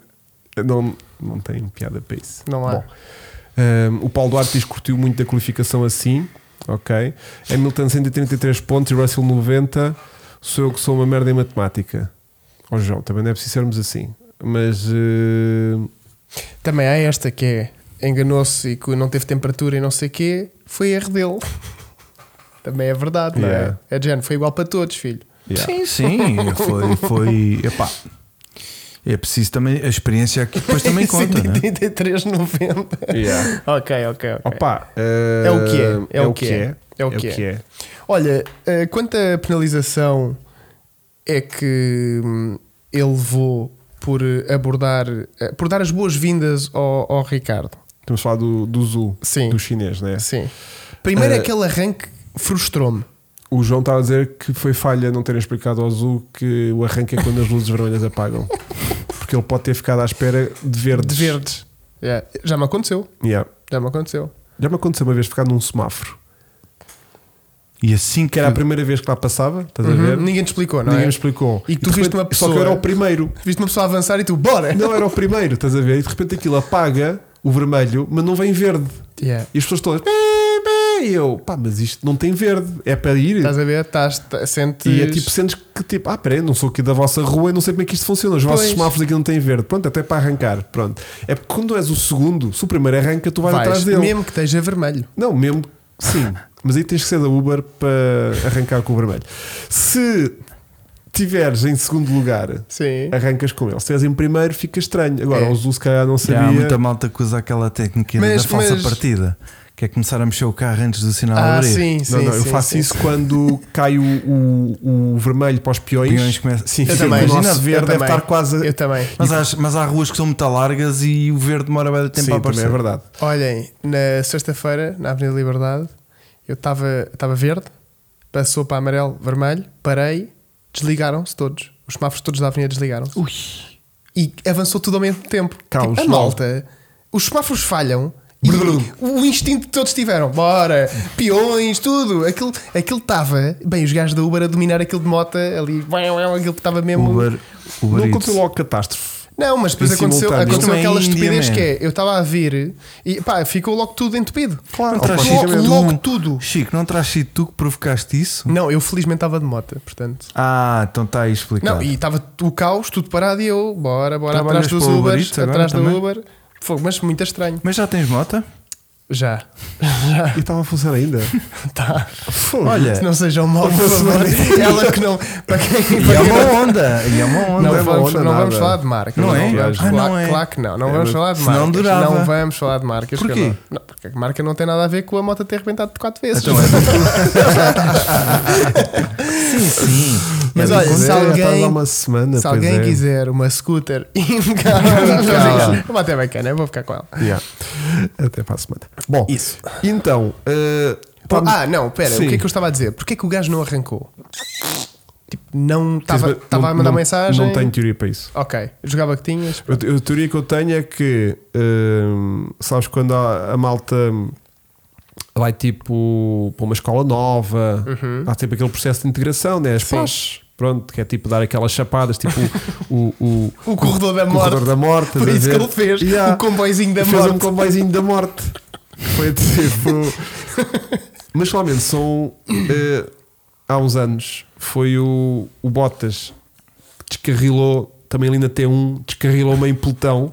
[SPEAKER 1] Não, não tem piada para isso.
[SPEAKER 3] Não há.
[SPEAKER 1] Bom, um, o Paulo Duarte diz que curtiu muito da qualificação assim. Ok. Hamilton 133 pontos e Russell 90. Sou eu que sou uma merda em matemática. Ó João, também não é preciso sermos assim. Mas. eh,
[SPEAKER 3] Também há esta que é enganou-se e que não teve temperatura e não sei o quê, foi erro dele. Também é verdade, não
[SPEAKER 1] Yeah.
[SPEAKER 3] é? É de género, foi igual para todos, filho.
[SPEAKER 1] yeah.
[SPEAKER 2] Sim, sim. Foi. foi epá, é preciso também. A experiência aqui depois também conta, né?
[SPEAKER 3] 33,90.
[SPEAKER 1] Yeah.
[SPEAKER 3] Ok, ok, ok.
[SPEAKER 1] Opa,
[SPEAKER 3] É o que é, é
[SPEAKER 1] eh,
[SPEAKER 3] o que é, é o que é.
[SPEAKER 1] é.
[SPEAKER 3] Olha, eh, quanto à penalização é que hum, ele levou por eh, abordar, eh, por dar as boas-vindas ao, ao Ricardo?
[SPEAKER 1] Estamos a falar do, do Zul,
[SPEAKER 3] Sim.
[SPEAKER 1] do chinês, né?
[SPEAKER 3] Sim. Primeiro,
[SPEAKER 1] Eh,
[SPEAKER 3] aquele arranque frustrou-me.
[SPEAKER 1] O João estava a dizer que foi falha não terem explicado ao Zul que o arranque é quando as luzes vermelhas apagam. Porque ele pode ter ficado à espera de verdes.
[SPEAKER 3] De verdes. Yeah. Eh, Já me aconteceu,
[SPEAKER 1] Yeah.
[SPEAKER 3] já me aconteceu.
[SPEAKER 1] Já me aconteceu uma vez ficar num semáforo,
[SPEAKER 2] E assim
[SPEAKER 1] que
[SPEAKER 2] que
[SPEAKER 1] era a primeira vez que lá passava, estás a
[SPEAKER 3] Uhum,
[SPEAKER 1] ver?
[SPEAKER 3] Ninguém te explicou, não
[SPEAKER 1] Ninguém
[SPEAKER 3] é?
[SPEAKER 1] me explicou.
[SPEAKER 3] E que tu
[SPEAKER 1] de
[SPEAKER 3] viste
[SPEAKER 1] repente-
[SPEAKER 3] uma
[SPEAKER 1] Só que eu era
[SPEAKER 3] pessoa.
[SPEAKER 1] o primeiro.
[SPEAKER 3] Viste uma pessoa avançar e tu, bora!
[SPEAKER 1] Não, era o primeiro, estás a ver? E de repente aquilo apaga o vermelho, mas não vem verde.
[SPEAKER 3] Yeah.
[SPEAKER 1] E as pessoas todas. "Bé, bé", E eu, pá, mas isto não tem verde, é para ir.
[SPEAKER 3] Estás a ver? Estás, t- sentes...
[SPEAKER 1] E é tipo, sentes que tipo, ah, peraí, não sou aqui da vossa rua e não sei como é que isto funciona. Os vossos
[SPEAKER 3] Pois.
[SPEAKER 1] semáforos aqui não têm verde. Pronto, até para arrancar. Pronto. É porque quando és o segundo, se o primeiro arranca, tu vais,
[SPEAKER 3] Vais,
[SPEAKER 1] atrás dele. É.
[SPEAKER 3] Mesmo que esteja vermelho.
[SPEAKER 1] Não, mesmo sim. Mas aí tens que ser da Uber para arrancar com o vermelho. Se tiveres em segundo lugar,
[SPEAKER 3] Sim.
[SPEAKER 1] arrancas com ele. Se estiveres em primeiro, fica estranho. Agora,
[SPEAKER 3] É.
[SPEAKER 1] o Zul se calhar não
[SPEAKER 2] Já
[SPEAKER 1] sabia.
[SPEAKER 2] há muita malta que usa aquela técnica
[SPEAKER 3] Mas-
[SPEAKER 2] da falsa
[SPEAKER 3] mas-
[SPEAKER 2] partida, que é começar a mexer o carro antes do sinal
[SPEAKER 3] Ah,
[SPEAKER 2] abrir.
[SPEAKER 3] sim, sim,
[SPEAKER 1] Não, não, eu
[SPEAKER 3] sim,
[SPEAKER 1] faço
[SPEAKER 3] sim.
[SPEAKER 1] isso quando cai o, o, o vermelho para os peões.
[SPEAKER 2] Peões começa-
[SPEAKER 1] Sim,
[SPEAKER 2] Eu
[SPEAKER 1] fica
[SPEAKER 2] também,
[SPEAKER 1] o nosso
[SPEAKER 2] eu
[SPEAKER 1] verde deve estar quase.
[SPEAKER 3] Eu também.
[SPEAKER 2] Mas, há, mas há ruas que são muito largas e o verde demora bem tempo
[SPEAKER 1] Sim,
[SPEAKER 2] a
[SPEAKER 1] também
[SPEAKER 2] aparecer.
[SPEAKER 1] é verdade.
[SPEAKER 3] Olhem, na sexta-feira, na Avenida Liberdade, eu estava estava verde, passou para amarelo, vermelho, parei, desligaram-se todos. Os semáforos todos da Avenida desligaram-se. E avançou tudo ao mesmo tempo.
[SPEAKER 1] Caos,
[SPEAKER 3] Tipo, a
[SPEAKER 1] não.
[SPEAKER 3] malta, os semáforos falham. E
[SPEAKER 1] Brum.
[SPEAKER 3] o instinto que todos tiveram, bora, peões, tudo. Aquilo aquilo estava, bem, os gajos da Uber a dominar aquilo de moto ali, aquilo estava mesmo.
[SPEAKER 2] Uber,
[SPEAKER 1] não
[SPEAKER 2] Uber Eats.
[SPEAKER 1] aconteceu logo catástrofe.
[SPEAKER 3] Não, mas depois
[SPEAKER 1] Em
[SPEAKER 3] aconteceu,
[SPEAKER 1] simultâneo. é
[SPEAKER 3] aconteceu
[SPEAKER 2] Também em
[SPEAKER 3] aquela
[SPEAKER 2] Índia,
[SPEAKER 3] estupidez
[SPEAKER 2] man.
[SPEAKER 3] que é: eu estava a vir e pá, ficou logo tudo entupido.
[SPEAKER 1] Claro,
[SPEAKER 2] Não traz
[SPEAKER 1] automaticamente.
[SPEAKER 2] sido tu-
[SPEAKER 3] logo tudo.
[SPEAKER 2] Chico, não terás sido tu que provocaste isso?
[SPEAKER 3] Hum. Não, eu felizmente estava de moto, portanto.
[SPEAKER 2] Ah, então está aí explicado.
[SPEAKER 3] Não, e estava o caos, tudo parado e eu, bora, bora,
[SPEAKER 2] Tá,
[SPEAKER 3] atrás
[SPEAKER 2] olhas
[SPEAKER 3] dos
[SPEAKER 2] para o Uber
[SPEAKER 3] Ubers,
[SPEAKER 2] Eats agora
[SPEAKER 3] atrás da
[SPEAKER 2] também?
[SPEAKER 3] Uber. Fogo, mas muito estranho.
[SPEAKER 2] Mas já tens moto?
[SPEAKER 3] Já.
[SPEAKER 2] Ah.
[SPEAKER 1] E estava a funcionar ainda.
[SPEAKER 3] Tá.
[SPEAKER 1] Fogo.
[SPEAKER 2] Olha,
[SPEAKER 3] Não sejam mal, por
[SPEAKER 1] Uma
[SPEAKER 3] favor.
[SPEAKER 1] semana.
[SPEAKER 3] Ela que não. Para quem.
[SPEAKER 2] e
[SPEAKER 3] para
[SPEAKER 2] é
[SPEAKER 3] quem
[SPEAKER 2] uma onda. E é uma
[SPEAKER 3] não,
[SPEAKER 2] onda.
[SPEAKER 3] não,
[SPEAKER 1] é uma
[SPEAKER 3] vamos,
[SPEAKER 1] onda
[SPEAKER 3] não vamos
[SPEAKER 1] nada.
[SPEAKER 3] falar de marcas.
[SPEAKER 2] Não é?
[SPEAKER 3] Vamos,
[SPEAKER 2] Ah,
[SPEAKER 3] claro,
[SPEAKER 2] não é.
[SPEAKER 3] claro que não. Não
[SPEAKER 1] É,
[SPEAKER 3] vamos
[SPEAKER 1] mas
[SPEAKER 3] falar de
[SPEAKER 2] senão
[SPEAKER 3] marcas.
[SPEAKER 2] durava.
[SPEAKER 3] Não vamos falar de marcas. que eu
[SPEAKER 2] Porquê?
[SPEAKER 3] Não, não, porque a marca não tem nada a ver com a moto ter arrebentado de quatro vezes.
[SPEAKER 2] Então é Sim, sim.
[SPEAKER 3] Mas
[SPEAKER 1] É,
[SPEAKER 3] olha,
[SPEAKER 1] pois
[SPEAKER 3] se
[SPEAKER 1] é, já
[SPEAKER 3] alguém-
[SPEAKER 1] estás há uma semana,
[SPEAKER 3] Se
[SPEAKER 1] pois
[SPEAKER 3] alguém
[SPEAKER 1] é.
[SPEAKER 3] quiser uma scooter impecável, uma até bacana, eu né? vou ficar com ela.
[SPEAKER 1] Yeah. Até para a semana. Bom,
[SPEAKER 3] Isso.
[SPEAKER 1] então. eh, vamos-
[SPEAKER 3] Ah, não, pera,
[SPEAKER 1] Sim.
[SPEAKER 3] o que é que eu estava a dizer? Porquê que o gajo não arrancou? Tipo, não
[SPEAKER 1] Tens
[SPEAKER 3] estava
[SPEAKER 1] uma-
[SPEAKER 3] estava a
[SPEAKER 1] não-
[SPEAKER 3] mandar
[SPEAKER 1] não-
[SPEAKER 3] mensagem.
[SPEAKER 1] Não tenho tipo- teoria para isso.
[SPEAKER 3] Ok, jogava que tinhas.
[SPEAKER 1] Eu- eu- A teoria que eu tenho é que hum, sabes quando a, a malta vai tipo para uma escola nova,
[SPEAKER 3] Uhum.
[SPEAKER 1] há sempre aquele processo de integração, né? As pás, pronto, que é tipo dar aquelas chapadas, tipo o, o,
[SPEAKER 3] O corredor da
[SPEAKER 1] o
[SPEAKER 3] morte.
[SPEAKER 1] corredor da morte,
[SPEAKER 3] Por
[SPEAKER 1] estás a
[SPEAKER 3] isso que
[SPEAKER 1] ver?
[SPEAKER 3] ele fez
[SPEAKER 1] Yeah.
[SPEAKER 3] o comboizinho da
[SPEAKER 1] fez
[SPEAKER 3] morte.
[SPEAKER 1] um comboizinho da morte. Foi tipo. Mas realmente são. eh, há uns anos foi o, o Bottas que descarrilou, também ali na T1, descarrilou meio pelotão.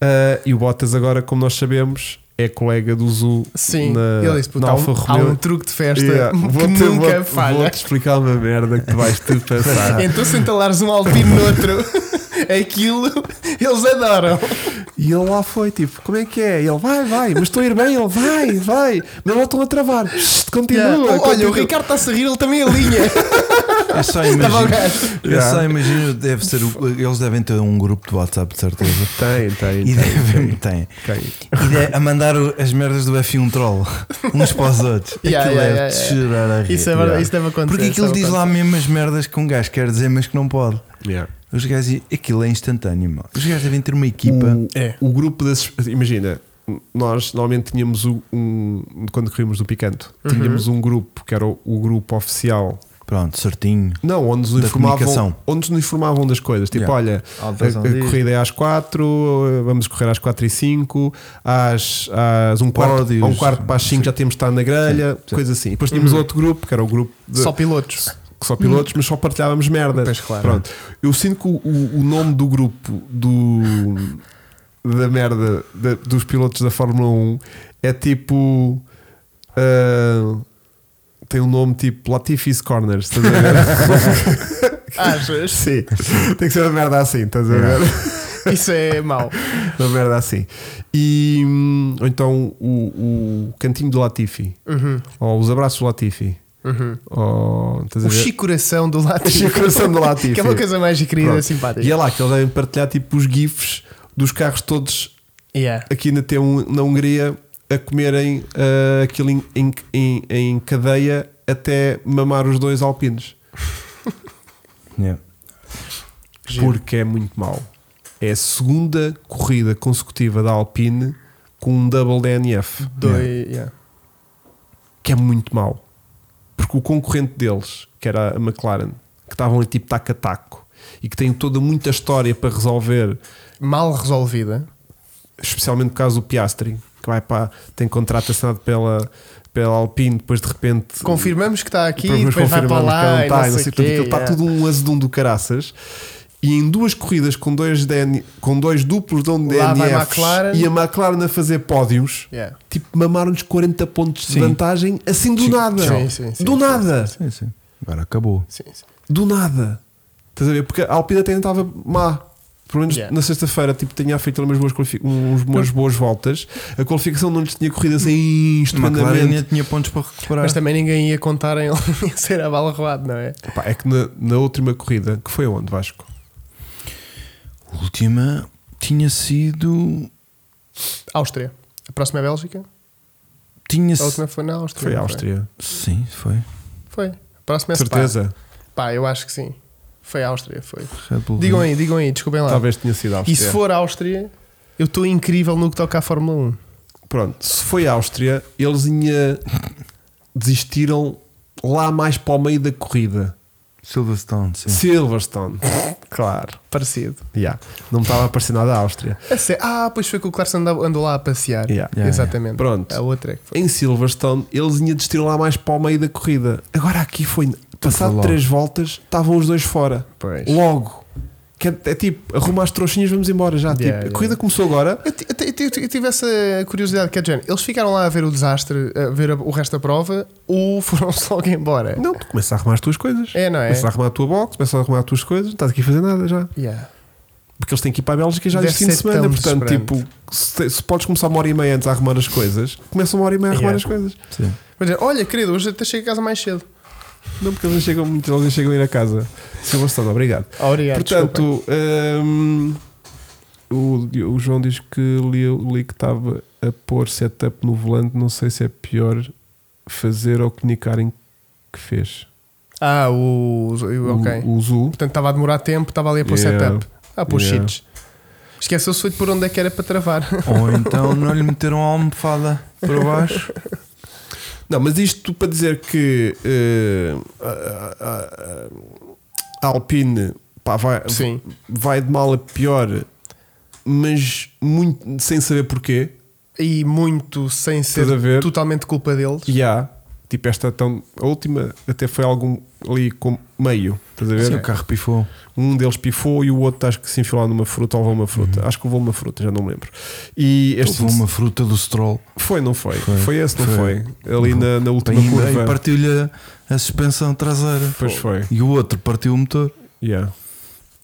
[SPEAKER 1] Eh, e o Bottas, agora, como nós sabemos, é colega do Zu
[SPEAKER 3] Sim,
[SPEAKER 1] na,
[SPEAKER 3] ele disse: puta,
[SPEAKER 1] na
[SPEAKER 3] há
[SPEAKER 1] Alfa
[SPEAKER 3] um, há
[SPEAKER 1] Romeo.
[SPEAKER 3] um truque de festa
[SPEAKER 1] Yeah,
[SPEAKER 3] que
[SPEAKER 1] te-
[SPEAKER 3] nunca
[SPEAKER 1] vou-
[SPEAKER 3] falha.
[SPEAKER 1] Vou-te explicar uma merda que tu vais te passar.
[SPEAKER 3] Então, se entalares um alpino no outro, aquilo eles adoram.
[SPEAKER 1] E ele lá foi, tipo, como é que é? E ele vai, vai, mas estou a ir bem, ele vai, vai, mas não estão a travar. Shhh, Continua,
[SPEAKER 3] Yeah.
[SPEAKER 1] continua.
[SPEAKER 3] Olha, o Ricardo está-se a rir, ele também alinha.
[SPEAKER 2] Eu É só
[SPEAKER 3] Estava o
[SPEAKER 2] imagino.
[SPEAKER 3] gajo.
[SPEAKER 2] Eu só imagino, deve ser. o- Eles devem ter um grupo de WhatsApp, de certeza.
[SPEAKER 1] Tem, tem,
[SPEAKER 2] E
[SPEAKER 1] tem.
[SPEAKER 2] devem. Tem.
[SPEAKER 1] tem.
[SPEAKER 2] E de- a mandar o- as merdas do F1 Troll uns para os outros.
[SPEAKER 3] Yeah,
[SPEAKER 2] aquilo
[SPEAKER 3] yeah,
[SPEAKER 2] é de
[SPEAKER 3] yeah, yeah.
[SPEAKER 2] chorar a rir.
[SPEAKER 3] Isso é verdade, isso deve acontecer.
[SPEAKER 2] Porque aquilo
[SPEAKER 3] isso
[SPEAKER 2] diz
[SPEAKER 3] deve
[SPEAKER 2] lá mesmo as merdas que um gajo quer dizer, mas que não pode.
[SPEAKER 1] Yeah.
[SPEAKER 2] Os gajos, aquilo é instantâneo, meu. Os gajos devem ter uma equipa.
[SPEAKER 1] O,
[SPEAKER 3] É.
[SPEAKER 1] o grupo das. Imagina, nós normalmente tínhamos o- um. Quando corríamos do Picanto,
[SPEAKER 3] Uhum.
[SPEAKER 1] tínhamos um grupo que era o, o grupo oficial.
[SPEAKER 2] Pronto, certinho.
[SPEAKER 1] Não, onde nos
[SPEAKER 2] Da
[SPEAKER 1] informavam,
[SPEAKER 2] comunicação.
[SPEAKER 1] onde nos informavam das coisas. Tipo,
[SPEAKER 2] Yeah.
[SPEAKER 1] olha,
[SPEAKER 3] Ah,
[SPEAKER 1] a,
[SPEAKER 2] Alteração
[SPEAKER 1] a
[SPEAKER 2] disto.
[SPEAKER 1] corrida é às 4, vamos correr às 4 e 5, às, às um quarto,
[SPEAKER 2] Pódios.
[SPEAKER 1] a um quarto para as 5 já temos de estar na grelha, coisa assim. Depois
[SPEAKER 2] Uhum.
[SPEAKER 1] tínhamos outro grupo, que era o grupo de,
[SPEAKER 3] Só pilotos.
[SPEAKER 1] que só pilotos,
[SPEAKER 2] Uhum.
[SPEAKER 1] mas só partilhávamos merda.
[SPEAKER 3] Pois, claro.
[SPEAKER 1] Pronto. Eu sinto que o, o- o nome do grupo do da merda da- dos pilotos da Fórmula 1 é tipo. ah, tem um nome tipo Latifi's Corners, estás a ver?
[SPEAKER 3] Achas?
[SPEAKER 1] Sim, tem que ser uma merda assim, estás a ver?
[SPEAKER 3] Isso é mau.
[SPEAKER 1] Uma merda assim. E, hum, ou então o, o cantinho do Latifi,
[SPEAKER 3] Uhum.
[SPEAKER 1] ou os abraços do Latifi, ou estás a
[SPEAKER 3] O
[SPEAKER 1] ver?
[SPEAKER 3] Chico Coração do
[SPEAKER 1] O
[SPEAKER 3] Latifi.
[SPEAKER 1] Chico Coração do Latifi.
[SPEAKER 3] Que é uma coisa mais querida
[SPEAKER 1] Pronto.
[SPEAKER 3] simpática.
[SPEAKER 1] E é lá que eles devem partilhar tipo os GIFs dos carros todos
[SPEAKER 3] Yeah.
[SPEAKER 1] aqui na, T1 na Hungria a comerem ah, aquilo em, em- em- em cadeia até mamar os dois alpinos.
[SPEAKER 2] Yeah.
[SPEAKER 3] Giro.
[SPEAKER 1] Porque é muito mau. É a segunda corrida consecutiva da Alpine com um double DNF.
[SPEAKER 3] Doi- yeah.
[SPEAKER 1] Que é muito mau. Porque o concorrente deles, que era a McLaren, que estavam ali tipo taco a taco e que têm toda muita história para resolver
[SPEAKER 3] Mal resolvida.
[SPEAKER 1] especialmente no caso do Piastri, que vai para, tem contrato assinado pela, pela Alpine, depois de repente.
[SPEAKER 3] Confirmamos que está aqui,
[SPEAKER 1] Depois
[SPEAKER 3] depois vai para
[SPEAKER 1] confirmamos que
[SPEAKER 3] lá.
[SPEAKER 1] ele
[SPEAKER 3] e
[SPEAKER 1] não tá, e
[SPEAKER 3] não sei
[SPEAKER 1] o quê,
[SPEAKER 3] quê,
[SPEAKER 1] assim,
[SPEAKER 3] é.
[SPEAKER 1] aquilo está
[SPEAKER 3] yeah.
[SPEAKER 1] tudo um azedum do caraças. E em duas corridas com dois, DN, com dois duplos de um onde
[SPEAKER 3] Lá vai a
[SPEAKER 1] DNFs
[SPEAKER 3] McLaren.
[SPEAKER 1] e a McLaren a fazer pódios,
[SPEAKER 3] Yeah.
[SPEAKER 1] tipo, mamaram-lhes 40 pontos de
[SPEAKER 2] Sim.
[SPEAKER 1] vantagem assim do
[SPEAKER 2] Sim.
[SPEAKER 1] nada.
[SPEAKER 3] Sim, sim, sim,
[SPEAKER 1] do
[SPEAKER 3] sim,
[SPEAKER 1] nada.
[SPEAKER 2] Sim, sim. Agora acabou.
[SPEAKER 3] Sim, sim.
[SPEAKER 1] Do nada. Estás a ver? Porque a Alpine até ainda estava má. Pelo menos
[SPEAKER 3] Yeah.
[SPEAKER 1] na sexta-feira, tipo, tinha feito umas boas, qualifi- uns, umas boas voltas. A qualificação não lhes tinha corrido assim
[SPEAKER 2] A McLaren ainda
[SPEAKER 1] estupendamente.
[SPEAKER 2] tinha pontos para recuperar.
[SPEAKER 3] Mas também ninguém ia contar em em ser a bala roubada, não é?
[SPEAKER 1] Pá, é que na, na última corrida, que foi onde, Vasco?
[SPEAKER 2] A última tinha sido.
[SPEAKER 3] Áustria. A próxima é a Bélgica.
[SPEAKER 2] Tinha
[SPEAKER 3] A
[SPEAKER 2] sido.
[SPEAKER 3] última foi na Áustria.
[SPEAKER 1] Foi a
[SPEAKER 3] não
[SPEAKER 1] Áustria.
[SPEAKER 2] Sim, foi.
[SPEAKER 3] Foi. A próxima é Spa.
[SPEAKER 1] Certeza.
[SPEAKER 3] Pá, eu acho que sim. Foi a Áustria, foi.
[SPEAKER 2] Red Bull.
[SPEAKER 3] Digam aí, digam aí, desculpem lá.
[SPEAKER 1] Uhum. Talvez tenha sido a
[SPEAKER 3] E
[SPEAKER 1] Áustria.
[SPEAKER 3] se for a Áustria, eu estou incrível no que toca à Fórmula 1.
[SPEAKER 1] Pronto, se foi a Áustria, eles ainda desistiram lá mais para o meio da corrida.
[SPEAKER 2] Silverstone,
[SPEAKER 3] Hum.
[SPEAKER 2] sim.
[SPEAKER 1] Silverstone. claro.
[SPEAKER 3] Parecido.
[SPEAKER 1] Yeah. Não me estava a parecer nada a Áustria.
[SPEAKER 3] A sé- Ah, pois foi que o Clarkson andava- andou lá a passear.
[SPEAKER 1] Yeah.
[SPEAKER 2] Yeah,
[SPEAKER 3] Exatamente.
[SPEAKER 1] Pronto.
[SPEAKER 3] A outra é que foi.
[SPEAKER 1] em Silverstone eles iam desistir lá mais para o meio da corrida. Agora aqui foi, passado
[SPEAKER 2] logo.
[SPEAKER 1] três voltas, estavam os dois fora.
[SPEAKER 3] Pois.
[SPEAKER 1] Logo. Que é, é tipo, arruma as trouxinhas, vamos embora já.
[SPEAKER 3] Yeah,
[SPEAKER 1] tipo,
[SPEAKER 3] yeah.
[SPEAKER 1] A corrida começou agora.
[SPEAKER 3] Eu, ti- eu ti- eu eu, eu tive essa curiosidade que é de género. Eles ficaram lá a ver o desastre, a ver a- o resto da prova, ou foram-se logo embora?
[SPEAKER 1] Não, tu começas a arrumar as tuas coisas.
[SPEAKER 3] É, não é?
[SPEAKER 1] Começas a arrumar a tua box, começas a arrumar as tuas coisas, não estás aqui a fazer nada já.
[SPEAKER 3] Yeah.
[SPEAKER 1] Porque eles têm que ir para a Bélgica já
[SPEAKER 3] Deve
[SPEAKER 1] este fim de
[SPEAKER 3] ser
[SPEAKER 1] semana.
[SPEAKER 3] tão
[SPEAKER 1] Portanto,
[SPEAKER 3] desesperante.
[SPEAKER 1] tipo, se, se podes começar uma hora e meia antes a arrumar as coisas, começa uma hora e meia a arrumar
[SPEAKER 3] Yeah.
[SPEAKER 1] as coisas.
[SPEAKER 2] Sim.
[SPEAKER 3] Mas, é, olha, querido, hoje até chego a casa mais cedo.
[SPEAKER 1] Não, porque eles não chegam muito, eles não chegam a ir a casa. Seu Bastão, obrigado.
[SPEAKER 3] Ah, Obrigado. desculpem.
[SPEAKER 1] Portanto, hum, o, o João diz que li, li que estava a pôr setup no volante. Não sei se é pior fazer ou comunicarem que fez.
[SPEAKER 3] Ah, o. o- Ok.
[SPEAKER 1] O, o Zu.
[SPEAKER 3] Portanto, estava a demorar tempo, estava ali a pôr
[SPEAKER 1] Yeah.
[SPEAKER 3] setup. Ah, pôr
[SPEAKER 1] Yeah.
[SPEAKER 3] cheats. Esqueceu-se foi de por onde é que era para travar.
[SPEAKER 2] Ou então não lhe meteram a almofada para baixo.
[SPEAKER 1] Não, mas isto para dizer que eh, a, a- a- a Alpine pá, vai,
[SPEAKER 3] Sim.
[SPEAKER 1] vai de mal a pior, mas muito sem saber porquê.
[SPEAKER 3] E muito sem ser
[SPEAKER 1] Estás a ver?
[SPEAKER 3] totalmente culpa deles.
[SPEAKER 1] E há, tipo, esta tão, a última até foi algum ali com meio. Estás a ver?
[SPEAKER 2] Sim, o carro pifou.
[SPEAKER 1] Um deles pifou e o outro acho que se enfiou lá numa fruta ou levou uma fruta. Acho que levou uma fruta, já não me lembro. E este
[SPEAKER 2] Uhum. Levou uma fruta do stroll
[SPEAKER 1] foi, não foi? Foi,
[SPEAKER 2] Foi.
[SPEAKER 1] esse, não foi?
[SPEAKER 2] Foi.
[SPEAKER 1] Ali na, na
[SPEAKER 2] e,
[SPEAKER 1] última
[SPEAKER 2] e
[SPEAKER 1] curva.
[SPEAKER 2] partiu-lhe a suspensão traseira.
[SPEAKER 1] Pois foi.
[SPEAKER 2] E o outro partiu o motor.
[SPEAKER 1] Yeah.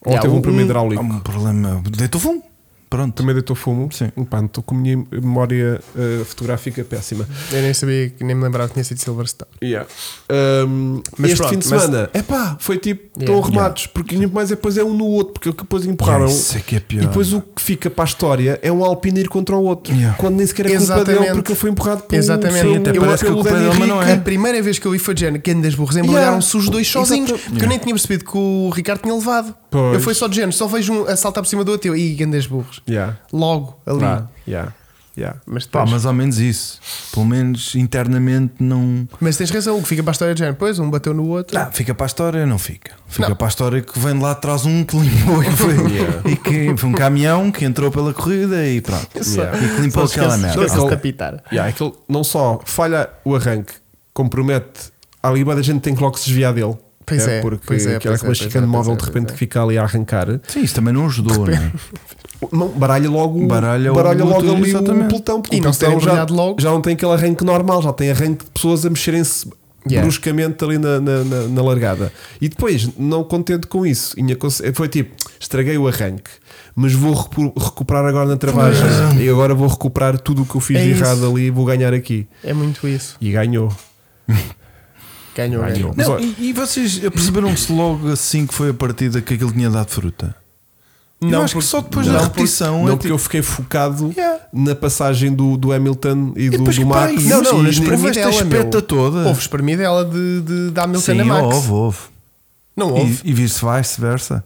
[SPEAKER 1] Ou
[SPEAKER 3] Yeah,
[SPEAKER 1] teve um
[SPEAKER 3] um-
[SPEAKER 1] problema
[SPEAKER 2] Há
[SPEAKER 1] hidráulico.
[SPEAKER 2] um problema. Deitou fumo. Pronto.
[SPEAKER 1] Também deitou fumo.
[SPEAKER 2] Sim.
[SPEAKER 1] Pá, não estou com a minha memória eh, fotográfica péssima.
[SPEAKER 3] Eu nem sabia, nem me lembrava que tinha sido Silverstone.
[SPEAKER 1] Yeah. Um,
[SPEAKER 3] Mas
[SPEAKER 1] este
[SPEAKER 3] pronto,
[SPEAKER 1] fim de
[SPEAKER 3] mas-
[SPEAKER 1] semana, epá, foi tipo,
[SPEAKER 3] Yeah.
[SPEAKER 1] estão arremados, porque nem mais é depois é um no outro, porque depois empurraram.
[SPEAKER 2] Isso é que é pior.
[SPEAKER 1] E depois o que fica para a história é um Alpine ir contra o outro,
[SPEAKER 2] Yeah.
[SPEAKER 1] quando nem sequer é culpa
[SPEAKER 3] Exatamente.
[SPEAKER 1] dele, porque ele foi empurrado pelo
[SPEAKER 3] Exatamente.
[SPEAKER 1] pelo-
[SPEAKER 3] Até
[SPEAKER 1] eu-
[SPEAKER 2] parece que a
[SPEAKER 1] pelo
[SPEAKER 2] culpa
[SPEAKER 1] Dani
[SPEAKER 2] dele, mas
[SPEAKER 1] Ric-
[SPEAKER 2] não
[SPEAKER 3] Não
[SPEAKER 2] é?
[SPEAKER 3] A primeira vez que eu vi foi de género, que andas burros, embrulharam-se os dois sozinhos,
[SPEAKER 1] Exato.
[SPEAKER 3] porque eu nem tinha percebido que o Ricardo tinha levado.
[SPEAKER 1] Pois.
[SPEAKER 3] Eu fui só de género, só vejo um a saltar por cima do outro, eu, ih, andas burros.
[SPEAKER 1] Yeah.
[SPEAKER 3] Logo, ali.
[SPEAKER 1] Ah, yeah. Yeah.
[SPEAKER 3] Mas,
[SPEAKER 2] Pá,
[SPEAKER 3] depois-
[SPEAKER 2] mas ao menos isso. Pelo menos internamente não.
[SPEAKER 3] mas tens razão, o que fica para a história é de género, pois, um bateu no outro.
[SPEAKER 2] Não, fica para a história, não fica. Fica
[SPEAKER 3] Não.
[SPEAKER 2] para a história que vem de lá atrás um que limpou e que foi, e que foi um caminhão que entrou pela corrida e pronto.
[SPEAKER 1] Yeah.
[SPEAKER 2] E que limpou
[SPEAKER 3] Só
[SPEAKER 2] aquela
[SPEAKER 3] esquece-
[SPEAKER 2] merda.
[SPEAKER 3] esquece de
[SPEAKER 1] Aquele-
[SPEAKER 3] apitar.
[SPEAKER 1] Yeah, aquilo não só falha o arranque, compromete a libra da gente tem que logo se desviar dele.
[SPEAKER 3] Pois é,
[SPEAKER 1] porque
[SPEAKER 3] pois é,
[SPEAKER 1] aquela
[SPEAKER 3] pois é, pois é,
[SPEAKER 1] chicane
[SPEAKER 3] pois
[SPEAKER 1] móvel
[SPEAKER 3] é,
[SPEAKER 1] de
[SPEAKER 3] pois
[SPEAKER 1] repente
[SPEAKER 3] é.
[SPEAKER 1] que fica ali a arrancar.
[SPEAKER 2] Sim, isso também não ajudou, não é?
[SPEAKER 1] Não, baralha logo, baralha
[SPEAKER 2] Baralha o
[SPEAKER 1] logo
[SPEAKER 2] motor,
[SPEAKER 1] ali o
[SPEAKER 2] exatamente.
[SPEAKER 1] pelotão, porque
[SPEAKER 3] E
[SPEAKER 1] o
[SPEAKER 3] não se
[SPEAKER 1] pelotão
[SPEAKER 3] terem
[SPEAKER 1] já,
[SPEAKER 3] baralhado logo.
[SPEAKER 1] já não tem aquele arranque normal, já tem arranque de pessoas a mexerem-se
[SPEAKER 3] Yeah.
[SPEAKER 1] bruscamente ali na, na, na- na largada. E depois, não contente com isso, tinha conse- foi tipo: estraguei o arranque, mas vou recu- recuperar agora na travagem. E agora vou recuperar tudo o que eu fiz
[SPEAKER 3] É
[SPEAKER 1] de
[SPEAKER 3] isso.
[SPEAKER 1] errado ali e vou ganhar aqui.
[SPEAKER 3] É muito isso.
[SPEAKER 1] E ganhou. Ganhou.
[SPEAKER 3] Ganhou, ganhou.
[SPEAKER 1] Mas
[SPEAKER 2] Não,
[SPEAKER 1] olha-
[SPEAKER 2] e, e vocês perceberam-se logo assim que foi a partida que aquilo tinha dado fruta? eu acho
[SPEAKER 3] porque-
[SPEAKER 2] que só depois
[SPEAKER 1] não,
[SPEAKER 2] da
[SPEAKER 1] porque- Não,
[SPEAKER 2] repetição. é
[SPEAKER 1] porque
[SPEAKER 2] tipo,
[SPEAKER 1] eu fiquei focado
[SPEAKER 2] Yeah.
[SPEAKER 1] na passagem do, do Hamilton e, do,
[SPEAKER 2] depois
[SPEAKER 1] do
[SPEAKER 2] que, pá,
[SPEAKER 1] Max.
[SPEAKER 2] não,
[SPEAKER 3] não,
[SPEAKER 2] não,
[SPEAKER 3] mas
[SPEAKER 1] e- é
[SPEAKER 3] para mim
[SPEAKER 2] espremeste a
[SPEAKER 3] dela, meu.
[SPEAKER 2] espeta toda.
[SPEAKER 3] Houve espremida ela de, de, da Hamilton
[SPEAKER 2] Sim,
[SPEAKER 3] a Max.
[SPEAKER 2] houve, houve.
[SPEAKER 3] Não houve.
[SPEAKER 2] E, e vice-versa.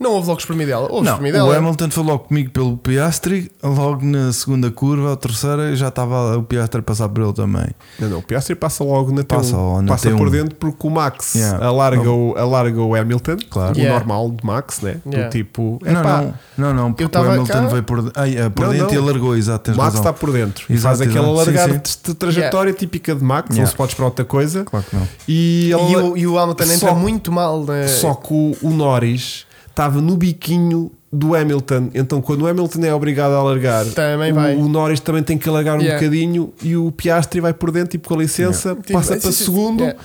[SPEAKER 3] Não houve logo espremida dela. Houve
[SPEAKER 2] Não,
[SPEAKER 3] espremida
[SPEAKER 1] é-
[SPEAKER 3] dela.
[SPEAKER 2] o Hamilton foi logo comigo pelo Piastri, logo na segunda curva, ou terceira, já estava o Piastri a passar por ele também.
[SPEAKER 1] Não, não, o Piastri passa logo na T1.
[SPEAKER 2] Passa
[SPEAKER 1] Passa,
[SPEAKER 2] ao- na T1.
[SPEAKER 1] por dentro porque o Max
[SPEAKER 2] Yeah.
[SPEAKER 1] alarga, o, alarga o Hamilton,
[SPEAKER 2] Claro.
[SPEAKER 1] o
[SPEAKER 3] Yeah.
[SPEAKER 1] normal de Max, né?
[SPEAKER 3] Yeah.
[SPEAKER 1] Do tipo,
[SPEAKER 2] não,
[SPEAKER 1] epá,
[SPEAKER 2] não, não, não, porque o
[SPEAKER 3] tava
[SPEAKER 2] Hamilton
[SPEAKER 3] cá.
[SPEAKER 2] veio por, ai, ah, por
[SPEAKER 1] Não,
[SPEAKER 2] dentro
[SPEAKER 1] não.
[SPEAKER 2] e alargou, exato, tens
[SPEAKER 1] Max tá- está
[SPEAKER 2] razão.
[SPEAKER 1] por dentro e
[SPEAKER 2] Exato,
[SPEAKER 1] faz aquela
[SPEAKER 2] exato. Sim,
[SPEAKER 1] largar
[SPEAKER 2] sim.
[SPEAKER 1] de trajetória típica de Max, não
[SPEAKER 2] Yeah.
[SPEAKER 1] se pode esperar outra coisa.
[SPEAKER 2] Claro que não.
[SPEAKER 1] E, ele,
[SPEAKER 3] E o, e o Hamilton entra
[SPEAKER 1] Só-
[SPEAKER 3] muito mal né? na.
[SPEAKER 1] Só que o, o Norris estava no biquinho do Hamilton, então quando o Hamilton é obrigado a alargar,
[SPEAKER 3] Também
[SPEAKER 1] o,
[SPEAKER 3] vai.
[SPEAKER 1] o Norris também tem que alargar
[SPEAKER 3] Yeah.
[SPEAKER 1] um bocadinho e o Piastri vai por dentro, tipo com licença,
[SPEAKER 3] Tipo,
[SPEAKER 1] passa
[SPEAKER 3] sim,
[SPEAKER 1] para
[SPEAKER 3] sim,
[SPEAKER 1] segundo.
[SPEAKER 3] yeah.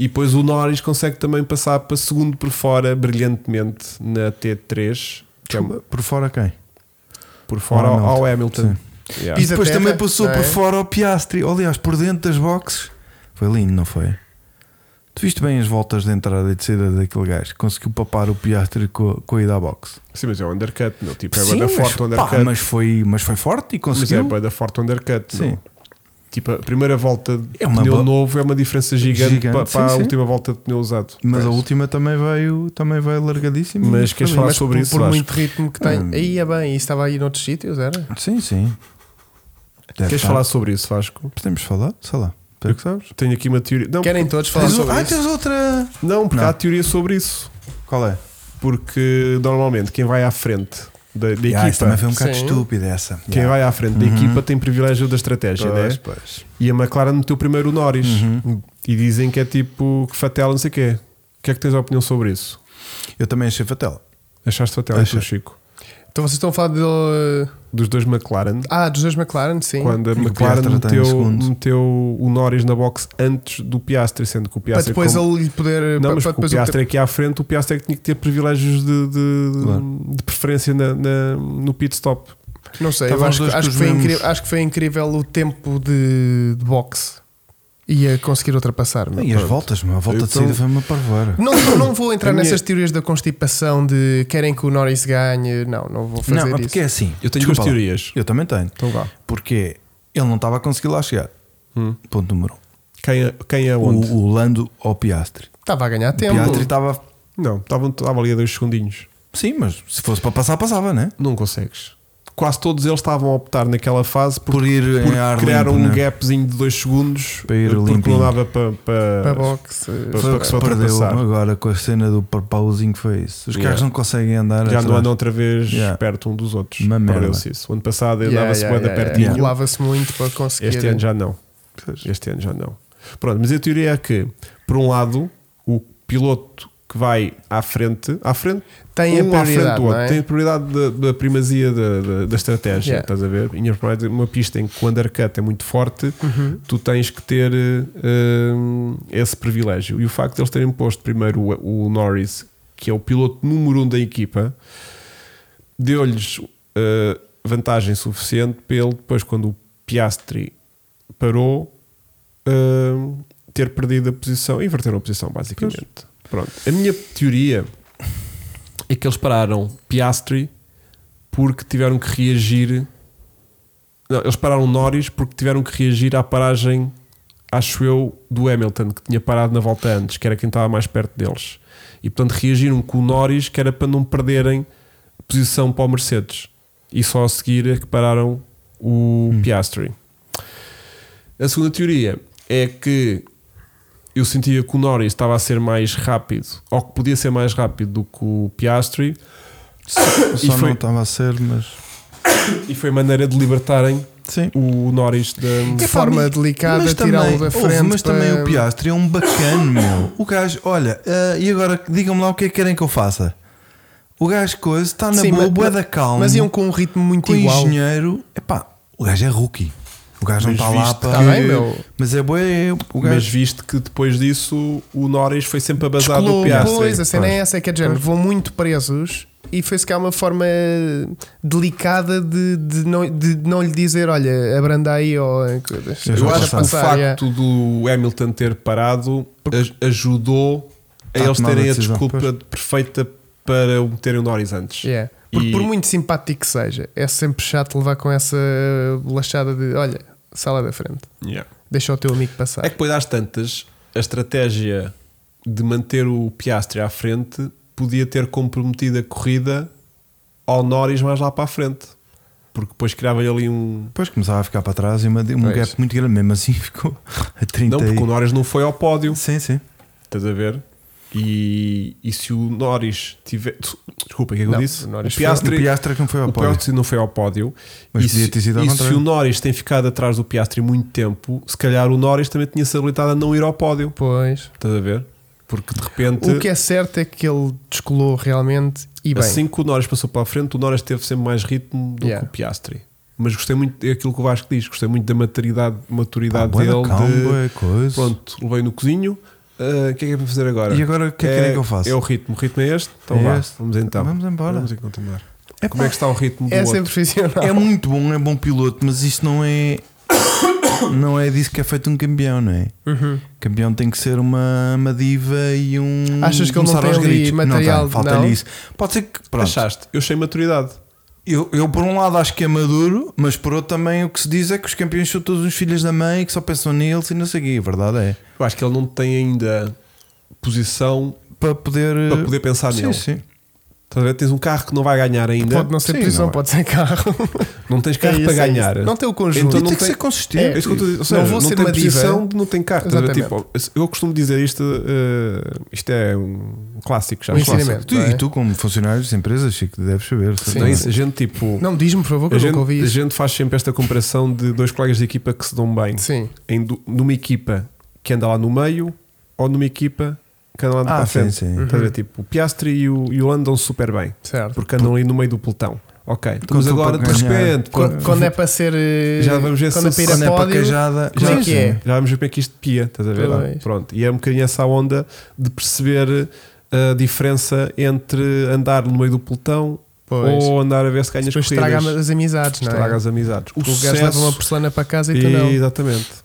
[SPEAKER 1] E depois o Norris consegue também passar para segundo por fora, brilhantemente, na T3, que é uma-
[SPEAKER 2] Por fora quem?
[SPEAKER 1] por fora ao,
[SPEAKER 2] Hamilton.
[SPEAKER 1] ao Hamilton. Yeah.
[SPEAKER 2] E
[SPEAKER 3] Pisa
[SPEAKER 2] depois
[SPEAKER 3] terra,
[SPEAKER 2] também passou
[SPEAKER 3] não é?
[SPEAKER 2] por fora ao Piastri, ou, aliás, por dentro das boxes. Foi lindo, não foi? Tu viste bem as voltas de entrada e de saída daquele gajo? Conseguiu papar o Piastri co- com a ida à boxe.
[SPEAKER 1] Sim, mas é um undercut, não? Tipo, é
[SPEAKER 2] Sim,
[SPEAKER 1] banda
[SPEAKER 2] mas,
[SPEAKER 1] forte o
[SPEAKER 2] pá,
[SPEAKER 1] undercut.
[SPEAKER 2] mas, foi, mas foi forte e
[SPEAKER 1] mas é
[SPEAKER 2] conseguiu.
[SPEAKER 1] banda forte o undercut. não?
[SPEAKER 2] Sim.
[SPEAKER 1] Tipo, a primeira volta de
[SPEAKER 2] É uma
[SPEAKER 1] pneu
[SPEAKER 2] bo-
[SPEAKER 1] novo é uma diferença gigante,
[SPEAKER 2] Gigante,
[SPEAKER 1] para,
[SPEAKER 2] sim,
[SPEAKER 1] para a
[SPEAKER 2] sim.
[SPEAKER 1] última volta de pneu usado.
[SPEAKER 2] Mas a
[SPEAKER 1] Pois.
[SPEAKER 2] última também veio, também veio largadíssima.
[SPEAKER 1] Mas queres
[SPEAKER 2] Foi
[SPEAKER 1] falar
[SPEAKER 3] Mas
[SPEAKER 2] lindo.
[SPEAKER 1] sobre
[SPEAKER 3] por,
[SPEAKER 1] isso,
[SPEAKER 3] por
[SPEAKER 1] Vasco.
[SPEAKER 3] muito ritmo que tem.
[SPEAKER 2] Hum.
[SPEAKER 3] Aí é bem, isso estava aí noutros sítios, era?
[SPEAKER 2] Sim, sim. Deve
[SPEAKER 1] Queres
[SPEAKER 2] estar.
[SPEAKER 1] falar sobre isso, Vasco?
[SPEAKER 2] Podemos falar? Sei lá. Pelo que sabes.
[SPEAKER 1] Tenho aqui uma teoria. Não,
[SPEAKER 3] Querem todos falar
[SPEAKER 2] Tens o-
[SPEAKER 3] sobre
[SPEAKER 2] Ah,
[SPEAKER 3] isso?
[SPEAKER 2] tens outra.
[SPEAKER 1] não porque
[SPEAKER 2] Não.
[SPEAKER 1] há teoria sobre isso.
[SPEAKER 2] Qual é?
[SPEAKER 1] Porque normalmente quem vai à frente da, da
[SPEAKER 2] Ah, isso também
[SPEAKER 1] equipa.
[SPEAKER 2] foi um bocado
[SPEAKER 3] Sim.
[SPEAKER 2] estúpida essa.
[SPEAKER 1] Quem
[SPEAKER 2] Yeah.
[SPEAKER 1] vai à frente da equipa tem privilégio da estratégia, né?
[SPEAKER 2] pois. Uhum.
[SPEAKER 1] E a McLaren meteu primeiro o Norris. E dizem que é tipo que fatela, não sei o quê. O que é que tens a opinião sobre isso?
[SPEAKER 2] Eu também achei fatela.
[SPEAKER 1] Achaste fatela, e tu,
[SPEAKER 2] Achei.
[SPEAKER 1] Chico?
[SPEAKER 3] Então vocês estão a falar dele. eh,
[SPEAKER 1] dos dois McLaren.
[SPEAKER 3] Ah, dos dois McLaren, sim.
[SPEAKER 1] Quando a
[SPEAKER 2] E o
[SPEAKER 1] McLaren
[SPEAKER 2] Piastra está em
[SPEAKER 1] meteu,
[SPEAKER 2] segundo.
[SPEAKER 1] meteu o Norris na box antes do Piastri, sendo que o
[SPEAKER 3] para
[SPEAKER 1] Piastri.
[SPEAKER 3] depois
[SPEAKER 1] como-
[SPEAKER 3] ele lhe poder.
[SPEAKER 1] Não,
[SPEAKER 3] para,
[SPEAKER 1] mas
[SPEAKER 3] para
[SPEAKER 1] porque o
[SPEAKER 3] depois ele
[SPEAKER 1] Piastri aqui à frente, o Piastri é que tinha que ter privilégios de, de-
[SPEAKER 2] Claro.
[SPEAKER 1] de preferência na- na- no pit stop.
[SPEAKER 3] ter- Não sei, eu
[SPEAKER 1] um
[SPEAKER 2] Estavam os
[SPEAKER 3] acho,
[SPEAKER 2] dois
[SPEAKER 3] que- acho
[SPEAKER 2] com
[SPEAKER 3] que
[SPEAKER 2] os
[SPEAKER 3] foi
[SPEAKER 2] mesmos-
[SPEAKER 3] incrível, acho que foi incrível o tempo de, de boxe. Ia conseguir ultrapassar. meu.
[SPEAKER 2] E as voltas, meu, a volta de
[SPEAKER 1] Então-
[SPEAKER 2] saída foi uma parvoeira.
[SPEAKER 3] Não, não vou entrar
[SPEAKER 1] é. A minha-
[SPEAKER 3] nessas teorias da constipação de querem que o Norris ganhe. Não, não vou fazer
[SPEAKER 2] Não, é
[SPEAKER 3] isso.
[SPEAKER 2] porque é assim.
[SPEAKER 1] Eu tenho
[SPEAKER 2] Desculpa
[SPEAKER 1] duas
[SPEAKER 2] lá.
[SPEAKER 1] teorias.
[SPEAKER 2] Eu também tenho.
[SPEAKER 1] Então vá.
[SPEAKER 2] Porque ele não estava a conseguir lá chegar.
[SPEAKER 1] Hum.
[SPEAKER 2] Ponto número um.
[SPEAKER 1] Quem, é- quem é onde?
[SPEAKER 2] O, o Lando ao Piastri.
[SPEAKER 3] Estava a ganhar
[SPEAKER 2] O
[SPEAKER 3] tempo.
[SPEAKER 2] Piastri estava.
[SPEAKER 1] Não, estavam- estava ali a dois segundinhos.
[SPEAKER 2] Sim, mas se fosse para passar, passava, né?
[SPEAKER 1] Não consegues. Quase todos eles estavam a optar naquela fase por,
[SPEAKER 2] Por ir
[SPEAKER 1] por
[SPEAKER 2] em ar
[SPEAKER 1] criar
[SPEAKER 2] limpo,
[SPEAKER 1] um
[SPEAKER 2] né?
[SPEAKER 1] gapzinho de dois segundos
[SPEAKER 2] Para ir
[SPEAKER 1] porque
[SPEAKER 2] limpinho.
[SPEAKER 1] não dava para, para-
[SPEAKER 3] Para boxe.
[SPEAKER 1] Foi o que se
[SPEAKER 2] Perdeu
[SPEAKER 1] ultrapassar.
[SPEAKER 2] agora com a cena do parpauzinho foi isso. Os
[SPEAKER 1] Yeah.
[SPEAKER 2] carros não conseguem andar.
[SPEAKER 1] já não
[SPEAKER 2] atrás.
[SPEAKER 1] andam outra vez
[SPEAKER 2] Yeah.
[SPEAKER 1] perto um dos outros.
[SPEAKER 2] Uma merda.
[SPEAKER 1] Perdeu-se isso. O ano passado
[SPEAKER 3] Yeah,
[SPEAKER 1] andava-se
[SPEAKER 3] yeah,
[SPEAKER 1] bué da
[SPEAKER 3] yeah, yeah.
[SPEAKER 1] pertinho.
[SPEAKER 3] Enrolava-se muito para conseguir.
[SPEAKER 1] Este ano já não. Este ano já não. Pronto, mas a teoria é que, por um lado, o piloto que vai à frente, à frente,
[SPEAKER 3] Tem
[SPEAKER 1] um
[SPEAKER 3] a
[SPEAKER 1] à frente
[SPEAKER 3] prioridade,
[SPEAKER 1] do
[SPEAKER 3] não
[SPEAKER 1] outro,
[SPEAKER 3] é?
[SPEAKER 1] tem a prioridade da, da primazia da, da- da estratégia,
[SPEAKER 3] Yeah.
[SPEAKER 1] estás a ver? E ainda por mais, uma pista em que o undercut é muito forte, tu tens que ter eh, eh, esse privilégio. E o facto de eles terem posto primeiro o, o Norris, que é o piloto número um da equipa, deu-lhes eh, vantagem suficiente para ele depois, quando o Piastri parou, eh, ter perdido a posição, inverteram a posição, basicamente. Pronto. A minha teoria é que eles pararam Piastri porque tiveram que reagir. Não, eles pararam Norris porque tiveram que reagir à paragem, acho eu, do Hamilton, que tinha parado na volta antes, que era quem estava mais perto deles. E portanto reagiram com o Norris, que era para não perderem posição para o Mercedes. E só a seguir é que pararam o Piastri. A segunda teoria é que eu sentia que o Norris estava a ser mais rápido, ou que podia ser mais rápido do que o Piastri,
[SPEAKER 2] Só, só
[SPEAKER 1] foi-
[SPEAKER 2] não estava a ser, mas.
[SPEAKER 1] e foi maneira de libertarem
[SPEAKER 2] Sim.
[SPEAKER 1] o Norris da.
[SPEAKER 3] De forma delicada,
[SPEAKER 2] mas
[SPEAKER 3] tirá-lo
[SPEAKER 2] também-
[SPEAKER 3] da
[SPEAKER 2] ouve,
[SPEAKER 3] frente.
[SPEAKER 2] mas também
[SPEAKER 3] para-
[SPEAKER 2] o Piastri é um bacana, meu. O gajo, olha, ah, e agora digam-me lá o que é que querem que eu faça. O gajo, coisa, está na
[SPEAKER 3] Sim,
[SPEAKER 2] boa,
[SPEAKER 3] mas-
[SPEAKER 2] boa da
[SPEAKER 3] mas-
[SPEAKER 2] calma.
[SPEAKER 3] Mas iam com um ritmo muito
[SPEAKER 2] com o
[SPEAKER 3] igual.
[SPEAKER 2] engenheiro. Epá, o gajo é rookie. O gajo
[SPEAKER 1] Mas
[SPEAKER 2] não está lá
[SPEAKER 1] viste
[SPEAKER 2] para.
[SPEAKER 3] Está Tá bem, meu.
[SPEAKER 2] Mas é boa, é o gajo.
[SPEAKER 1] Mas visto que depois disso o Norris foi sempre abasado do
[SPEAKER 3] Descolou.
[SPEAKER 1] Piastri.
[SPEAKER 3] Pois, a cena é
[SPEAKER 1] Pronto.
[SPEAKER 3] essa, é que é de género. Vão muito presos e foi-se cá uma forma delicada de, de, não, de não lhe dizer, olha, abranda aí ou coisas.
[SPEAKER 2] Eu
[SPEAKER 1] Eu
[SPEAKER 2] Já
[SPEAKER 1] acho que o
[SPEAKER 2] passar,
[SPEAKER 1] facto
[SPEAKER 3] yeah.
[SPEAKER 1] do Hamilton ter parado aj- ajudou a
[SPEAKER 2] Tá a
[SPEAKER 1] eles
[SPEAKER 2] tomar
[SPEAKER 1] terem
[SPEAKER 2] a
[SPEAKER 1] a
[SPEAKER 2] decisão,
[SPEAKER 1] desculpa perfeita para o meterem o Norris antes.
[SPEAKER 3] Yeah. Porque
[SPEAKER 1] E-
[SPEAKER 3] por muito simpático que seja, é sempre chato levar com essa bolachada de olha, sala da frente,
[SPEAKER 1] Yeah.
[SPEAKER 3] deixa o teu amigo passar.
[SPEAKER 1] É que depois às tantas, a estratégia de manter o Piastri à frente podia ter comprometido a corrida ao Norris mais lá para a frente. Porque depois criava-lhe ali um.
[SPEAKER 2] Depois começava a ficar para trás e uma, um
[SPEAKER 1] Pois.
[SPEAKER 2] gap muito grande, mesmo assim ficou a 30
[SPEAKER 1] Não, porque o
[SPEAKER 2] e...
[SPEAKER 1] Norris não foi ao pódio.
[SPEAKER 2] Sim, sim.
[SPEAKER 1] Estás a ver? E, e se o Norris tiver. Desculpa, o que é que
[SPEAKER 3] Não,
[SPEAKER 1] eu disse?
[SPEAKER 3] o Norris
[SPEAKER 1] o Piastri,
[SPEAKER 2] O Piastra que não foi ao
[SPEAKER 1] o
[SPEAKER 2] pódio.
[SPEAKER 1] Piastri não foi ao pódio.
[SPEAKER 2] Mas
[SPEAKER 1] e
[SPEAKER 2] podia
[SPEAKER 1] se,
[SPEAKER 2] ter sido ao
[SPEAKER 1] e se
[SPEAKER 2] contrário.
[SPEAKER 1] o Norris tem ficado atrás do Piastri muito tempo, se calhar o Norris também tinha-se habilitado a não ir ao pódio.
[SPEAKER 3] Pois.
[SPEAKER 1] Estás a ver? Porque de repente.
[SPEAKER 3] O que é certo é que ele descolou realmente e bem.
[SPEAKER 1] Assim que o Norris passou para a frente, o Norris teve sempre mais ritmo do
[SPEAKER 3] Yeah.
[SPEAKER 1] que o Piastri. Mas gostei muito daquilo que o Vasco diz, gostei muito da maturidade,
[SPEAKER 2] Pá,
[SPEAKER 1] maturidade
[SPEAKER 2] Ah, bué da
[SPEAKER 1] dele.
[SPEAKER 2] calma,
[SPEAKER 1] de,
[SPEAKER 2] bué coisa.
[SPEAKER 1] pronto, levei no cozinho. ah, O que é que é para fazer agora?
[SPEAKER 2] E agora o que é que querem que eu faça?
[SPEAKER 1] É o ritmo. O ritmo é este? Então
[SPEAKER 2] É
[SPEAKER 1] vá,
[SPEAKER 2] este.
[SPEAKER 1] vamos então.
[SPEAKER 2] Vamos embora.
[SPEAKER 1] Vamos em continuar.
[SPEAKER 2] Epá,
[SPEAKER 1] Como é que está o ritmo do
[SPEAKER 3] Essa é
[SPEAKER 1] outro?
[SPEAKER 3] profissional.
[SPEAKER 2] é muito bom, é bom piloto, mas isso não é. Não é disso que é feito um campeão, não é?
[SPEAKER 3] Uhum.
[SPEAKER 2] Campeão tem que ser uma, uma diva e um.
[SPEAKER 3] Achas que ele não
[SPEAKER 2] começar
[SPEAKER 3] tem
[SPEAKER 2] aos
[SPEAKER 3] ali
[SPEAKER 2] gritos.
[SPEAKER 3] material,
[SPEAKER 2] Não tem, falta-lhe
[SPEAKER 3] não?
[SPEAKER 2] isso. Pode ser que. Pronto,
[SPEAKER 1] Achaste? Eu achei maturidade.
[SPEAKER 2] Eu, eu, por um lado, acho que é maduro, mas por outro, também o que se diz é que os campeões são todos uns filhos da mãe que só pensam neles e não sei o quê. A verdade é.
[SPEAKER 1] Eu acho que ele não tem ainda posição
[SPEAKER 2] Para poder.
[SPEAKER 3] Eh,
[SPEAKER 1] para poder pensar
[SPEAKER 2] sim,
[SPEAKER 1] nele.
[SPEAKER 2] sim.
[SPEAKER 1] Estás a ver? Tens um carro que não vai ganhar ainda.
[SPEAKER 3] Pode não ser
[SPEAKER 2] Sim,
[SPEAKER 3] posição,
[SPEAKER 2] não é.
[SPEAKER 3] pode ser carro.
[SPEAKER 1] Não tens
[SPEAKER 3] É
[SPEAKER 1] carro
[SPEAKER 3] isso,
[SPEAKER 1] para
[SPEAKER 3] é isso.
[SPEAKER 1] ganhar.
[SPEAKER 3] Não tem o conjunto.
[SPEAKER 1] Então
[SPEAKER 2] E
[SPEAKER 1] não
[SPEAKER 2] tem que
[SPEAKER 1] tem-
[SPEAKER 2] ser consistente.
[SPEAKER 1] É isso que eu estou a dizer. Ou seja,
[SPEAKER 3] Não vou
[SPEAKER 1] não
[SPEAKER 3] ser
[SPEAKER 1] tem
[SPEAKER 3] uma diva.
[SPEAKER 1] posição, não tem carta. Estás a ver?
[SPEAKER 3] Exatamente.
[SPEAKER 1] Tipo, eu costumo dizer isto, eh, isto é um clássico já.
[SPEAKER 3] Um
[SPEAKER 1] Um clássico.
[SPEAKER 3] ensinamento.
[SPEAKER 2] Tu-
[SPEAKER 3] não é?
[SPEAKER 2] E tu, como funcionários de empresas, Chico, deves saber.
[SPEAKER 3] Sim.
[SPEAKER 1] Não é
[SPEAKER 2] certamente.
[SPEAKER 1] isso? A gente, tipo,
[SPEAKER 3] Não, diz-me, por favor, que
[SPEAKER 1] a,
[SPEAKER 3] eu nunca
[SPEAKER 1] gente,
[SPEAKER 3] ouvi
[SPEAKER 1] a
[SPEAKER 3] isso.
[SPEAKER 1] gente faz sempre esta comparação de dois colegas de equipa que se dão bem
[SPEAKER 3] Sim.
[SPEAKER 1] em du- numa equipa que anda lá no meio ou numa equipa que anda lá para
[SPEAKER 2] Ah,
[SPEAKER 1] a
[SPEAKER 2] sim,
[SPEAKER 1] frente.
[SPEAKER 2] sim.
[SPEAKER 1] Estás a ver? Tipo, o Piastri e o, e o Lando andam super bem
[SPEAKER 3] Certo.
[SPEAKER 1] porque andam ali no meio do pelotão. Ok, estamos
[SPEAKER 2] Contou
[SPEAKER 1] agora de
[SPEAKER 2] para ganhar.
[SPEAKER 1] repente.
[SPEAKER 3] Quando,
[SPEAKER 1] pô,
[SPEAKER 3] quando é para ser. eh,
[SPEAKER 1] Já vamos ver se-
[SPEAKER 3] quando é para ir a
[SPEAKER 2] Quando é para
[SPEAKER 3] pódio,
[SPEAKER 2] queijada,
[SPEAKER 3] como
[SPEAKER 2] já
[SPEAKER 3] é que é?
[SPEAKER 1] Já vamos ver como é que isto pia, estás a ver?
[SPEAKER 3] Pois.
[SPEAKER 1] Pronto, e é um bocadinho essa onda de perceber eh, a diferença entre andar no meio do pelotão
[SPEAKER 3] Pois.
[SPEAKER 1] ou andar a ver se ganhas
[SPEAKER 3] Depois
[SPEAKER 1] corridas.
[SPEAKER 3] estraga as amizades, não é?
[SPEAKER 1] Estraga as amizades. O
[SPEAKER 3] Porque o gajo leva
[SPEAKER 1] sucesso...
[SPEAKER 3] uma porcelana para casa e tu
[SPEAKER 1] E-
[SPEAKER 3] não.
[SPEAKER 1] Exatamente.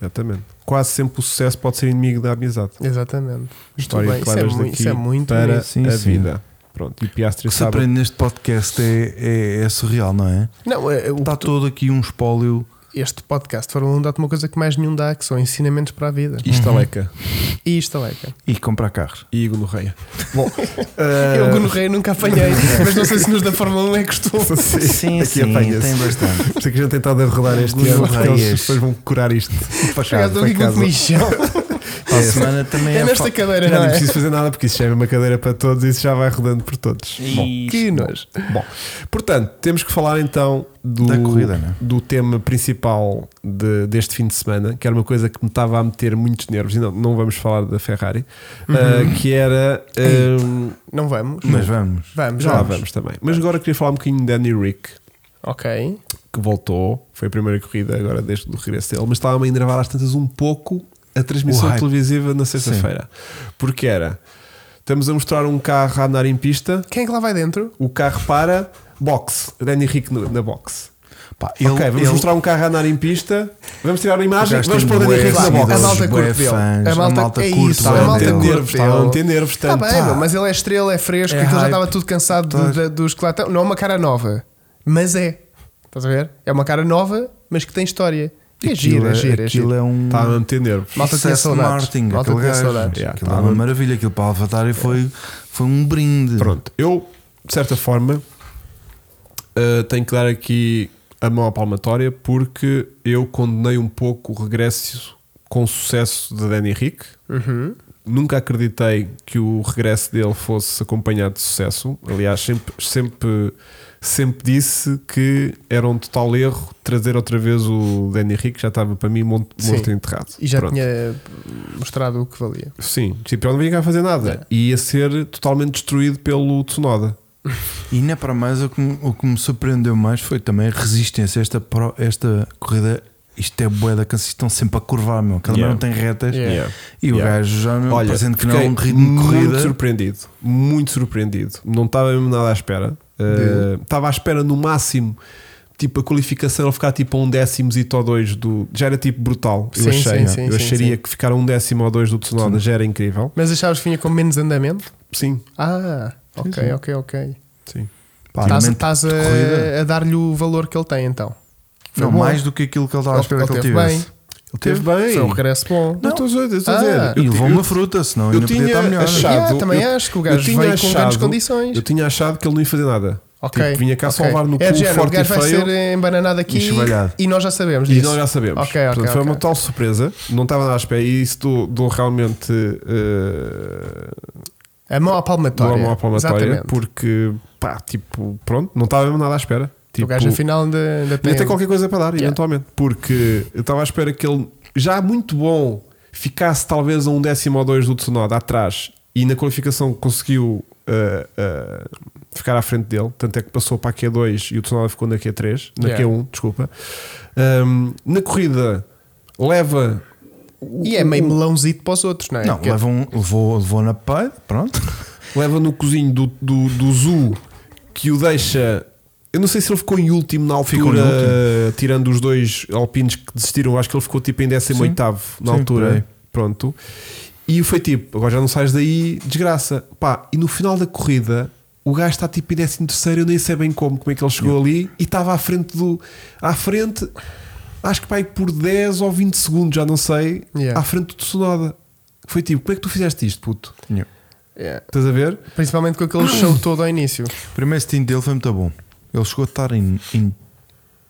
[SPEAKER 1] Exatamente. Quase sempre o sucesso pode ser inimigo da amizade.
[SPEAKER 3] Exatamente. Muito
[SPEAKER 1] História
[SPEAKER 3] bem,
[SPEAKER 1] que
[SPEAKER 3] isso é,
[SPEAKER 1] levas
[SPEAKER 3] mu-
[SPEAKER 1] daqui
[SPEAKER 3] isso é muito.
[SPEAKER 1] para
[SPEAKER 2] sim,
[SPEAKER 1] a
[SPEAKER 2] sim.
[SPEAKER 1] vida. Pronto, e o Piastri
[SPEAKER 2] que se
[SPEAKER 1] sabe.
[SPEAKER 2] aprende neste podcast é, é, é surreal, não é?
[SPEAKER 3] Não, é, o-
[SPEAKER 1] Tá
[SPEAKER 2] Está todo aqui um espólio.
[SPEAKER 3] este podcast Fórmula 1 dá-te uma coisa que mais nenhum dá, que são ensinamentos para a vida.
[SPEAKER 1] E estaleca.
[SPEAKER 3] E isto é cara.
[SPEAKER 2] E comprar carros.
[SPEAKER 1] E gonorreia. Bom, eh,
[SPEAKER 3] Eu gonorreia nunca apanhei, mas não sei se nos da Fórmula 1 é costume.
[SPEAKER 1] assim, Aqui apanha-se.
[SPEAKER 2] bastante.
[SPEAKER 1] por isso é que a gente tem estado a rodar este ano, porque
[SPEAKER 2] Gonorreias.
[SPEAKER 1] eles depois vão curar isto.
[SPEAKER 3] Eu
[SPEAKER 1] Fachado,
[SPEAKER 3] Estou aqui
[SPEAKER 1] para
[SPEAKER 3] com
[SPEAKER 1] casa.
[SPEAKER 3] muito lixão.
[SPEAKER 2] Para a semana também
[SPEAKER 3] É
[SPEAKER 2] é,
[SPEAKER 3] nesta
[SPEAKER 2] fa-
[SPEAKER 3] cadeira,
[SPEAKER 1] Já
[SPEAKER 3] não
[SPEAKER 1] nem
[SPEAKER 3] é?
[SPEAKER 1] preciso fazer nada, porque isso já é uma cadeira para todos e isso já vai rodando por todos. Bom,
[SPEAKER 3] Que nojo.
[SPEAKER 1] Bom, portanto, temos que falar então do,
[SPEAKER 2] Da corrida, né?
[SPEAKER 1] do tema principal de- deste fim de semana, que era uma coisa que me estava a meter muitos nervos, e não, não vamos falar da Ferrari, ah, que era. ah,
[SPEAKER 3] Não vamos?
[SPEAKER 2] Mas vamos.
[SPEAKER 3] Vamos,
[SPEAKER 1] já lá vamos também. Mas agora queria falar um bocadinho de Danny Rick,
[SPEAKER 3] Ok.
[SPEAKER 1] que voltou, foi a primeira corrida agora desde o regresso dele, mas estava-me a enervar às tantas um pouco a transmissão
[SPEAKER 2] O hype.
[SPEAKER 1] televisiva na sexta-feira, porque era. Estamos a mostrar um carro a andar em pista,
[SPEAKER 3] Quem é que lá vai dentro?
[SPEAKER 1] o carro para, box, Danny Rick no- na box.
[SPEAKER 2] Pá, ele-
[SPEAKER 1] ok, vamos
[SPEAKER 2] ele-
[SPEAKER 1] mostrar um carro a andar em pista, vamos tirar a
[SPEAKER 2] o
[SPEAKER 1] imagem,
[SPEAKER 2] gajo
[SPEAKER 1] vamos
[SPEAKER 2] tem
[SPEAKER 1] pôr o Danny
[SPEAKER 2] bué
[SPEAKER 1] Rick na box.
[SPEAKER 2] seguidores,
[SPEAKER 3] A malta
[SPEAKER 2] bué
[SPEAKER 3] curte dele.
[SPEAKER 2] fãs,
[SPEAKER 3] A malta- é
[SPEAKER 2] curte
[SPEAKER 3] isso,
[SPEAKER 2] bué
[SPEAKER 1] Estava a
[SPEAKER 3] malta
[SPEAKER 1] meter
[SPEAKER 2] dele.
[SPEAKER 3] curte.
[SPEAKER 1] nervos, estava a meter nervos
[SPEAKER 3] Está
[SPEAKER 1] tanto.
[SPEAKER 3] bem,
[SPEAKER 1] pá.
[SPEAKER 3] meu, mas ele é estrela, é fresco,
[SPEAKER 2] É
[SPEAKER 3] aquilo já
[SPEAKER 2] hype.
[SPEAKER 3] estava tudo cansado de-
[SPEAKER 2] Pois.
[SPEAKER 3] de- dos que lá estão. Não é uma cara nova, mas é. Estás a ver? É uma cara nova, mas que tem história. E é
[SPEAKER 2] Aquilo
[SPEAKER 3] gira, é gira, é
[SPEAKER 2] aquilo
[SPEAKER 3] gira.
[SPEAKER 2] é um.
[SPEAKER 1] Estava a meter nervos.
[SPEAKER 3] Malta tinha
[SPEAKER 2] Success
[SPEAKER 3] saudades.
[SPEAKER 2] Martin,
[SPEAKER 3] Malta
[SPEAKER 2] aquele
[SPEAKER 3] tinha
[SPEAKER 2] gajo.
[SPEAKER 3] saudades.
[SPEAKER 1] Yeah,
[SPEAKER 2] aquilo
[SPEAKER 1] tá
[SPEAKER 2] é uma
[SPEAKER 1] bom.
[SPEAKER 2] maravilha. Aquilo para a Alfatari foi, foi um brinde.
[SPEAKER 1] Pronto, eu, de certa forma, uh, tenho que dar aqui a mão à palmatória porque eu condenei um pouco o regresso com sucesso de Danny Rick.
[SPEAKER 2] é-
[SPEAKER 3] Uhum.
[SPEAKER 1] Nunca acreditei que o regresso dele fosse acompanhado de sucesso. Aliás, sempre, sempre, sempre disse que era um total erro trazer outra vez o Danny Rick, já estava para mim monte,
[SPEAKER 3] Sim.
[SPEAKER 1] monstro enterrado.
[SPEAKER 3] E já
[SPEAKER 1] Pronto.
[SPEAKER 3] tinha mostrado o que valia.
[SPEAKER 1] Sim, tipo, ele não vinha cá fazer nada.
[SPEAKER 3] É.
[SPEAKER 1] E ia ser totalmente destruído pelo Tsunoda.
[SPEAKER 2] E não é para mais, o que, me- o que me surpreendeu mais foi também a resistência. Esta, pro- esta corrida, isto é bué da cansa, estão sempre a curvar, meu. Cada
[SPEAKER 1] Yeah.
[SPEAKER 2] não tem retas.
[SPEAKER 3] Yeah.
[SPEAKER 2] E o
[SPEAKER 1] Yeah.
[SPEAKER 2] gajo já me
[SPEAKER 1] Olha,
[SPEAKER 2] parecendo que não é
[SPEAKER 1] fiquei
[SPEAKER 2] um ritmo de
[SPEAKER 1] Muito
[SPEAKER 2] corrida.
[SPEAKER 1] surpreendido, muito surpreendido. Não estava mesmo nada à espera. Uh, Estava à espera no máximo, tipo, a qualificação ele ficar tipo a um décimo ou dois do. Já era tipo brutal. Eu
[SPEAKER 3] Sim,
[SPEAKER 1] achei.
[SPEAKER 3] sim, sim,
[SPEAKER 1] eu
[SPEAKER 3] sim,
[SPEAKER 1] acharia
[SPEAKER 3] sim.
[SPEAKER 1] que ficar a um décimo ou dois do Tsunoda já era incrível.
[SPEAKER 3] Mas achavas que vinha com menos andamento?
[SPEAKER 1] Sim,
[SPEAKER 3] Ah, ok,
[SPEAKER 1] sim.
[SPEAKER 3] ok, ok.
[SPEAKER 1] sim.
[SPEAKER 2] Pá,
[SPEAKER 3] Estás,
[SPEAKER 2] momento
[SPEAKER 1] tá,
[SPEAKER 3] estás
[SPEAKER 2] de corrida.
[SPEAKER 3] a, a dar-lhe o valor que ele tem então. Foi
[SPEAKER 2] Não,
[SPEAKER 3] bom.
[SPEAKER 2] mais do que aquilo que ele estava à espera que ele
[SPEAKER 3] teve bem.
[SPEAKER 2] tivesse. Ele teve bem.
[SPEAKER 3] Foi um regresso bom.
[SPEAKER 1] Não, estou a dizer, estou a
[SPEAKER 3] Ah.
[SPEAKER 1] dizer.
[SPEAKER 2] E
[SPEAKER 1] Eu
[SPEAKER 2] levou
[SPEAKER 1] ti-
[SPEAKER 2] uma fruta, senão
[SPEAKER 1] eu
[SPEAKER 2] ainda podia
[SPEAKER 1] tinha
[SPEAKER 2] estar melhor. né?
[SPEAKER 1] achado-
[SPEAKER 3] Yeah, também
[SPEAKER 1] eu-
[SPEAKER 3] acho que o
[SPEAKER 1] eu
[SPEAKER 3] gajo
[SPEAKER 1] tinha
[SPEAKER 3] veio com
[SPEAKER 1] achado-
[SPEAKER 3] grandes
[SPEAKER 1] eu,
[SPEAKER 3] condições.
[SPEAKER 1] eu tinha achado que ele não ia fazer nada.
[SPEAKER 3] Ok,
[SPEAKER 1] Tipo, vinha cá
[SPEAKER 3] ok.
[SPEAKER 1] salvar no cu
[SPEAKER 3] é de género,
[SPEAKER 1] forte
[SPEAKER 3] o
[SPEAKER 1] e
[SPEAKER 3] gajo vai
[SPEAKER 1] feio.
[SPEAKER 3] ser eh, embananado aqui
[SPEAKER 2] e chavalhado.
[SPEAKER 3] e nós já sabemos
[SPEAKER 1] E
[SPEAKER 3] disso.
[SPEAKER 1] nós já sabemos.
[SPEAKER 3] Ok, ok,
[SPEAKER 1] Portanto, foi
[SPEAKER 3] ok.
[SPEAKER 1] uma tal surpresa, não estava nada à espera, e isso dou, dou realmente eh,
[SPEAKER 3] A É mão à
[SPEAKER 1] dou
[SPEAKER 3] palmatória.
[SPEAKER 1] a mão à palmatória,
[SPEAKER 3] Exatamente.
[SPEAKER 1] porque pá, tipo, pronto, não estava mesmo nada à espera. Tipo,
[SPEAKER 3] o gajo afinal ainda, ainda tem.
[SPEAKER 1] ainda tem qualquer coisa para dar,
[SPEAKER 3] Yeah.
[SPEAKER 1] eventualmente, porque eu estava à espera que ele, já muito bom, ficasse talvez a um décimo ou dois do Tsunoda atrás e na qualificação conseguiu eh, eh, ficar à frente dele. Tanto é que passou para a Q2 e o Tsunoda ficou na Q3, na
[SPEAKER 3] Yeah.
[SPEAKER 1] Q1, desculpa. Um, na corrida, leva
[SPEAKER 3] E é
[SPEAKER 1] um-
[SPEAKER 3] meio melãozito para os outros, não é?
[SPEAKER 2] Não,
[SPEAKER 3] Que-
[SPEAKER 2] levou, um- levou, levou na peida, pronto.
[SPEAKER 1] leva no cozinho do, do, do Zoo que o deixa. Eu não sei se ele ficou em último na altura,
[SPEAKER 2] Ficou em último.
[SPEAKER 1] eh, tirando os dois alpinos que desistiram. Acho que ele ficou tipo em 18 na
[SPEAKER 2] Sim,
[SPEAKER 1] altura.
[SPEAKER 2] por aí.
[SPEAKER 1] Pronto. E foi tipo, agora já não sais daí, desgraça. Pá, e no final da corrida, o gajo está tipo em 13, eu nem sei bem como, como é que ele chegou ali e estava à frente do. à frente, acho que pai por 10 ou 20 segundos, já não sei,
[SPEAKER 3] Yeah.
[SPEAKER 1] à frente do Tsunoda. Foi tipo, como é que tu fizeste isto, puto?
[SPEAKER 2] É.
[SPEAKER 3] Yeah.
[SPEAKER 1] Estás a ver?
[SPEAKER 3] Principalmente com aquele show todo ao início.
[SPEAKER 2] O primeiro stint dele foi muito bom. Ele chegou a estar em, em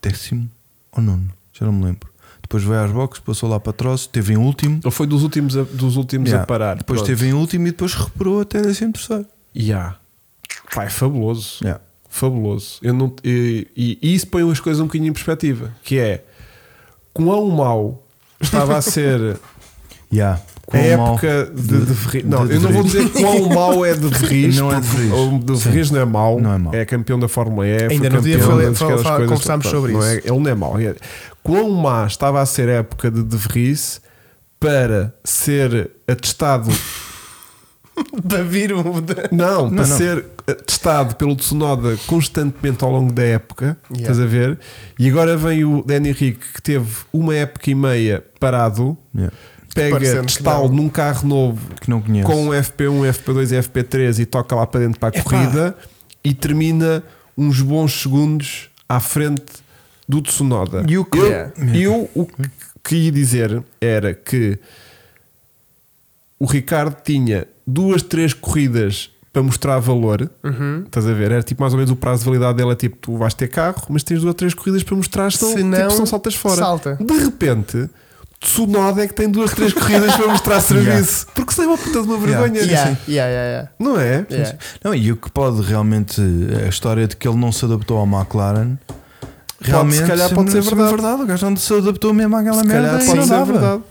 [SPEAKER 2] décimo ou nono, já não me lembro. Depois veio às boxes, passou lá para troço, esteve em último.
[SPEAKER 1] Ele foi dos últimos a, dos últimos
[SPEAKER 2] Yeah.
[SPEAKER 1] a parar.
[SPEAKER 2] Depois
[SPEAKER 1] Pronto.
[SPEAKER 2] esteve em último e depois recuperou até décimo terceiro.
[SPEAKER 1] Yeah. Pá, é fabuloso.
[SPEAKER 2] Yeah.
[SPEAKER 1] Fabuloso. Eu não, e, e- e isso põe as coisas um bocadinho em um perspectiva. Que é quão mau estava a ser
[SPEAKER 2] Yeah.
[SPEAKER 1] A
[SPEAKER 2] quão um mau-
[SPEAKER 1] época de, de Verri- Não,
[SPEAKER 2] de- de
[SPEAKER 1] eu não vou
[SPEAKER 2] Verri-
[SPEAKER 1] dizer quão mau é de Verris.
[SPEAKER 2] Não é de
[SPEAKER 1] porque
[SPEAKER 2] Verris.
[SPEAKER 1] o De Verris não é mau.
[SPEAKER 2] Não é mau.
[SPEAKER 1] campeão da Fórmula E. foi
[SPEAKER 3] Ainda no dia
[SPEAKER 1] campeão
[SPEAKER 3] foi-
[SPEAKER 1] das-
[SPEAKER 3] foi-
[SPEAKER 1] aquelas
[SPEAKER 3] fala-
[SPEAKER 1] coisas
[SPEAKER 3] conversámos
[SPEAKER 1] todas.
[SPEAKER 3] sobre
[SPEAKER 1] Não é-
[SPEAKER 3] isso.
[SPEAKER 1] ele não é mau. é- Quão má estava a ser a época de De Verris para ser atestado.
[SPEAKER 3] Para vir
[SPEAKER 1] um-
[SPEAKER 3] o. de-
[SPEAKER 1] Não, para
[SPEAKER 2] não.
[SPEAKER 1] ser atestado pelo Tsunoda constantemente ao longo da época.
[SPEAKER 3] Yeah.
[SPEAKER 1] Estás a ver? E agora vem o Danny Rick que teve uma época e meia parado.
[SPEAKER 2] Yeah.
[SPEAKER 1] Pega,
[SPEAKER 3] Parecendo que
[SPEAKER 1] testá-lo
[SPEAKER 3] não.
[SPEAKER 1] num carro novo
[SPEAKER 2] Que não conheço.
[SPEAKER 1] com um FP1, FP2 e FP3 e toca lá para dentro para a
[SPEAKER 2] Epá.
[SPEAKER 1] corrida e termina uns bons segundos à frente do Tsunoda.
[SPEAKER 2] E o que- é?
[SPEAKER 1] eu,
[SPEAKER 2] Yeah.
[SPEAKER 1] eu o que queria dizer era que o Ricardo tinha duas, três corridas para mostrar valor.
[SPEAKER 2] Uhum.
[SPEAKER 1] Estás a ver? Era tipo mais ou menos o prazo de validade dela, tipo, tu vais ter carro, mas tens duas, três corridas para mostrar, senão,
[SPEAKER 3] Se não,
[SPEAKER 1] tipo, senão saltas fora.
[SPEAKER 3] salta.
[SPEAKER 1] De repente, Tsunoda é que tem duas, três corridas para mostrar serviço. Porque isso é uma puta de uma
[SPEAKER 2] Yeah.
[SPEAKER 1] vergonha.
[SPEAKER 3] Yeah, yeah, yeah, yeah.
[SPEAKER 1] Não é?
[SPEAKER 3] Yeah.
[SPEAKER 2] Não, e o que pode realmente. A história de que ele não se adaptou à McLaren.
[SPEAKER 1] se
[SPEAKER 2] Realmente,
[SPEAKER 1] calhar, pode ser verdade.
[SPEAKER 2] O gajo não se adaptou mesmo àquela
[SPEAKER 1] Se
[SPEAKER 2] merda.
[SPEAKER 1] calhar
[SPEAKER 2] e
[SPEAKER 1] pode
[SPEAKER 2] não
[SPEAKER 1] ser
[SPEAKER 2] dava.
[SPEAKER 1] verdade.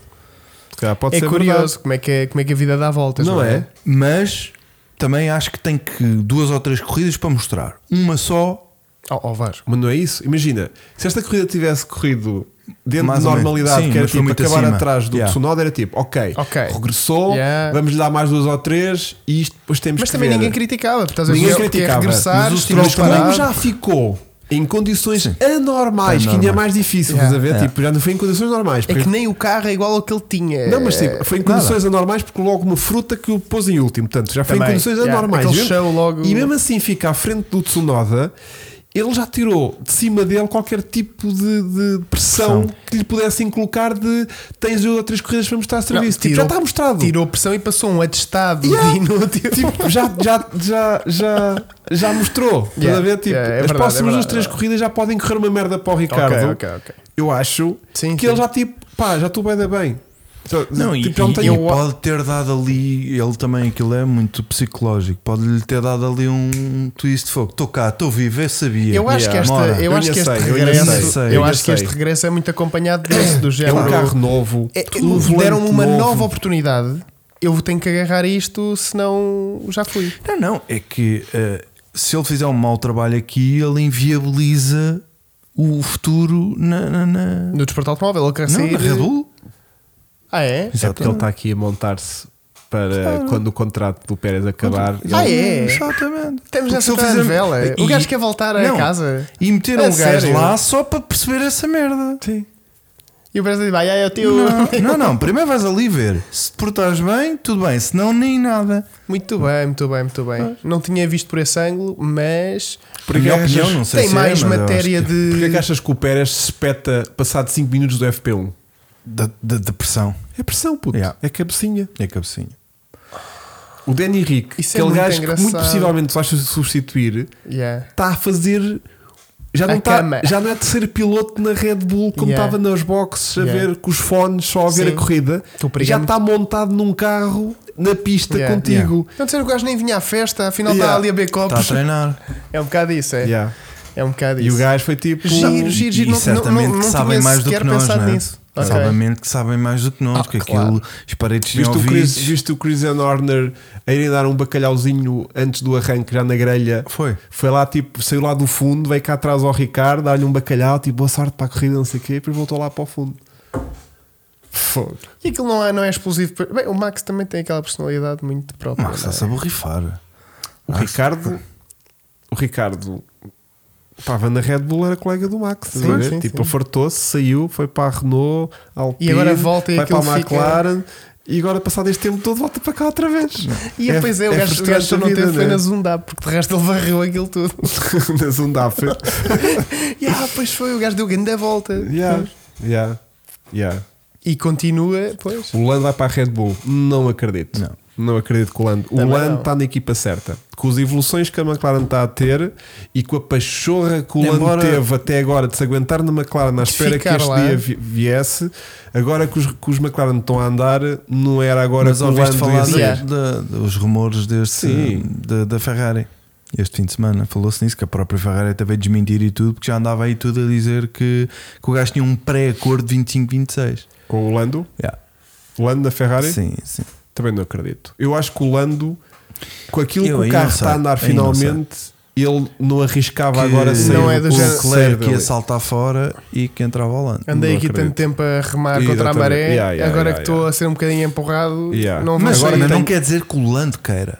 [SPEAKER 1] Se calhar pode
[SPEAKER 3] É
[SPEAKER 1] ser
[SPEAKER 3] curioso como é, que é, como é que a vida dá voltas.
[SPEAKER 1] verdade. Não é?
[SPEAKER 2] Mas também acho que tem que duas ou três corridas para mostrar. Uma só.
[SPEAKER 3] Ó ó, Oh, Vasco.
[SPEAKER 1] Mas não é isso. Imagina, se esta corrida tivesse corrido dentro
[SPEAKER 2] Mais
[SPEAKER 1] de
[SPEAKER 2] ou menos.
[SPEAKER 1] normalidade,
[SPEAKER 2] Sim,
[SPEAKER 1] que era
[SPEAKER 2] mas foi
[SPEAKER 1] tipo
[SPEAKER 2] muito
[SPEAKER 1] acabar
[SPEAKER 2] acima.
[SPEAKER 1] atrás do
[SPEAKER 2] Yeah.
[SPEAKER 1] Tsunoda, era tipo, ok,
[SPEAKER 3] Ok.
[SPEAKER 1] regressou,
[SPEAKER 3] Yeah.
[SPEAKER 1] vamos lhe dar mais duas ou três e isto depois temos
[SPEAKER 3] Mas
[SPEAKER 1] que
[SPEAKER 3] também
[SPEAKER 1] ver.
[SPEAKER 3] ninguém criticava. porque Estás a
[SPEAKER 1] Ninguém
[SPEAKER 3] ver que é
[SPEAKER 1] criticava.
[SPEAKER 3] regressar,
[SPEAKER 2] Mas os
[SPEAKER 3] estiveste
[SPEAKER 1] Mas também
[SPEAKER 3] parado.
[SPEAKER 1] já ficou em condições anormais, que
[SPEAKER 2] Anormais.
[SPEAKER 1] ainda é mais difícil,
[SPEAKER 3] Yeah.
[SPEAKER 1] estás a ver?
[SPEAKER 2] Yeah.
[SPEAKER 1] Tipo, já não foi em condições normais.
[SPEAKER 3] É
[SPEAKER 1] porque-
[SPEAKER 3] que nem o carro é igual ao que ele tinha.
[SPEAKER 1] Não, mas
[SPEAKER 3] Eh,
[SPEAKER 1] tipo, foi em
[SPEAKER 2] nada.
[SPEAKER 1] condições anormais porque logo uma fruta que o pôs em último. Portanto, já foi em
[SPEAKER 3] Também,
[SPEAKER 1] condições
[SPEAKER 3] yeah,
[SPEAKER 1] anormais.
[SPEAKER 3] aquele
[SPEAKER 1] E mesmo-
[SPEAKER 3] show logo-
[SPEAKER 1] E mesmo assim fica à frente do Tsunoda. Ele já tirou de cima dele qualquer tipo de, de pressão,
[SPEAKER 2] Pressão.
[SPEAKER 1] que lhe pudessem colocar de tens duas ou três corridas para mostrar
[SPEAKER 3] Não,
[SPEAKER 1] serviço. tipo,
[SPEAKER 3] tirou-
[SPEAKER 1] já está mostrado.
[SPEAKER 3] Tirou pressão e passou um atestado
[SPEAKER 1] Yeah.
[SPEAKER 3] de inútil.
[SPEAKER 1] Tipo, já, já, já, já, já mostrou. Estás
[SPEAKER 3] Yeah,
[SPEAKER 1] a ver? Tipo,
[SPEAKER 3] yeah, é
[SPEAKER 1] as
[SPEAKER 3] verdade, é
[SPEAKER 1] próximas
[SPEAKER 3] verdade,
[SPEAKER 1] duas, três
[SPEAKER 3] é verdade.
[SPEAKER 1] corridas já podem correr uma merda para o Ricardo.
[SPEAKER 3] ok, ok.
[SPEAKER 1] Eu acho
[SPEAKER 3] Sim,
[SPEAKER 1] que
[SPEAKER 3] sim.
[SPEAKER 1] ele já tipo, pá, já estou bem da bem. Já-
[SPEAKER 2] Não, e,
[SPEAKER 1] tipo, já não
[SPEAKER 2] e-
[SPEAKER 1] tenho-
[SPEAKER 2] e pode ter dado ali. Ele também, aquilo é muito psicológico. Pode-lhe ter dado ali um twist de fogo. Estou cá, estou vivo, eu sabia.
[SPEAKER 3] Eu acho
[SPEAKER 1] Yeah,
[SPEAKER 3] que, esta,
[SPEAKER 2] mora.
[SPEAKER 1] Eu
[SPEAKER 3] eu acho
[SPEAKER 1] ainda
[SPEAKER 3] que este
[SPEAKER 1] sei, eu ainda
[SPEAKER 3] regresso,
[SPEAKER 2] sei, eu
[SPEAKER 3] eu,
[SPEAKER 1] ainda
[SPEAKER 3] acho que este
[SPEAKER 1] sei.
[SPEAKER 3] regresso é muito acompanhado desse, do
[SPEAKER 1] É
[SPEAKER 3] género.
[SPEAKER 1] um carro novo.
[SPEAKER 3] É,
[SPEAKER 1] tudo um volante
[SPEAKER 3] deram uma
[SPEAKER 1] novo.
[SPEAKER 3] nova oportunidade. Eu tenho que agarrar isto, senão já fui.
[SPEAKER 2] Não, não, é que eh, se ele fizer um mau trabalho aqui, ele inviabiliza o futuro na. na, na...
[SPEAKER 3] No desporto automóvel, ele quer
[SPEAKER 2] Não,
[SPEAKER 3] sair.
[SPEAKER 2] na Red Bull?
[SPEAKER 3] Ah, é?
[SPEAKER 1] É porque ele está aqui a montar-se para quando o contrato do Pérez acabar. ele-
[SPEAKER 3] Ah, é?
[SPEAKER 2] Exatamente. Porque
[SPEAKER 3] Temos nessa
[SPEAKER 2] se ele fizer- eh,
[SPEAKER 3] novela. O
[SPEAKER 2] e-
[SPEAKER 3] gajo quer voltar a
[SPEAKER 2] Não,
[SPEAKER 3] casa.
[SPEAKER 2] E meter
[SPEAKER 3] A
[SPEAKER 2] um gajo
[SPEAKER 3] sério?
[SPEAKER 2] lá só para perceber essa merda. Sim.
[SPEAKER 3] E o brasileiro vai, ah, eu tio.
[SPEAKER 2] Não, não, não, primeiro vais ali ver. Se te portares bem, tudo bem. Se não, nem nada.
[SPEAKER 3] Muito bem, muito bem, muito bem. Não tinha visto por esse ângulo, mas
[SPEAKER 2] Por minha é opinião, não sei
[SPEAKER 3] tem
[SPEAKER 2] se
[SPEAKER 3] mais
[SPEAKER 2] é, mas eu
[SPEAKER 3] matéria
[SPEAKER 2] acho que-
[SPEAKER 1] Porquê é que
[SPEAKER 3] de.
[SPEAKER 1] achas que o Pérez se espeta passado 5 minutos do FP1?
[SPEAKER 2] Da, da depressão.
[SPEAKER 1] É pressão, puto.
[SPEAKER 2] Yeah.
[SPEAKER 1] É cabecinha.
[SPEAKER 2] É cabecinha.
[SPEAKER 1] O Danny Rick,
[SPEAKER 3] Isso é
[SPEAKER 1] aquele
[SPEAKER 3] muito
[SPEAKER 1] gajo que muito
[SPEAKER 3] engraçado.
[SPEAKER 1] possivelmente vai substituir,
[SPEAKER 3] Yeah.
[SPEAKER 1] está a fazer. Já não,
[SPEAKER 3] A
[SPEAKER 1] está,
[SPEAKER 3] cama.
[SPEAKER 1] já não é terceiro piloto na Red Bull como
[SPEAKER 3] Yeah.
[SPEAKER 1] estava nos boxes a
[SPEAKER 3] Yeah.
[SPEAKER 1] ver com os fones só a ver a
[SPEAKER 3] Sim.
[SPEAKER 1] corrida
[SPEAKER 3] Tu perigo-
[SPEAKER 1] já está montado num carro na pista
[SPEAKER 3] Yeah.
[SPEAKER 1] contigo
[SPEAKER 3] Não dizer o gajo nem vinha à festa, afinal está
[SPEAKER 1] Yeah. Tá
[SPEAKER 3] ali a beber
[SPEAKER 2] Está a
[SPEAKER 3] copos.
[SPEAKER 2] treinar.
[SPEAKER 3] É um bocado isso, é.
[SPEAKER 1] Yeah.
[SPEAKER 3] É um bocado
[SPEAKER 1] E o
[SPEAKER 3] isso.
[SPEAKER 1] gajo foi tipo.
[SPEAKER 3] Giro, giro,
[SPEAKER 2] E
[SPEAKER 3] giro. Não-
[SPEAKER 2] certamente
[SPEAKER 3] não- não-
[SPEAKER 2] que
[SPEAKER 3] não
[SPEAKER 2] sabem
[SPEAKER 3] tinha
[SPEAKER 2] mais do que
[SPEAKER 3] sequer
[SPEAKER 2] nós.
[SPEAKER 3] pensado
[SPEAKER 2] não é?
[SPEAKER 3] nisso. Ok.
[SPEAKER 2] Certamente que sabem mais do que nós,
[SPEAKER 3] Ah,
[SPEAKER 2] porque
[SPEAKER 3] claro.
[SPEAKER 2] aquilo, os paredes têm
[SPEAKER 1] Viste o, Chris,
[SPEAKER 2] ouvidos.
[SPEAKER 1] viste o Chris and Horner a irem dar um bacalhauzinho antes do arranque, já na grelha.
[SPEAKER 2] Foi.
[SPEAKER 1] Foi lá, tipo, saiu lá do fundo, veio cá atrás ao Ricardo, dá-lhe um bacalhau, tipo, boa sorte para a corrida, não sei o quê, e depois voltou lá para o fundo. Fogo.
[SPEAKER 3] E aquilo não é, não é explosivo. para- Bem, o Max também tem aquela personalidade muito própria.
[SPEAKER 2] Max
[SPEAKER 3] não é?
[SPEAKER 2] está-se a borrifar.
[SPEAKER 1] O Ricardo. O Ricardo. Estava na Red Bull, era colega do Max. estás a
[SPEAKER 3] Sim,
[SPEAKER 1] ver?
[SPEAKER 3] sim,
[SPEAKER 1] tipo,
[SPEAKER 3] sim.
[SPEAKER 1] fartou-se, saiu, foi para a Renault, Alpine,
[SPEAKER 3] E agora volta e
[SPEAKER 1] vai para a
[SPEAKER 3] aquilo fica-
[SPEAKER 1] McLaren. E agora, passado este tempo todo, volta para cá outra vez.
[SPEAKER 3] E depois é, o gajo, o gajo
[SPEAKER 1] frustrante
[SPEAKER 3] só
[SPEAKER 1] a
[SPEAKER 3] não
[SPEAKER 1] vida,
[SPEAKER 3] teve foi
[SPEAKER 1] né?
[SPEAKER 3] na Zundá, porque de resto ele varreu aquilo tudo.
[SPEAKER 1] na Zundafer.
[SPEAKER 3] E ah, pois foi, o gajo deu grande a volta.
[SPEAKER 1] Yeah, yeah, yeah.
[SPEAKER 3] E continua, pois.
[SPEAKER 1] O Lando vai para a Red Bull. Não acredito.
[SPEAKER 2] Não.
[SPEAKER 1] acredito que o Lando.
[SPEAKER 3] Também
[SPEAKER 1] o Lando
[SPEAKER 3] não.
[SPEAKER 1] está na equipa certa. Com as evoluções que a McLaren está a ter e com a pachorra que o Lando
[SPEAKER 2] Embora-
[SPEAKER 1] teve até agora de se aguentar na McLaren à
[SPEAKER 3] De
[SPEAKER 1] espera que
[SPEAKER 3] ficar
[SPEAKER 1] este
[SPEAKER 3] lá.
[SPEAKER 1] dia vi- viesse, agora que os, que os McLaren estão a andar, não era agora
[SPEAKER 2] Mas
[SPEAKER 1] que o
[SPEAKER 2] ouviste
[SPEAKER 1] Lando
[SPEAKER 2] falar
[SPEAKER 1] ia
[SPEAKER 2] de-
[SPEAKER 1] ser.
[SPEAKER 3] Yeah.
[SPEAKER 2] de- dos rumores deste,
[SPEAKER 1] Sim.
[SPEAKER 2] da, da Ferrari. Este fim de semana falou-se nisso, que a própria Ferrari até veio desmentir e tudo, porque já andava aí tudo a dizer que, que o gajo tinha um pré-acordo de 25-26.
[SPEAKER 1] Com o Lando?
[SPEAKER 2] Yeah.
[SPEAKER 1] Lando da Ferrari?
[SPEAKER 2] Sim, sim.
[SPEAKER 1] Também não acredito. Eu acho que o Lando, com aquilo
[SPEAKER 2] Eu
[SPEAKER 1] que
[SPEAKER 2] aí
[SPEAKER 1] o
[SPEAKER 2] não
[SPEAKER 1] carro
[SPEAKER 2] sei,
[SPEAKER 1] está a andar
[SPEAKER 2] aí não sei.
[SPEAKER 1] finalmente, ele não arriscava
[SPEAKER 2] Que
[SPEAKER 1] agora sair
[SPEAKER 3] Não é do
[SPEAKER 1] o
[SPEAKER 3] género-
[SPEAKER 1] Leclerc
[SPEAKER 2] Leclerc que ia
[SPEAKER 1] dali.
[SPEAKER 2] saltar fora e que entrava ao lado.
[SPEAKER 3] Andei
[SPEAKER 1] Não
[SPEAKER 3] aqui
[SPEAKER 1] acredito.
[SPEAKER 3] tanto tempo a remar
[SPEAKER 1] Exatamente.
[SPEAKER 3] contra a maré,
[SPEAKER 1] Yeah, yeah,
[SPEAKER 3] agora
[SPEAKER 1] yeah,
[SPEAKER 3] que estou
[SPEAKER 1] yeah.
[SPEAKER 3] a ser um bocadinho empurrado,
[SPEAKER 1] Yeah.
[SPEAKER 3] não
[SPEAKER 2] Mas
[SPEAKER 3] agora
[SPEAKER 2] ainda
[SPEAKER 3] tenho-
[SPEAKER 2] não quer dizer que o Lando queira.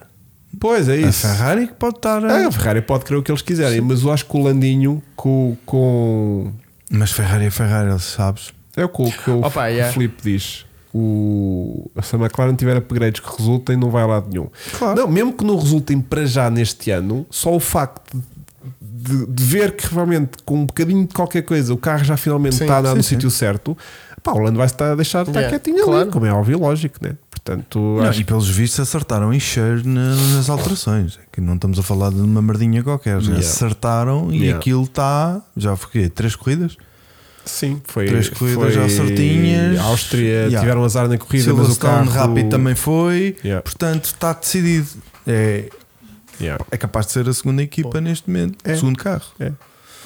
[SPEAKER 1] Pois é isso.
[SPEAKER 2] A Ferrari que pode estar. a-
[SPEAKER 1] Ah, a Ferrari pode crer o que eles quiserem, mas eu acho que o Landinho com. com
[SPEAKER 2] Mas Ferrari é Ferrari, eles sabes.
[SPEAKER 1] é o que o- que o
[SPEAKER 3] Opa, é. yeah.
[SPEAKER 1] Felipe diz. O, se a McLaren tiver upgrades que resultem, não vai a lado nenhum.
[SPEAKER 2] Claro.
[SPEAKER 1] Não, mesmo que não resultem para já neste ano, só o facto de, de ver que realmente com um bocadinho de qualquer coisa o carro já finalmente
[SPEAKER 3] Sim,
[SPEAKER 1] está a andar
[SPEAKER 2] sim,
[SPEAKER 1] no
[SPEAKER 2] sim.
[SPEAKER 1] sítio certo, pá, o Lando vai estar a deixar de estar
[SPEAKER 3] Yeah,
[SPEAKER 1] quietinho
[SPEAKER 3] claro.
[SPEAKER 1] ali, como é óbvio, e lógico, né? Portanto,
[SPEAKER 2] Não,
[SPEAKER 1] acho
[SPEAKER 2] e pelos vistos acertaram em cheio na- nas alterações. É Que não estamos a falar de uma merdinha qualquer. já
[SPEAKER 1] Yeah.
[SPEAKER 2] Acertaram e
[SPEAKER 1] Yeah.
[SPEAKER 2] aquilo está. Já foi o quê? Três corridas?
[SPEAKER 1] Sim, foi.
[SPEAKER 2] Três corridas
[SPEAKER 1] foi
[SPEAKER 2] já certinhas.
[SPEAKER 1] A Áustria
[SPEAKER 2] Yeah.
[SPEAKER 1] tiveram azar na corrida, mas o
[SPEAKER 2] Silverstone
[SPEAKER 1] carro
[SPEAKER 2] rápido também foi.
[SPEAKER 1] Yeah.
[SPEAKER 2] Portanto, está decidido. É,
[SPEAKER 1] Yeah.
[SPEAKER 2] é capaz de ser a segunda equipa neste momento.
[SPEAKER 1] É.
[SPEAKER 2] Segundo carro.
[SPEAKER 1] É.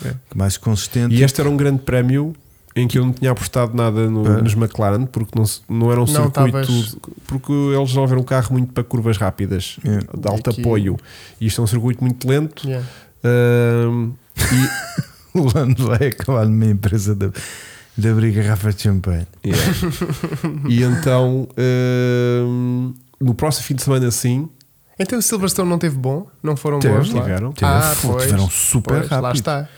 [SPEAKER 1] É.
[SPEAKER 2] Mais consistente.
[SPEAKER 1] E este era um grande prémio em que eu não tinha apostado nada no-
[SPEAKER 2] É.
[SPEAKER 1] nos McLaren porque não, se- não era um
[SPEAKER 3] Não,
[SPEAKER 1] circuito.
[SPEAKER 3] estavas-
[SPEAKER 1] Porque eles levaram o carro muito para curvas rápidas,
[SPEAKER 2] É.
[SPEAKER 1] de alto
[SPEAKER 3] Aqui-
[SPEAKER 1] apoio. E isto é um circuito muito lento.
[SPEAKER 3] Yeah.
[SPEAKER 1] Ahm,
[SPEAKER 2] O Lando vai acabar numa empresa de, de abrir garrafas de champanhe.
[SPEAKER 1] yeah. e então, ahm, no próximo fim de semana, sim,
[SPEAKER 3] Então o Silverstone não teve bom? Não foram
[SPEAKER 2] Teve,
[SPEAKER 3] bons? lá?
[SPEAKER 1] tiveram.
[SPEAKER 2] Teve-
[SPEAKER 3] Ah,
[SPEAKER 2] fô,
[SPEAKER 3] pois,
[SPEAKER 2] tiveram super
[SPEAKER 3] Pois,
[SPEAKER 2] rápido.
[SPEAKER 3] Lá está.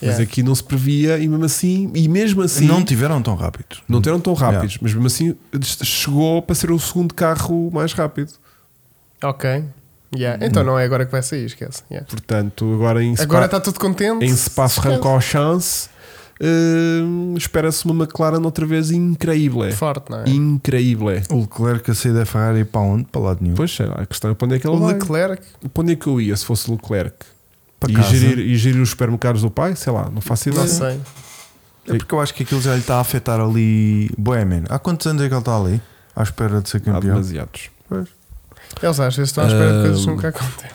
[SPEAKER 1] mas
[SPEAKER 3] Yeah.
[SPEAKER 1] aqui não se previa, e mesmo assim, e mesmo assim
[SPEAKER 2] Não tiveram tão rápidos.
[SPEAKER 1] Não eram tão rápidos, mas mesmo assim chegou para ser o segundo carro mais rápido.
[SPEAKER 3] Ok. Yeah. Então não é agora que vai sair, esquece. Yeah.
[SPEAKER 1] Portanto, agora em, Spa,
[SPEAKER 3] Agora está tudo contente.
[SPEAKER 1] em Spa francorchamps eh, espera-se uma McLaren outra vez increíble.
[SPEAKER 3] Forte, não é?
[SPEAKER 1] Increíble.
[SPEAKER 2] O Leclerc a sair da Ferrari para onde? Para lado nenhum.
[SPEAKER 1] Pois sei lá, a questão é para onde é que ele
[SPEAKER 3] O
[SPEAKER 1] vai.
[SPEAKER 3] Leclerc.
[SPEAKER 1] Para onde é que eu ia se fosse Leclerc?
[SPEAKER 2] Para
[SPEAKER 1] e,
[SPEAKER 2] casa.
[SPEAKER 1] gerir, e gerir os supermercados do pai? Sei lá, não faço ideia.
[SPEAKER 3] Não sei.
[SPEAKER 2] É porque eu acho que aquilo já lhe está a afetar ali. Boeman, há quantos anos é que ele está ali? À espera de ser
[SPEAKER 1] Há
[SPEAKER 2] campeão.
[SPEAKER 1] demasiados.
[SPEAKER 3] Eles às vezes estão à espera de coisas que
[SPEAKER 1] Ahm,
[SPEAKER 3] nunca acontecem.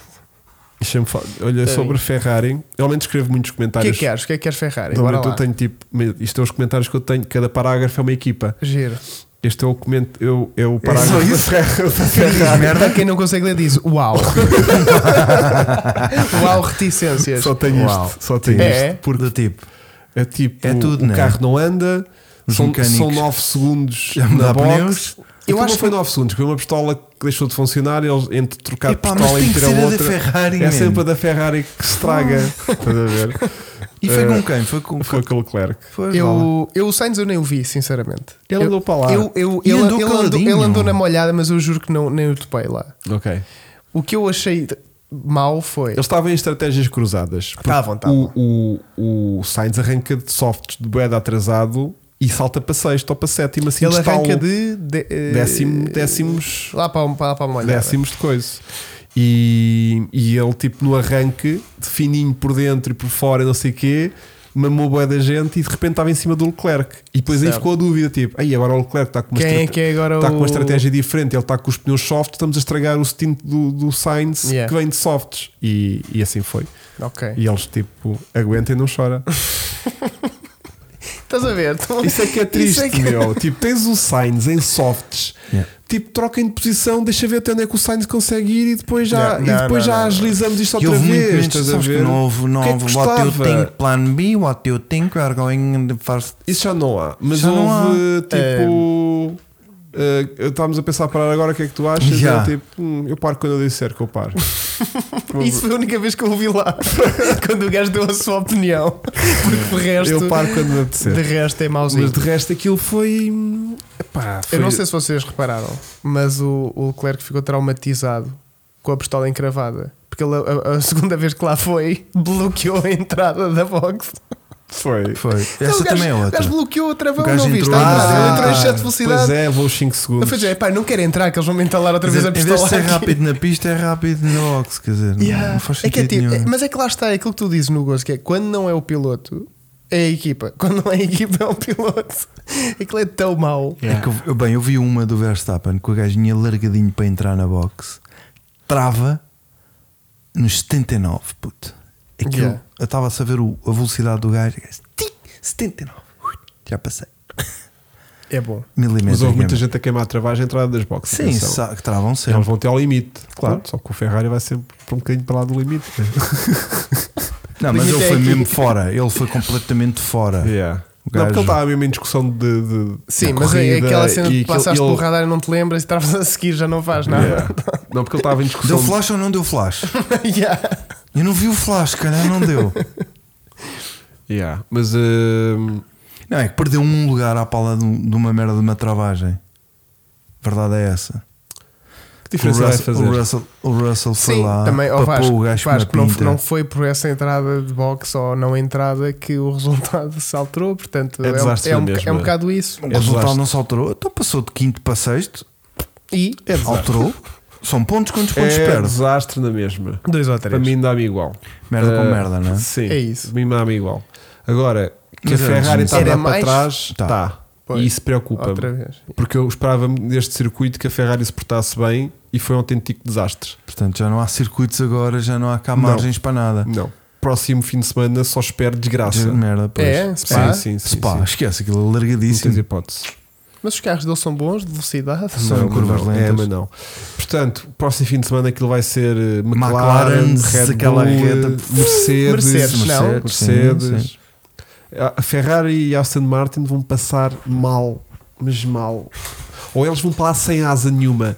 [SPEAKER 1] Deixa-me falar- Olha,
[SPEAKER 3] Tem.
[SPEAKER 1] sobre a Ferrari, eu realmente escrevo muitos
[SPEAKER 3] O que é
[SPEAKER 1] comentários.
[SPEAKER 3] que queres? O que é que queres Ferrari? Bora
[SPEAKER 1] Normalmente eu
[SPEAKER 3] lá.
[SPEAKER 1] tenho tipo, isto é os comentários que eu tenho, cada parágrafo é uma equipa.
[SPEAKER 3] Giro.
[SPEAKER 1] Este é o comento, eu, é o
[SPEAKER 2] só
[SPEAKER 1] parágrafo da
[SPEAKER 2] isso?
[SPEAKER 1] Ferrari.
[SPEAKER 3] Para quem não consegue ler, diz uau. uau, reticências.
[SPEAKER 1] Só tenho
[SPEAKER 2] Uau.
[SPEAKER 1] isto, só tenho
[SPEAKER 3] É?
[SPEAKER 1] isto.
[SPEAKER 2] Por do tipo,
[SPEAKER 1] É tipo,
[SPEAKER 2] É tudo,
[SPEAKER 1] o
[SPEAKER 2] né?
[SPEAKER 1] carro não anda,
[SPEAKER 2] Os
[SPEAKER 1] são,
[SPEAKER 2] mecânicos.
[SPEAKER 1] são 9 segundos
[SPEAKER 2] Já
[SPEAKER 1] na
[SPEAKER 2] mudar
[SPEAKER 1] box.
[SPEAKER 2] pneus?
[SPEAKER 1] Eu
[SPEAKER 3] Eu
[SPEAKER 1] acho
[SPEAKER 3] acho
[SPEAKER 1] que foi 9 segundos, foi uma pistola que deixou de funcionar, eles entre trocar
[SPEAKER 2] Epá,
[SPEAKER 1] de
[SPEAKER 2] mas
[SPEAKER 1] pistola
[SPEAKER 2] tem
[SPEAKER 1] e
[SPEAKER 2] que
[SPEAKER 1] tirar
[SPEAKER 2] ser a da
[SPEAKER 1] outra.
[SPEAKER 2] Ferrari.
[SPEAKER 1] é
[SPEAKER 2] man.
[SPEAKER 1] sempre a da Ferrari que se estraga. Estás a ver?
[SPEAKER 2] E foi
[SPEAKER 1] Eh,
[SPEAKER 2] com quem? Foi com
[SPEAKER 1] Foi com o Leclerc.
[SPEAKER 2] foi lá.
[SPEAKER 3] Eu, eu o Sainz eu nem o vi, sinceramente.
[SPEAKER 1] Ele
[SPEAKER 3] eu,
[SPEAKER 1] andou para lá.
[SPEAKER 3] Eu, eu,
[SPEAKER 2] E
[SPEAKER 3] ele,
[SPEAKER 2] andou
[SPEAKER 3] ele andou,
[SPEAKER 2] caladinho.
[SPEAKER 3] ele andou na molhada, mas eu juro que não, nem o topei lá.
[SPEAKER 1] Ok.
[SPEAKER 3] O que eu achei de- mau foi.
[SPEAKER 1] Eles estavam em estratégias cruzadas. porque
[SPEAKER 3] Ah, Estavam, estavam.
[SPEAKER 1] O, o, o Sainz arranca de softs de boeda atrasado e salta para sexto ou para sétimo, assim
[SPEAKER 3] ele
[SPEAKER 1] de estalo.
[SPEAKER 3] arranca de. de- eh,
[SPEAKER 1] Décimo- décimos,
[SPEAKER 3] Lá para, um- para, para a molhada.
[SPEAKER 1] décimos de coisa. E, e ele, tipo, no arranque, de fininho por dentro e por fora, e não sei o quê, mamou boé da gente e de repente estava em cima do Leclerc. E depois aí
[SPEAKER 3] Certo.
[SPEAKER 1] ficou a dúvida: tipo, aí agora o Leclerc está com uma,
[SPEAKER 3] Quem é
[SPEAKER 1] estrate-
[SPEAKER 3] que é agora
[SPEAKER 1] está
[SPEAKER 3] o.
[SPEAKER 1] com uma estratégia diferente, ele está com os pneus soft, estamos a estragar o stint do, do Sainz
[SPEAKER 3] Yeah.
[SPEAKER 1] que vem de softs. E, e assim foi.
[SPEAKER 3] Ok.
[SPEAKER 1] E eles, tipo, aguentem, não chora.
[SPEAKER 3] Estás a ver? Tu-
[SPEAKER 1] Isso é que é triste,
[SPEAKER 3] Isso é que-
[SPEAKER 1] meu. Tipo, tens o Sainz em softs.
[SPEAKER 2] Yeah.
[SPEAKER 1] Tipo, troquem de posição, deixa ver até onde é que o Sainz consegue ir e depois já,
[SPEAKER 3] Yeah.
[SPEAKER 1] e
[SPEAKER 3] Não,
[SPEAKER 1] depois já
[SPEAKER 3] não, não, não.
[SPEAKER 1] agilizamos isto
[SPEAKER 2] E
[SPEAKER 1] outra
[SPEAKER 2] houve muito
[SPEAKER 1] vez.
[SPEAKER 2] menos,
[SPEAKER 1] Estás a
[SPEAKER 2] sabes que
[SPEAKER 1] ver?
[SPEAKER 2] não houve, não
[SPEAKER 1] O que é que
[SPEAKER 2] houve. what you
[SPEAKER 1] custava?
[SPEAKER 2] think, plan B, what you think, we are going the first.
[SPEAKER 1] Isso já não há. Mas
[SPEAKER 2] Já não
[SPEAKER 1] houve eh, tipo.
[SPEAKER 3] É.
[SPEAKER 1] eh, estávamos a pensar a parar agora, o que é que tu achas?
[SPEAKER 2] Yeah.
[SPEAKER 1] Eu, tipo, hum, eu paro quando eu disser que eu paro.
[SPEAKER 3] Isso foi a única vez que eu ouvi lá. quando o gajo deu a sua opinião. Porque o resto.
[SPEAKER 1] eu paro quando me apetecer.
[SPEAKER 3] De resto é
[SPEAKER 1] Mas
[SPEAKER 3] mauzinho.
[SPEAKER 1] de resto aquilo foi. hum, Epá, foi
[SPEAKER 3] Eu não sei se vocês repararam, mas o, o Leclerc ficou traumatizado com a pistola encravada. Porque ele, a, a segunda vez que lá foi, bloqueou a entrada da box.
[SPEAKER 1] Foi.
[SPEAKER 2] Foi.
[SPEAKER 3] Então,
[SPEAKER 2] Essa
[SPEAKER 3] o gajo-
[SPEAKER 2] também é
[SPEAKER 3] O gajo
[SPEAKER 2] outra.
[SPEAKER 3] bloqueou o travão,
[SPEAKER 2] O gajo
[SPEAKER 3] não viste?
[SPEAKER 2] entrou
[SPEAKER 3] Ah,
[SPEAKER 2] em-
[SPEAKER 3] ele entrou em
[SPEAKER 2] Ah,
[SPEAKER 3] exceto de
[SPEAKER 1] Pois
[SPEAKER 3] velocidade.
[SPEAKER 1] é, vou 5
[SPEAKER 3] Eu
[SPEAKER 1] segundos.
[SPEAKER 3] falei, pá, não quero entrar, que eles vão me entalar outra
[SPEAKER 2] Quer dizer, Em
[SPEAKER 3] vez a
[SPEAKER 2] vez
[SPEAKER 3] pistola.
[SPEAKER 2] de ser
[SPEAKER 3] aqui."
[SPEAKER 2] rápido na pista, é rápido na box. Quer dizer, não-
[SPEAKER 3] Yeah.
[SPEAKER 2] não faz
[SPEAKER 3] É que é
[SPEAKER 2] sentido.
[SPEAKER 3] tipo-
[SPEAKER 2] nenhum.
[SPEAKER 3] mas é que lá está, é aquilo que tu dizes no gozo, que é quando não é o piloto, é a equipa. Quando não é a equipa, é o piloto. Aquilo é tão mau.
[SPEAKER 2] É que eu- eu, bem, eu vi uma do Verstappen com o gajinha largadinho para entrar na box, trava nos 79, puto. Aquilo,
[SPEAKER 3] Yeah.
[SPEAKER 2] eu estava a saber o- a velocidade do gajo, e o gajo, "Tim, 79, ui, já passei.
[SPEAKER 3] É bom.
[SPEAKER 2] milímetro.
[SPEAKER 1] Mas houve muita
[SPEAKER 2] digamos.
[SPEAKER 1] gente a queimar a travagem à entrada das boxes.
[SPEAKER 2] Sim,
[SPEAKER 1] atenção.
[SPEAKER 2] sa- que travam
[SPEAKER 1] Eles
[SPEAKER 2] sempre.
[SPEAKER 1] vão ter ao limite, claro.
[SPEAKER 2] Claro.
[SPEAKER 1] Só que o Ferrari vai sempre para um bocadinho para lá do limite.
[SPEAKER 2] Não, mas
[SPEAKER 3] Limite
[SPEAKER 2] ele
[SPEAKER 3] é
[SPEAKER 2] foi
[SPEAKER 3] aqui.
[SPEAKER 2] mesmo fora. Ele foi completamente fora.
[SPEAKER 1] yeah. Não,
[SPEAKER 2] gajo-
[SPEAKER 1] porque ele estava mesmo em discussão de. de-
[SPEAKER 3] Sim,
[SPEAKER 1] da
[SPEAKER 3] mas é
[SPEAKER 1] corrida
[SPEAKER 3] aquela cena
[SPEAKER 1] e
[SPEAKER 3] que
[SPEAKER 1] aquilo-
[SPEAKER 3] passaste pelo
[SPEAKER 1] ele-
[SPEAKER 3] radar e não te lembras e estavas a seguir, já não faz nada.
[SPEAKER 1] Yeah. Não, porque ele estava em discussão.
[SPEAKER 2] Deu flash ou não deu flash?
[SPEAKER 3] Yeah.
[SPEAKER 2] Eu não vi o flash, se calhar não deu.
[SPEAKER 1] de- Yeah. Mas. hum,
[SPEAKER 2] Não, é que perdeu um lugar à pala de, um- de uma merda de uma travagem. Verdade é essa.
[SPEAKER 1] que diferença
[SPEAKER 2] o
[SPEAKER 1] vai
[SPEAKER 2] Russell,
[SPEAKER 1] fazer?
[SPEAKER 2] o Russell, o Russell foi
[SPEAKER 3] Sim,
[SPEAKER 2] lá
[SPEAKER 3] também
[SPEAKER 2] papou
[SPEAKER 3] ao Vasco,
[SPEAKER 2] o gajo
[SPEAKER 3] Vasco
[SPEAKER 2] com
[SPEAKER 3] não,
[SPEAKER 2] uma
[SPEAKER 3] f-
[SPEAKER 2] pinta. É
[SPEAKER 3] não foi por essa entrada de boxe ou não entrada que o resultado se alterou, portanto
[SPEAKER 1] É
[SPEAKER 3] é, um-
[SPEAKER 1] desastre
[SPEAKER 3] é um,
[SPEAKER 1] mesmo,
[SPEAKER 3] é um
[SPEAKER 1] é.
[SPEAKER 3] bocado isso.
[SPEAKER 2] o resultado
[SPEAKER 1] desastre.
[SPEAKER 2] não se alterou. Então passou de quinto para sexto.
[SPEAKER 3] E é desastre.
[SPEAKER 2] Alterou. São pontos quantos pontos
[SPEAKER 1] É
[SPEAKER 2] perde?
[SPEAKER 1] desastre na mesma.
[SPEAKER 3] Dois ou três.
[SPEAKER 1] Para mim dá-me igual.
[SPEAKER 2] Merda com
[SPEAKER 1] Ah,
[SPEAKER 2] merda, não é?
[SPEAKER 1] Sim.
[SPEAKER 3] É isso.
[SPEAKER 1] Para mim dá-me igual. Agora, que
[SPEAKER 2] Mas
[SPEAKER 1] a
[SPEAKER 2] era
[SPEAKER 1] Ferrari está a
[SPEAKER 3] Era
[SPEAKER 1] dar para
[SPEAKER 3] mais?
[SPEAKER 1] trás, está.
[SPEAKER 3] Pois.
[SPEAKER 1] E isso preocupa-me.
[SPEAKER 3] Outra vez.
[SPEAKER 1] Porque eu esperava neste circuito que a Ferrari se portasse bem e foi um autêntico desastre.
[SPEAKER 2] Portanto, já não há circuitos agora, já não há cá
[SPEAKER 1] Não.
[SPEAKER 2] margens para nada.
[SPEAKER 1] Não. Próximo fim de semana só espero
[SPEAKER 2] Ah. De
[SPEAKER 1] desgraça.
[SPEAKER 2] merda, pois.
[SPEAKER 3] É,
[SPEAKER 1] Sim,
[SPEAKER 3] Spa?
[SPEAKER 1] sim, sim.
[SPEAKER 2] Spa,
[SPEAKER 1] sim.
[SPEAKER 2] esquece, aquilo é
[SPEAKER 1] Não tens
[SPEAKER 2] largadíssimo.
[SPEAKER 1] hipótese.
[SPEAKER 3] Mas os carros dele são bons, de velocidade.
[SPEAKER 2] São
[SPEAKER 1] Não,
[SPEAKER 2] curvas
[SPEAKER 1] não, É,
[SPEAKER 2] lentas.
[SPEAKER 1] mas não. Portanto, próximo fim de semana aquilo vai ser eh, McLaren,
[SPEAKER 2] McLaren,
[SPEAKER 1] Red
[SPEAKER 2] aquela
[SPEAKER 1] Bull,
[SPEAKER 2] reta.
[SPEAKER 1] Mercedes,
[SPEAKER 3] Mercedes, não.
[SPEAKER 1] Mercedes.
[SPEAKER 2] Sim, sim.
[SPEAKER 1] A Ferrari e a Aston Martin vão passar mal, mas mal. Ou eles vão para lá sem asa nenhuma.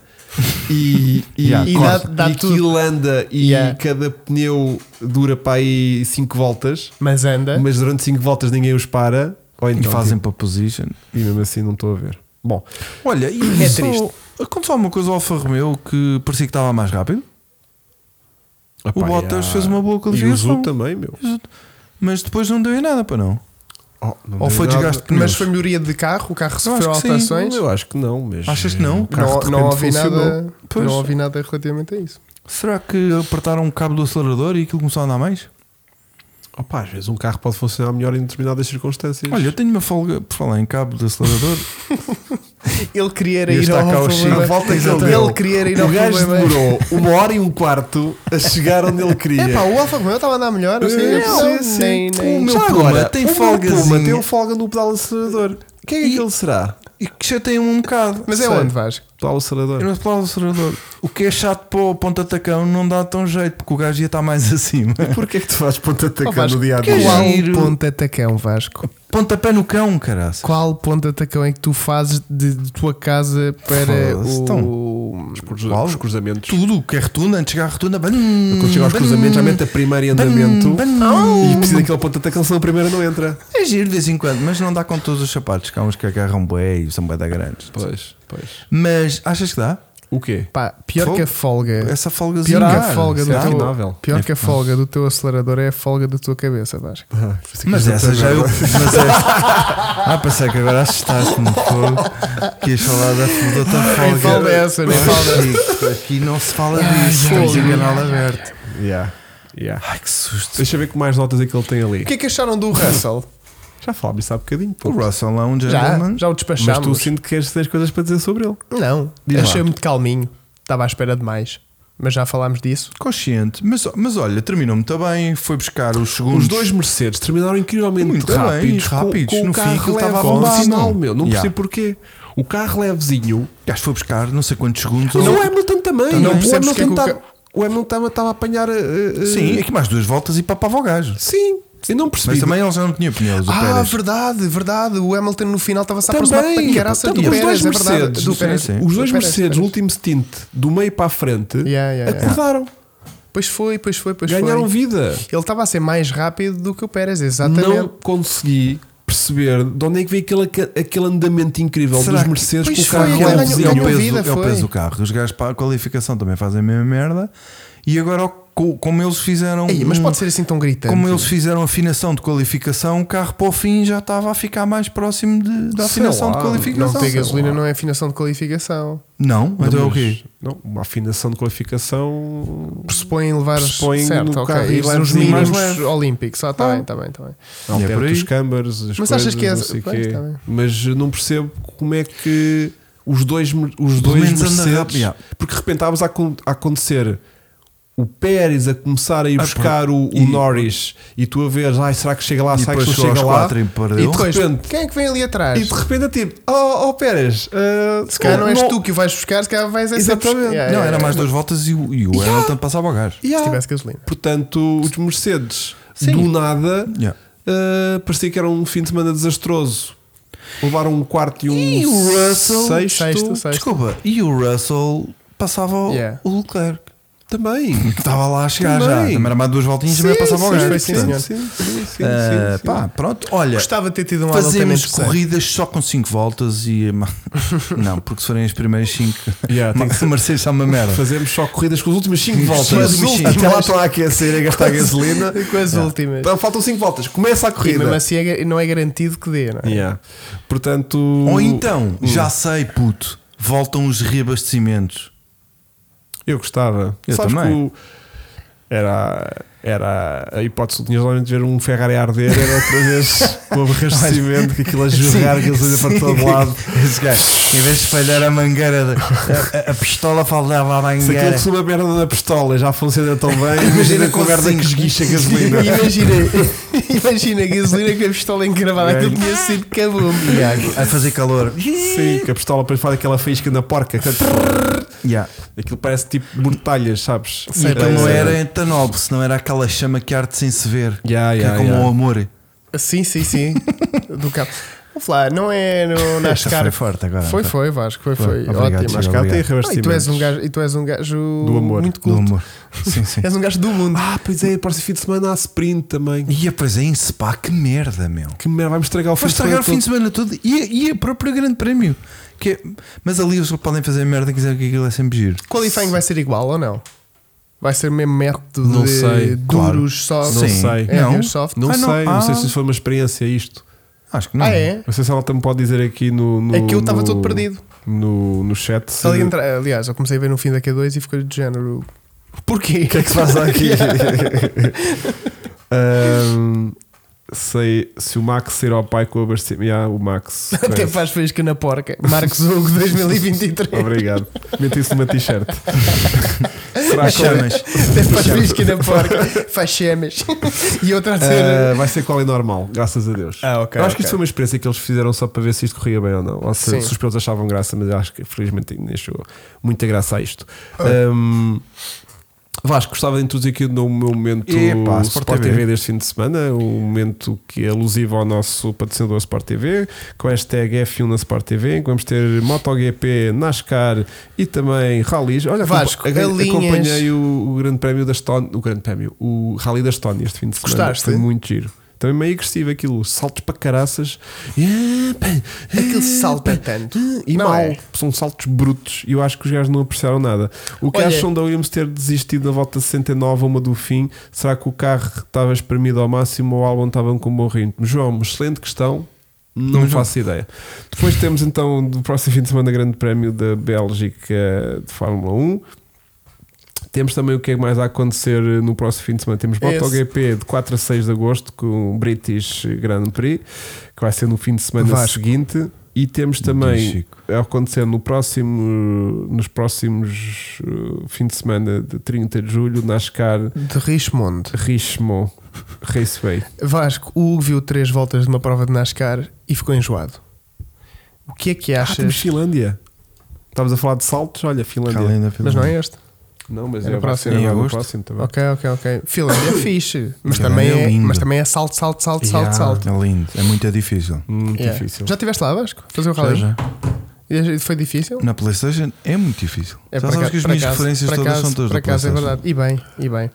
[SPEAKER 1] E, e,
[SPEAKER 2] Yeah,
[SPEAKER 1] e,
[SPEAKER 3] corre.
[SPEAKER 1] dá-
[SPEAKER 3] dá
[SPEAKER 1] e
[SPEAKER 3] tudo.
[SPEAKER 1] aquilo anda e
[SPEAKER 3] Yeah.
[SPEAKER 1] cada pneu dura para aí 5 voltas,
[SPEAKER 3] Mas anda.
[SPEAKER 1] mas durante 5 voltas ninguém os para. Ou
[SPEAKER 2] E
[SPEAKER 1] então,
[SPEAKER 2] fazem para position.
[SPEAKER 1] tipo, e mesmo assim não estou a ver. Bom,
[SPEAKER 2] Olha, e
[SPEAKER 3] É
[SPEAKER 2] só-
[SPEAKER 3] triste.
[SPEAKER 2] Aconteceu alguma coisa ao Alfa Romeo que parecia que estava mais rápido,
[SPEAKER 1] Epá,
[SPEAKER 2] Bottas
[SPEAKER 1] e
[SPEAKER 2] fez uma boa
[SPEAKER 1] E
[SPEAKER 2] Uhum.
[SPEAKER 1] o
[SPEAKER 2] qualificação.
[SPEAKER 1] Zu também, meu.
[SPEAKER 2] mas depois não deu em nada para não.
[SPEAKER 1] Oh, não
[SPEAKER 2] Ou
[SPEAKER 1] deu
[SPEAKER 2] foi
[SPEAKER 1] nada.
[SPEAKER 2] desgaste de
[SPEAKER 3] Mas
[SPEAKER 2] pneus.
[SPEAKER 3] foi melhoria de carro, o carro sofreu
[SPEAKER 2] acho que sim,
[SPEAKER 3] alterações.
[SPEAKER 1] Eu acho que não, mas.
[SPEAKER 2] Achas que não?
[SPEAKER 1] O carro de
[SPEAKER 3] não, não
[SPEAKER 1] repente
[SPEAKER 3] ouvi
[SPEAKER 1] funcionou.
[SPEAKER 3] nada,
[SPEAKER 2] Pois.
[SPEAKER 3] não ouvi nada relativamente a isso.
[SPEAKER 2] Será que apertaram o cabo do acelerador e aquilo começou a andar mais?
[SPEAKER 1] Opa, às vezes um carro pode funcionar melhor em determinadas circunstâncias.
[SPEAKER 2] Olha, eu tenho uma folga por falar em cabo do acelerador.
[SPEAKER 3] Ele queria era
[SPEAKER 1] E
[SPEAKER 3] ir
[SPEAKER 1] está
[SPEAKER 3] ao
[SPEAKER 1] cá o Chico.
[SPEAKER 3] problema.
[SPEAKER 1] A volta que ele deu.
[SPEAKER 3] ele queria era ir ao
[SPEAKER 1] o gajo
[SPEAKER 3] problema.
[SPEAKER 1] demorou uma hora e um quarto a chegar onde ele queria.
[SPEAKER 3] É pá, o Alfa Romeo estava a andar melhor, não sei,
[SPEAKER 1] Não,
[SPEAKER 3] não,
[SPEAKER 1] É, sim.
[SPEAKER 3] nem, nem.
[SPEAKER 2] O meu
[SPEAKER 1] Já
[SPEAKER 2] Puma
[SPEAKER 1] agora,
[SPEAKER 2] tem
[SPEAKER 1] o meu
[SPEAKER 2] folgazinha.
[SPEAKER 1] Puma tem um folga no pedal acelerador. Quem é
[SPEAKER 2] E-
[SPEAKER 1] que ele será?
[SPEAKER 2] e que chateiam um bocado.
[SPEAKER 3] Mas é
[SPEAKER 2] Sei.
[SPEAKER 3] onde vais?
[SPEAKER 1] Pedal
[SPEAKER 2] Eu
[SPEAKER 1] acelerador.
[SPEAKER 2] não falo do acelerador. O que é chato para o ponta-tacão não dá tão jeito, porque o gajo ia estar mais acima.
[SPEAKER 1] Porquê é que tu fazes ponta
[SPEAKER 3] Oh,
[SPEAKER 1] atacando
[SPEAKER 3] Vasco,
[SPEAKER 1] no dia a
[SPEAKER 2] que
[SPEAKER 1] dia?
[SPEAKER 3] Qual
[SPEAKER 2] giro.
[SPEAKER 3] ponto atacão, Vasco?
[SPEAKER 2] Pontapé no cão, caraças.
[SPEAKER 3] Qual ponto atacão é que tu fazes de, de tua casa para
[SPEAKER 2] Foda-se,
[SPEAKER 3] o.
[SPEAKER 1] Cruza-
[SPEAKER 2] então, Qual?
[SPEAKER 1] Os cruzamentos.
[SPEAKER 2] Tudo, que é rotunda, antes de chegar à rotunda, ban,
[SPEAKER 1] Quando chega aos
[SPEAKER 2] ban,
[SPEAKER 1] cruzamentos, já mete a primeira em andamento
[SPEAKER 2] ban,
[SPEAKER 1] e
[SPEAKER 2] ban.
[SPEAKER 1] precisa daquele ponto de atacão, senão a primeira não entra.
[SPEAKER 2] É giro de vez em quando, mas não dá com todos os sapatos, que há uns que agarram bué e são bué da grandes.
[SPEAKER 1] Pois, pois.
[SPEAKER 2] Mas achas que dá?
[SPEAKER 1] O quê?
[SPEAKER 3] Pá, pior
[SPEAKER 2] Fogo.
[SPEAKER 3] que a folga.
[SPEAKER 2] Essa folgazinha.
[SPEAKER 3] Pior que
[SPEAKER 2] cara,
[SPEAKER 3] a folga do
[SPEAKER 1] será?
[SPEAKER 2] É
[SPEAKER 3] teu,
[SPEAKER 1] Inável.
[SPEAKER 3] pior que a folga do teu acelerador é a folga da tua cabeça, Vasco.
[SPEAKER 1] Ah,
[SPEAKER 2] Mas essa
[SPEAKER 1] é
[SPEAKER 2] já eu. Mas essa... Ah, pensei que agora assustaste-me fogo. Que ias falar da da outra folga.
[SPEAKER 3] Nem fala dessa, nem fala dessa.
[SPEAKER 2] Chico, Aqui não se fala disso. Temos o canal aberto.
[SPEAKER 1] Yeah. Ah, Yeah.
[SPEAKER 2] Ai que susto.
[SPEAKER 1] Deixa eu ver que mais notas é que ele tem ali.
[SPEAKER 3] O que é que acharam do Russell?
[SPEAKER 1] Já falámos isso há bocadinho.
[SPEAKER 2] O
[SPEAKER 1] Pô.
[SPEAKER 2] Russell é um
[SPEAKER 3] Já,
[SPEAKER 2] gentleman.
[SPEAKER 3] já o
[SPEAKER 1] Mas tu
[SPEAKER 3] despachámos.
[SPEAKER 1] sinto que queres ter coisas para dizer sobre ele.
[SPEAKER 3] Não,
[SPEAKER 1] Diz lá.
[SPEAKER 3] achei muito calminho. Estava à espera de mais. Mas já falámos disso.
[SPEAKER 2] Consciente. Mas, mas olha, terminou muito bem. Foi buscar os segundos.
[SPEAKER 1] Os dois Mercedes terminaram incrivelmente
[SPEAKER 2] Muito bem,
[SPEAKER 1] rápidos. com-
[SPEAKER 2] rápidos.
[SPEAKER 1] Com,
[SPEAKER 2] No
[SPEAKER 1] o
[SPEAKER 2] fim,
[SPEAKER 1] carro
[SPEAKER 2] aquilo
[SPEAKER 1] leve
[SPEAKER 2] estava a
[SPEAKER 1] com
[SPEAKER 2] bombar,
[SPEAKER 1] final,
[SPEAKER 2] não.
[SPEAKER 1] meu. Não
[SPEAKER 2] Yeah.
[SPEAKER 1] percebo porquê. O carro levezinho.
[SPEAKER 2] Gajo foi buscar não sei quantos segundos.
[SPEAKER 1] Não, é
[SPEAKER 2] ao-
[SPEAKER 1] o Hamilton também.
[SPEAKER 3] Não
[SPEAKER 1] o
[SPEAKER 3] percebes porque é
[SPEAKER 1] Hamilton
[SPEAKER 3] que o
[SPEAKER 1] tá-
[SPEAKER 3] ca-
[SPEAKER 1] o Hamilton estava a apanhar. eh, eh,
[SPEAKER 2] Sim, aqui mais duas voltas e papava o gajo.
[SPEAKER 1] Sim. Eu não percebi.
[SPEAKER 2] Mas também ele já não tinha pneus. O
[SPEAKER 3] Ah,
[SPEAKER 2] Pérez.
[SPEAKER 3] verdade, verdade. O Hamilton no final estava-se a aproximar para
[SPEAKER 1] Também,
[SPEAKER 3] caraças do
[SPEAKER 1] também, os
[SPEAKER 3] Pérez,
[SPEAKER 1] dois
[SPEAKER 3] é verdade.
[SPEAKER 1] Mercedes,
[SPEAKER 3] Do Pérez.
[SPEAKER 2] sim, sim.
[SPEAKER 1] os dois
[SPEAKER 3] Do Pérez,
[SPEAKER 1] Mercedes, no
[SPEAKER 3] Pérez.
[SPEAKER 1] último stint, do meio para a frente,
[SPEAKER 3] Yeah, yeah, yeah.
[SPEAKER 1] acordaram,
[SPEAKER 3] Pois foi, pois foi, pois
[SPEAKER 1] ganharam
[SPEAKER 3] foi.
[SPEAKER 1] vida.
[SPEAKER 3] Ele estava a ser mais rápido do que o Pérez,
[SPEAKER 2] Tá
[SPEAKER 3] exatamente.
[SPEAKER 1] Não consegui perceber de onde é que veio aquele, aca- aquele andamento incrível
[SPEAKER 2] Será
[SPEAKER 1] dos
[SPEAKER 2] que-
[SPEAKER 1] Mercedes
[SPEAKER 3] Pois
[SPEAKER 1] com o
[SPEAKER 3] foi,
[SPEAKER 1] carro
[SPEAKER 3] aquele
[SPEAKER 1] lá em
[SPEAKER 3] ganhou-
[SPEAKER 1] cima.
[SPEAKER 2] é o
[SPEAKER 3] ganhou
[SPEAKER 2] peso,
[SPEAKER 3] vida,
[SPEAKER 2] é o
[SPEAKER 3] foi.
[SPEAKER 2] peso do carro. Os gajos para a qualificação também fazem a mesma merda. E agora, co- como eles fizeram.
[SPEAKER 3] Ei, mas
[SPEAKER 2] um-
[SPEAKER 3] pode ser assim tão gritante.
[SPEAKER 2] Como eles fizeram afinação de qualificação, o carro para o fim já estava a ficar mais próximo de- da
[SPEAKER 1] Sei
[SPEAKER 2] afinação
[SPEAKER 1] lá,
[SPEAKER 2] de
[SPEAKER 3] não
[SPEAKER 2] qualificação.
[SPEAKER 3] tem
[SPEAKER 1] sei
[SPEAKER 3] gasolina,
[SPEAKER 1] lá.
[SPEAKER 3] não é afinação de qualificação.
[SPEAKER 2] Não, então é o
[SPEAKER 1] Mas,
[SPEAKER 2] quê?
[SPEAKER 1] Não, uma afinação de qualificação.
[SPEAKER 3] Pressupõe levar
[SPEAKER 1] Pressupõe
[SPEAKER 3] certo,
[SPEAKER 1] no
[SPEAKER 3] ok.
[SPEAKER 1] carro e
[SPEAKER 3] Ires
[SPEAKER 1] vai
[SPEAKER 3] nos
[SPEAKER 1] assim,
[SPEAKER 3] mínimos
[SPEAKER 2] mais leve.
[SPEAKER 3] olímpicos. Ah, está
[SPEAKER 2] Ah.
[SPEAKER 3] bem, está bem, está bem.
[SPEAKER 1] Não,
[SPEAKER 2] É por
[SPEAKER 1] perto
[SPEAKER 2] aí.
[SPEAKER 1] dos câmaras, as
[SPEAKER 3] Mas
[SPEAKER 1] coisas,
[SPEAKER 3] achas que é
[SPEAKER 1] não
[SPEAKER 3] essa-
[SPEAKER 1] sei
[SPEAKER 3] Pois,
[SPEAKER 1] quê.
[SPEAKER 3] tá bem.
[SPEAKER 1] Mas eu não percebo como é que os dois, os
[SPEAKER 2] Pelo
[SPEAKER 1] dois
[SPEAKER 2] menos anda
[SPEAKER 1] Mercedes.
[SPEAKER 2] rápido, yeah.
[SPEAKER 1] Porque de repente estavas a, acon- a acontecer o o Pérez a começar a ir
[SPEAKER 2] Ah,
[SPEAKER 1] buscar o, o
[SPEAKER 2] e-
[SPEAKER 1] Norris e tu a veres, ai, será que chega lá,
[SPEAKER 2] E
[SPEAKER 1] será que
[SPEAKER 2] depois
[SPEAKER 1] não
[SPEAKER 2] chegou
[SPEAKER 1] chega
[SPEAKER 2] aos
[SPEAKER 1] lá?
[SPEAKER 2] quatro e
[SPEAKER 1] e
[SPEAKER 2] perdeu.
[SPEAKER 1] de
[SPEAKER 3] Pois,
[SPEAKER 1] repente,
[SPEAKER 3] quem é que vem ali atrás?
[SPEAKER 1] e de repente é tipo, oh, oh Pérez, ah,
[SPEAKER 3] Se calhar não és
[SPEAKER 1] não-
[SPEAKER 3] tu que o vais buscar, se calhar vais a ser
[SPEAKER 1] Exatamente.
[SPEAKER 3] buscar. Yeah,
[SPEAKER 2] Não,
[SPEAKER 3] yeah,
[SPEAKER 2] era
[SPEAKER 3] yeah.
[SPEAKER 2] mais duas voltas e o, e o
[SPEAKER 1] Yeah.
[SPEAKER 2] Hamilton passava ao gajo.
[SPEAKER 1] Yeah.
[SPEAKER 3] Se tivesse gasolina.
[SPEAKER 1] Portanto, os Mercedes,
[SPEAKER 2] Sim.
[SPEAKER 1] do nada,
[SPEAKER 2] Yeah.
[SPEAKER 1] Uh, parecia que era um fim de semana desastroso. Levaram um quarto e um
[SPEAKER 2] E o Russell?
[SPEAKER 1] sexto,
[SPEAKER 3] Sexto, sexto.
[SPEAKER 2] Desculpa, e o Russell passava o-
[SPEAKER 3] Yeah.
[SPEAKER 2] o Leclerc.
[SPEAKER 1] também.
[SPEAKER 2] que Estava lá a chegar
[SPEAKER 1] Também.
[SPEAKER 2] já. Também era mais duas voltinhas e também passava ao
[SPEAKER 3] sim,
[SPEAKER 2] gajo.
[SPEAKER 3] foi sim,
[SPEAKER 2] Portanto,
[SPEAKER 3] senhor.
[SPEAKER 1] sim, sim, sim,
[SPEAKER 2] eh,
[SPEAKER 1] sim, sim.
[SPEAKER 2] pá, pronto, olha.
[SPEAKER 3] Gostava de ter tido um Hamilton
[SPEAKER 2] Fazemos
[SPEAKER 3] interessante.
[SPEAKER 2] corridas só com 5 voltas e. Não, porque se forem as primeiras 5.
[SPEAKER 1] Yeah, tem que
[SPEAKER 2] o Mercedes está uma merda.
[SPEAKER 1] Fazemos só corridas com as últimas 5 voltas.
[SPEAKER 2] Sim, as últimas
[SPEAKER 1] Até lá
[SPEAKER 3] cinco.
[SPEAKER 1] estão a aquecer e a gastar gasolina.
[SPEAKER 3] Com as últimas.
[SPEAKER 1] Então, faltam 5 voltas. Começa a
[SPEAKER 3] E
[SPEAKER 1] corrida.
[SPEAKER 3] mesmo assim é ga- não é garantido que dê, não é?
[SPEAKER 1] Yeah. Portanto.
[SPEAKER 2] Ou então, já sei, puto, voltam os reabastecimentos.
[SPEAKER 1] Eu gostava.
[SPEAKER 2] Eu
[SPEAKER 1] Sabes
[SPEAKER 2] também.
[SPEAKER 1] que o- era, era a hipótese que tinhas realmente de ver um Ferrari a arder, era outra vez com o abastecimento, que aquilo a jorrar
[SPEAKER 2] Sim,
[SPEAKER 1] gasolina para
[SPEAKER 2] sim.
[SPEAKER 1] todo lado.
[SPEAKER 2] Esse gajo, em vez de falhar a mangueira, da- a, a- a pistola falhava a
[SPEAKER 1] Se
[SPEAKER 2] mangueira.
[SPEAKER 1] aquilo fosse uma merda na pistola e já funciona tão bem,
[SPEAKER 2] Imagina
[SPEAKER 1] imagina
[SPEAKER 2] com
[SPEAKER 1] com a merda
[SPEAKER 2] cinco.
[SPEAKER 1] que esguicha a gasolina.
[SPEAKER 3] Imagina, imagina a gasolina com a pistola encravada, aquilo tinha sido cabum.
[SPEAKER 1] é
[SPEAKER 2] A fazer calor.
[SPEAKER 1] Sim, que a pistola depois faz aquela faísca na porca. que- é tipo,
[SPEAKER 2] Yeah.
[SPEAKER 1] Aquilo parece tipo mortalhas, sabes? eh,
[SPEAKER 2] E
[SPEAKER 3] Sei
[SPEAKER 2] então
[SPEAKER 3] bem,
[SPEAKER 2] não
[SPEAKER 1] é.
[SPEAKER 3] sei
[SPEAKER 2] era etanol, porque senão era aquela chama que arde sem se ver.
[SPEAKER 1] Yeah,
[SPEAKER 2] que
[SPEAKER 1] yeah,
[SPEAKER 2] é como
[SPEAKER 1] yeah.
[SPEAKER 2] o amor.
[SPEAKER 3] Sim, sim, sim. Do cabo. Vamos lá, não é no
[SPEAKER 2] Esta foi
[SPEAKER 3] NASCAR.
[SPEAKER 2] forte agora. então.
[SPEAKER 3] Foi, foi, Vasco, foi, foi.
[SPEAKER 2] Obrigado,
[SPEAKER 3] Ótimo.
[SPEAKER 2] Chico,
[SPEAKER 1] Mas cá tem
[SPEAKER 2] obrigado.
[SPEAKER 3] Ah, e, tu és um
[SPEAKER 1] reabastecimentos.
[SPEAKER 3] gajo, e tu és um gajo
[SPEAKER 1] Do amor.
[SPEAKER 3] muito
[SPEAKER 2] Do
[SPEAKER 3] culto.
[SPEAKER 2] amor. Sim, sim.
[SPEAKER 3] És um gajo do mundo.
[SPEAKER 1] Ah, pois é, próximo fim de semana há sprint também.
[SPEAKER 2] E é, pois é, em Spa, que merda, meu.
[SPEAKER 1] Que merda, vai-me estragar o fim
[SPEAKER 2] Foi
[SPEAKER 1] de semana.
[SPEAKER 2] estragar o fim de
[SPEAKER 1] todo.
[SPEAKER 2] semana todo e, e o próprio Grande Prémio. Que é- mas ali eles podem fazer merda, quiser que aquilo é sempre giro.
[SPEAKER 3] Qualifying vai ser igual ou não? Vai ser o mesmo método
[SPEAKER 1] Não
[SPEAKER 3] de
[SPEAKER 1] sei, claro.
[SPEAKER 3] duros, soft.
[SPEAKER 1] Não
[SPEAKER 2] Sim.
[SPEAKER 1] sei.
[SPEAKER 3] É,
[SPEAKER 2] Não.
[SPEAKER 3] duros soft.
[SPEAKER 1] Não
[SPEAKER 2] Ah, não.
[SPEAKER 1] sei, não sei
[SPEAKER 2] Ah.
[SPEAKER 1] se isso foi uma experiência isto.
[SPEAKER 2] Acho que não.
[SPEAKER 3] Ah, é?
[SPEAKER 1] Não sei se ela também pode dizer aqui no. no
[SPEAKER 3] Aquilo estava
[SPEAKER 1] no-
[SPEAKER 3] todo perdido.
[SPEAKER 1] No, no chat.
[SPEAKER 3] Se
[SPEAKER 1] se-
[SPEAKER 3] alguém entra- Aliás, eu comecei a ver no fim da Q2 e ficou de género. Porquê?
[SPEAKER 1] O que é que se faz aqui? Ahm, sei se o Max ir ao pai com o abastecimento. Yeah, o Max.
[SPEAKER 3] Até
[SPEAKER 1] Pois.
[SPEAKER 3] faz faísca na porca. Marcos Hugo 2023.
[SPEAKER 1] Obrigado. Mete isso numa t-shirt. Será que
[SPEAKER 2] Chamas.
[SPEAKER 3] Até faz faísca na porca. Faz chamas. E outra a
[SPEAKER 1] Ah,
[SPEAKER 3] dizer.
[SPEAKER 1] vai ser qual é normal, graças a Deus.
[SPEAKER 3] Ah, ok,
[SPEAKER 1] eu acho
[SPEAKER 3] ok.
[SPEAKER 1] que isto foi uma experiência que eles fizeram só para ver se isto corria bem ou não. Ou se,
[SPEAKER 3] Sim.
[SPEAKER 1] se os pilotos achavam graça, mas eu acho que felizmente ainda achou muita graça a isto. Ahm, Vasco, gostava de introduzir aqui no meu momento
[SPEAKER 2] Epá, Sport
[SPEAKER 1] Sport, TV.
[SPEAKER 2] TV
[SPEAKER 1] deste fim de semana, um momento que é alusivo ao nosso patrocinador Sport TV, com a hashtag F1 na Sport TV, em que vamos ter MotoGP, NASCAR e também Rallys. Olha,
[SPEAKER 3] Vasco,
[SPEAKER 1] acompa-
[SPEAKER 3] a linhas-
[SPEAKER 1] acompanhei o, o Grande Prémio da Estónia, o Grande Prémio, o Rally da Estónia este fim de semana.
[SPEAKER 3] Gostaste?
[SPEAKER 1] Foi muito giro. Também meio agressivo aquilo, saltos para caraças.
[SPEAKER 3] Aquele salto é tanto.
[SPEAKER 1] E
[SPEAKER 3] Não
[SPEAKER 1] mal,
[SPEAKER 3] é?
[SPEAKER 1] são saltos brutos e eu acho que os gajos não apreciaram nada. O que
[SPEAKER 3] Olha-
[SPEAKER 1] acham da Williams ter desistido na volta 69, uma do fim? Será que o carro estava espremido ao máximo ou o álbum estava com um bom ritmo? João, uma excelente questão. Não faço ideia. Depois temos então do próximo fim de semana Grande Prémio da Bélgica de Fórmula 1. Temos também o que é que mais a acontecer no próximo fim de semana. Temos
[SPEAKER 3] Esse.
[SPEAKER 1] MotoGP de 4 a 6 de agosto com o British Grand Prix, que vai ser no fim de semana
[SPEAKER 3] Vasco.
[SPEAKER 1] seguinte. E temos
[SPEAKER 2] Diz,
[SPEAKER 1] também
[SPEAKER 2] Chico.
[SPEAKER 1] a acontecer no próximo, nos próximos uh, fim de semana de 30 de julho, NASCAR
[SPEAKER 3] De Richmond.
[SPEAKER 1] Richmond Raceway.
[SPEAKER 3] Vasco, o Hugo viu três voltas de uma prova de NASCAR e ficou enjoado. O que é que
[SPEAKER 1] Ah, temos
[SPEAKER 3] achas?
[SPEAKER 1] Finlândia. Estavas a falar de saltos? Olha, Finlândia.
[SPEAKER 3] mas não é este?
[SPEAKER 1] Não, mas
[SPEAKER 3] Era
[SPEAKER 1] é vai ser
[SPEAKER 3] próximo.
[SPEAKER 2] Em
[SPEAKER 1] agora no
[SPEAKER 2] agosto?
[SPEAKER 1] próximo também.
[SPEAKER 3] Ok, ok, ok. Finlândia é fixe, mas também
[SPEAKER 2] Finlândia é
[SPEAKER 3] é,
[SPEAKER 2] lindo.
[SPEAKER 3] mas também é salto, salto, salto,
[SPEAKER 1] Yeah.
[SPEAKER 3] salto, salto.
[SPEAKER 2] É lindo, é muito difícil.
[SPEAKER 1] Muito Hum,
[SPEAKER 3] Yeah.
[SPEAKER 1] difícil.
[SPEAKER 3] Já estiveste lá, Vasco? Fazer o rally?
[SPEAKER 2] Já, já.
[SPEAKER 3] E Foi difícil?
[SPEAKER 2] Na PlayStation é muito difícil.
[SPEAKER 3] É
[SPEAKER 2] Já
[SPEAKER 3] para
[SPEAKER 2] sabes
[SPEAKER 3] cá-
[SPEAKER 2] que as
[SPEAKER 3] para
[SPEAKER 2] minhas
[SPEAKER 3] casa-
[SPEAKER 2] referências
[SPEAKER 3] para
[SPEAKER 2] todas
[SPEAKER 3] casa-
[SPEAKER 2] são todas
[SPEAKER 3] para
[SPEAKER 2] da
[SPEAKER 3] casa, é
[SPEAKER 2] PlayStation.
[SPEAKER 3] verdade. E bem, e bem.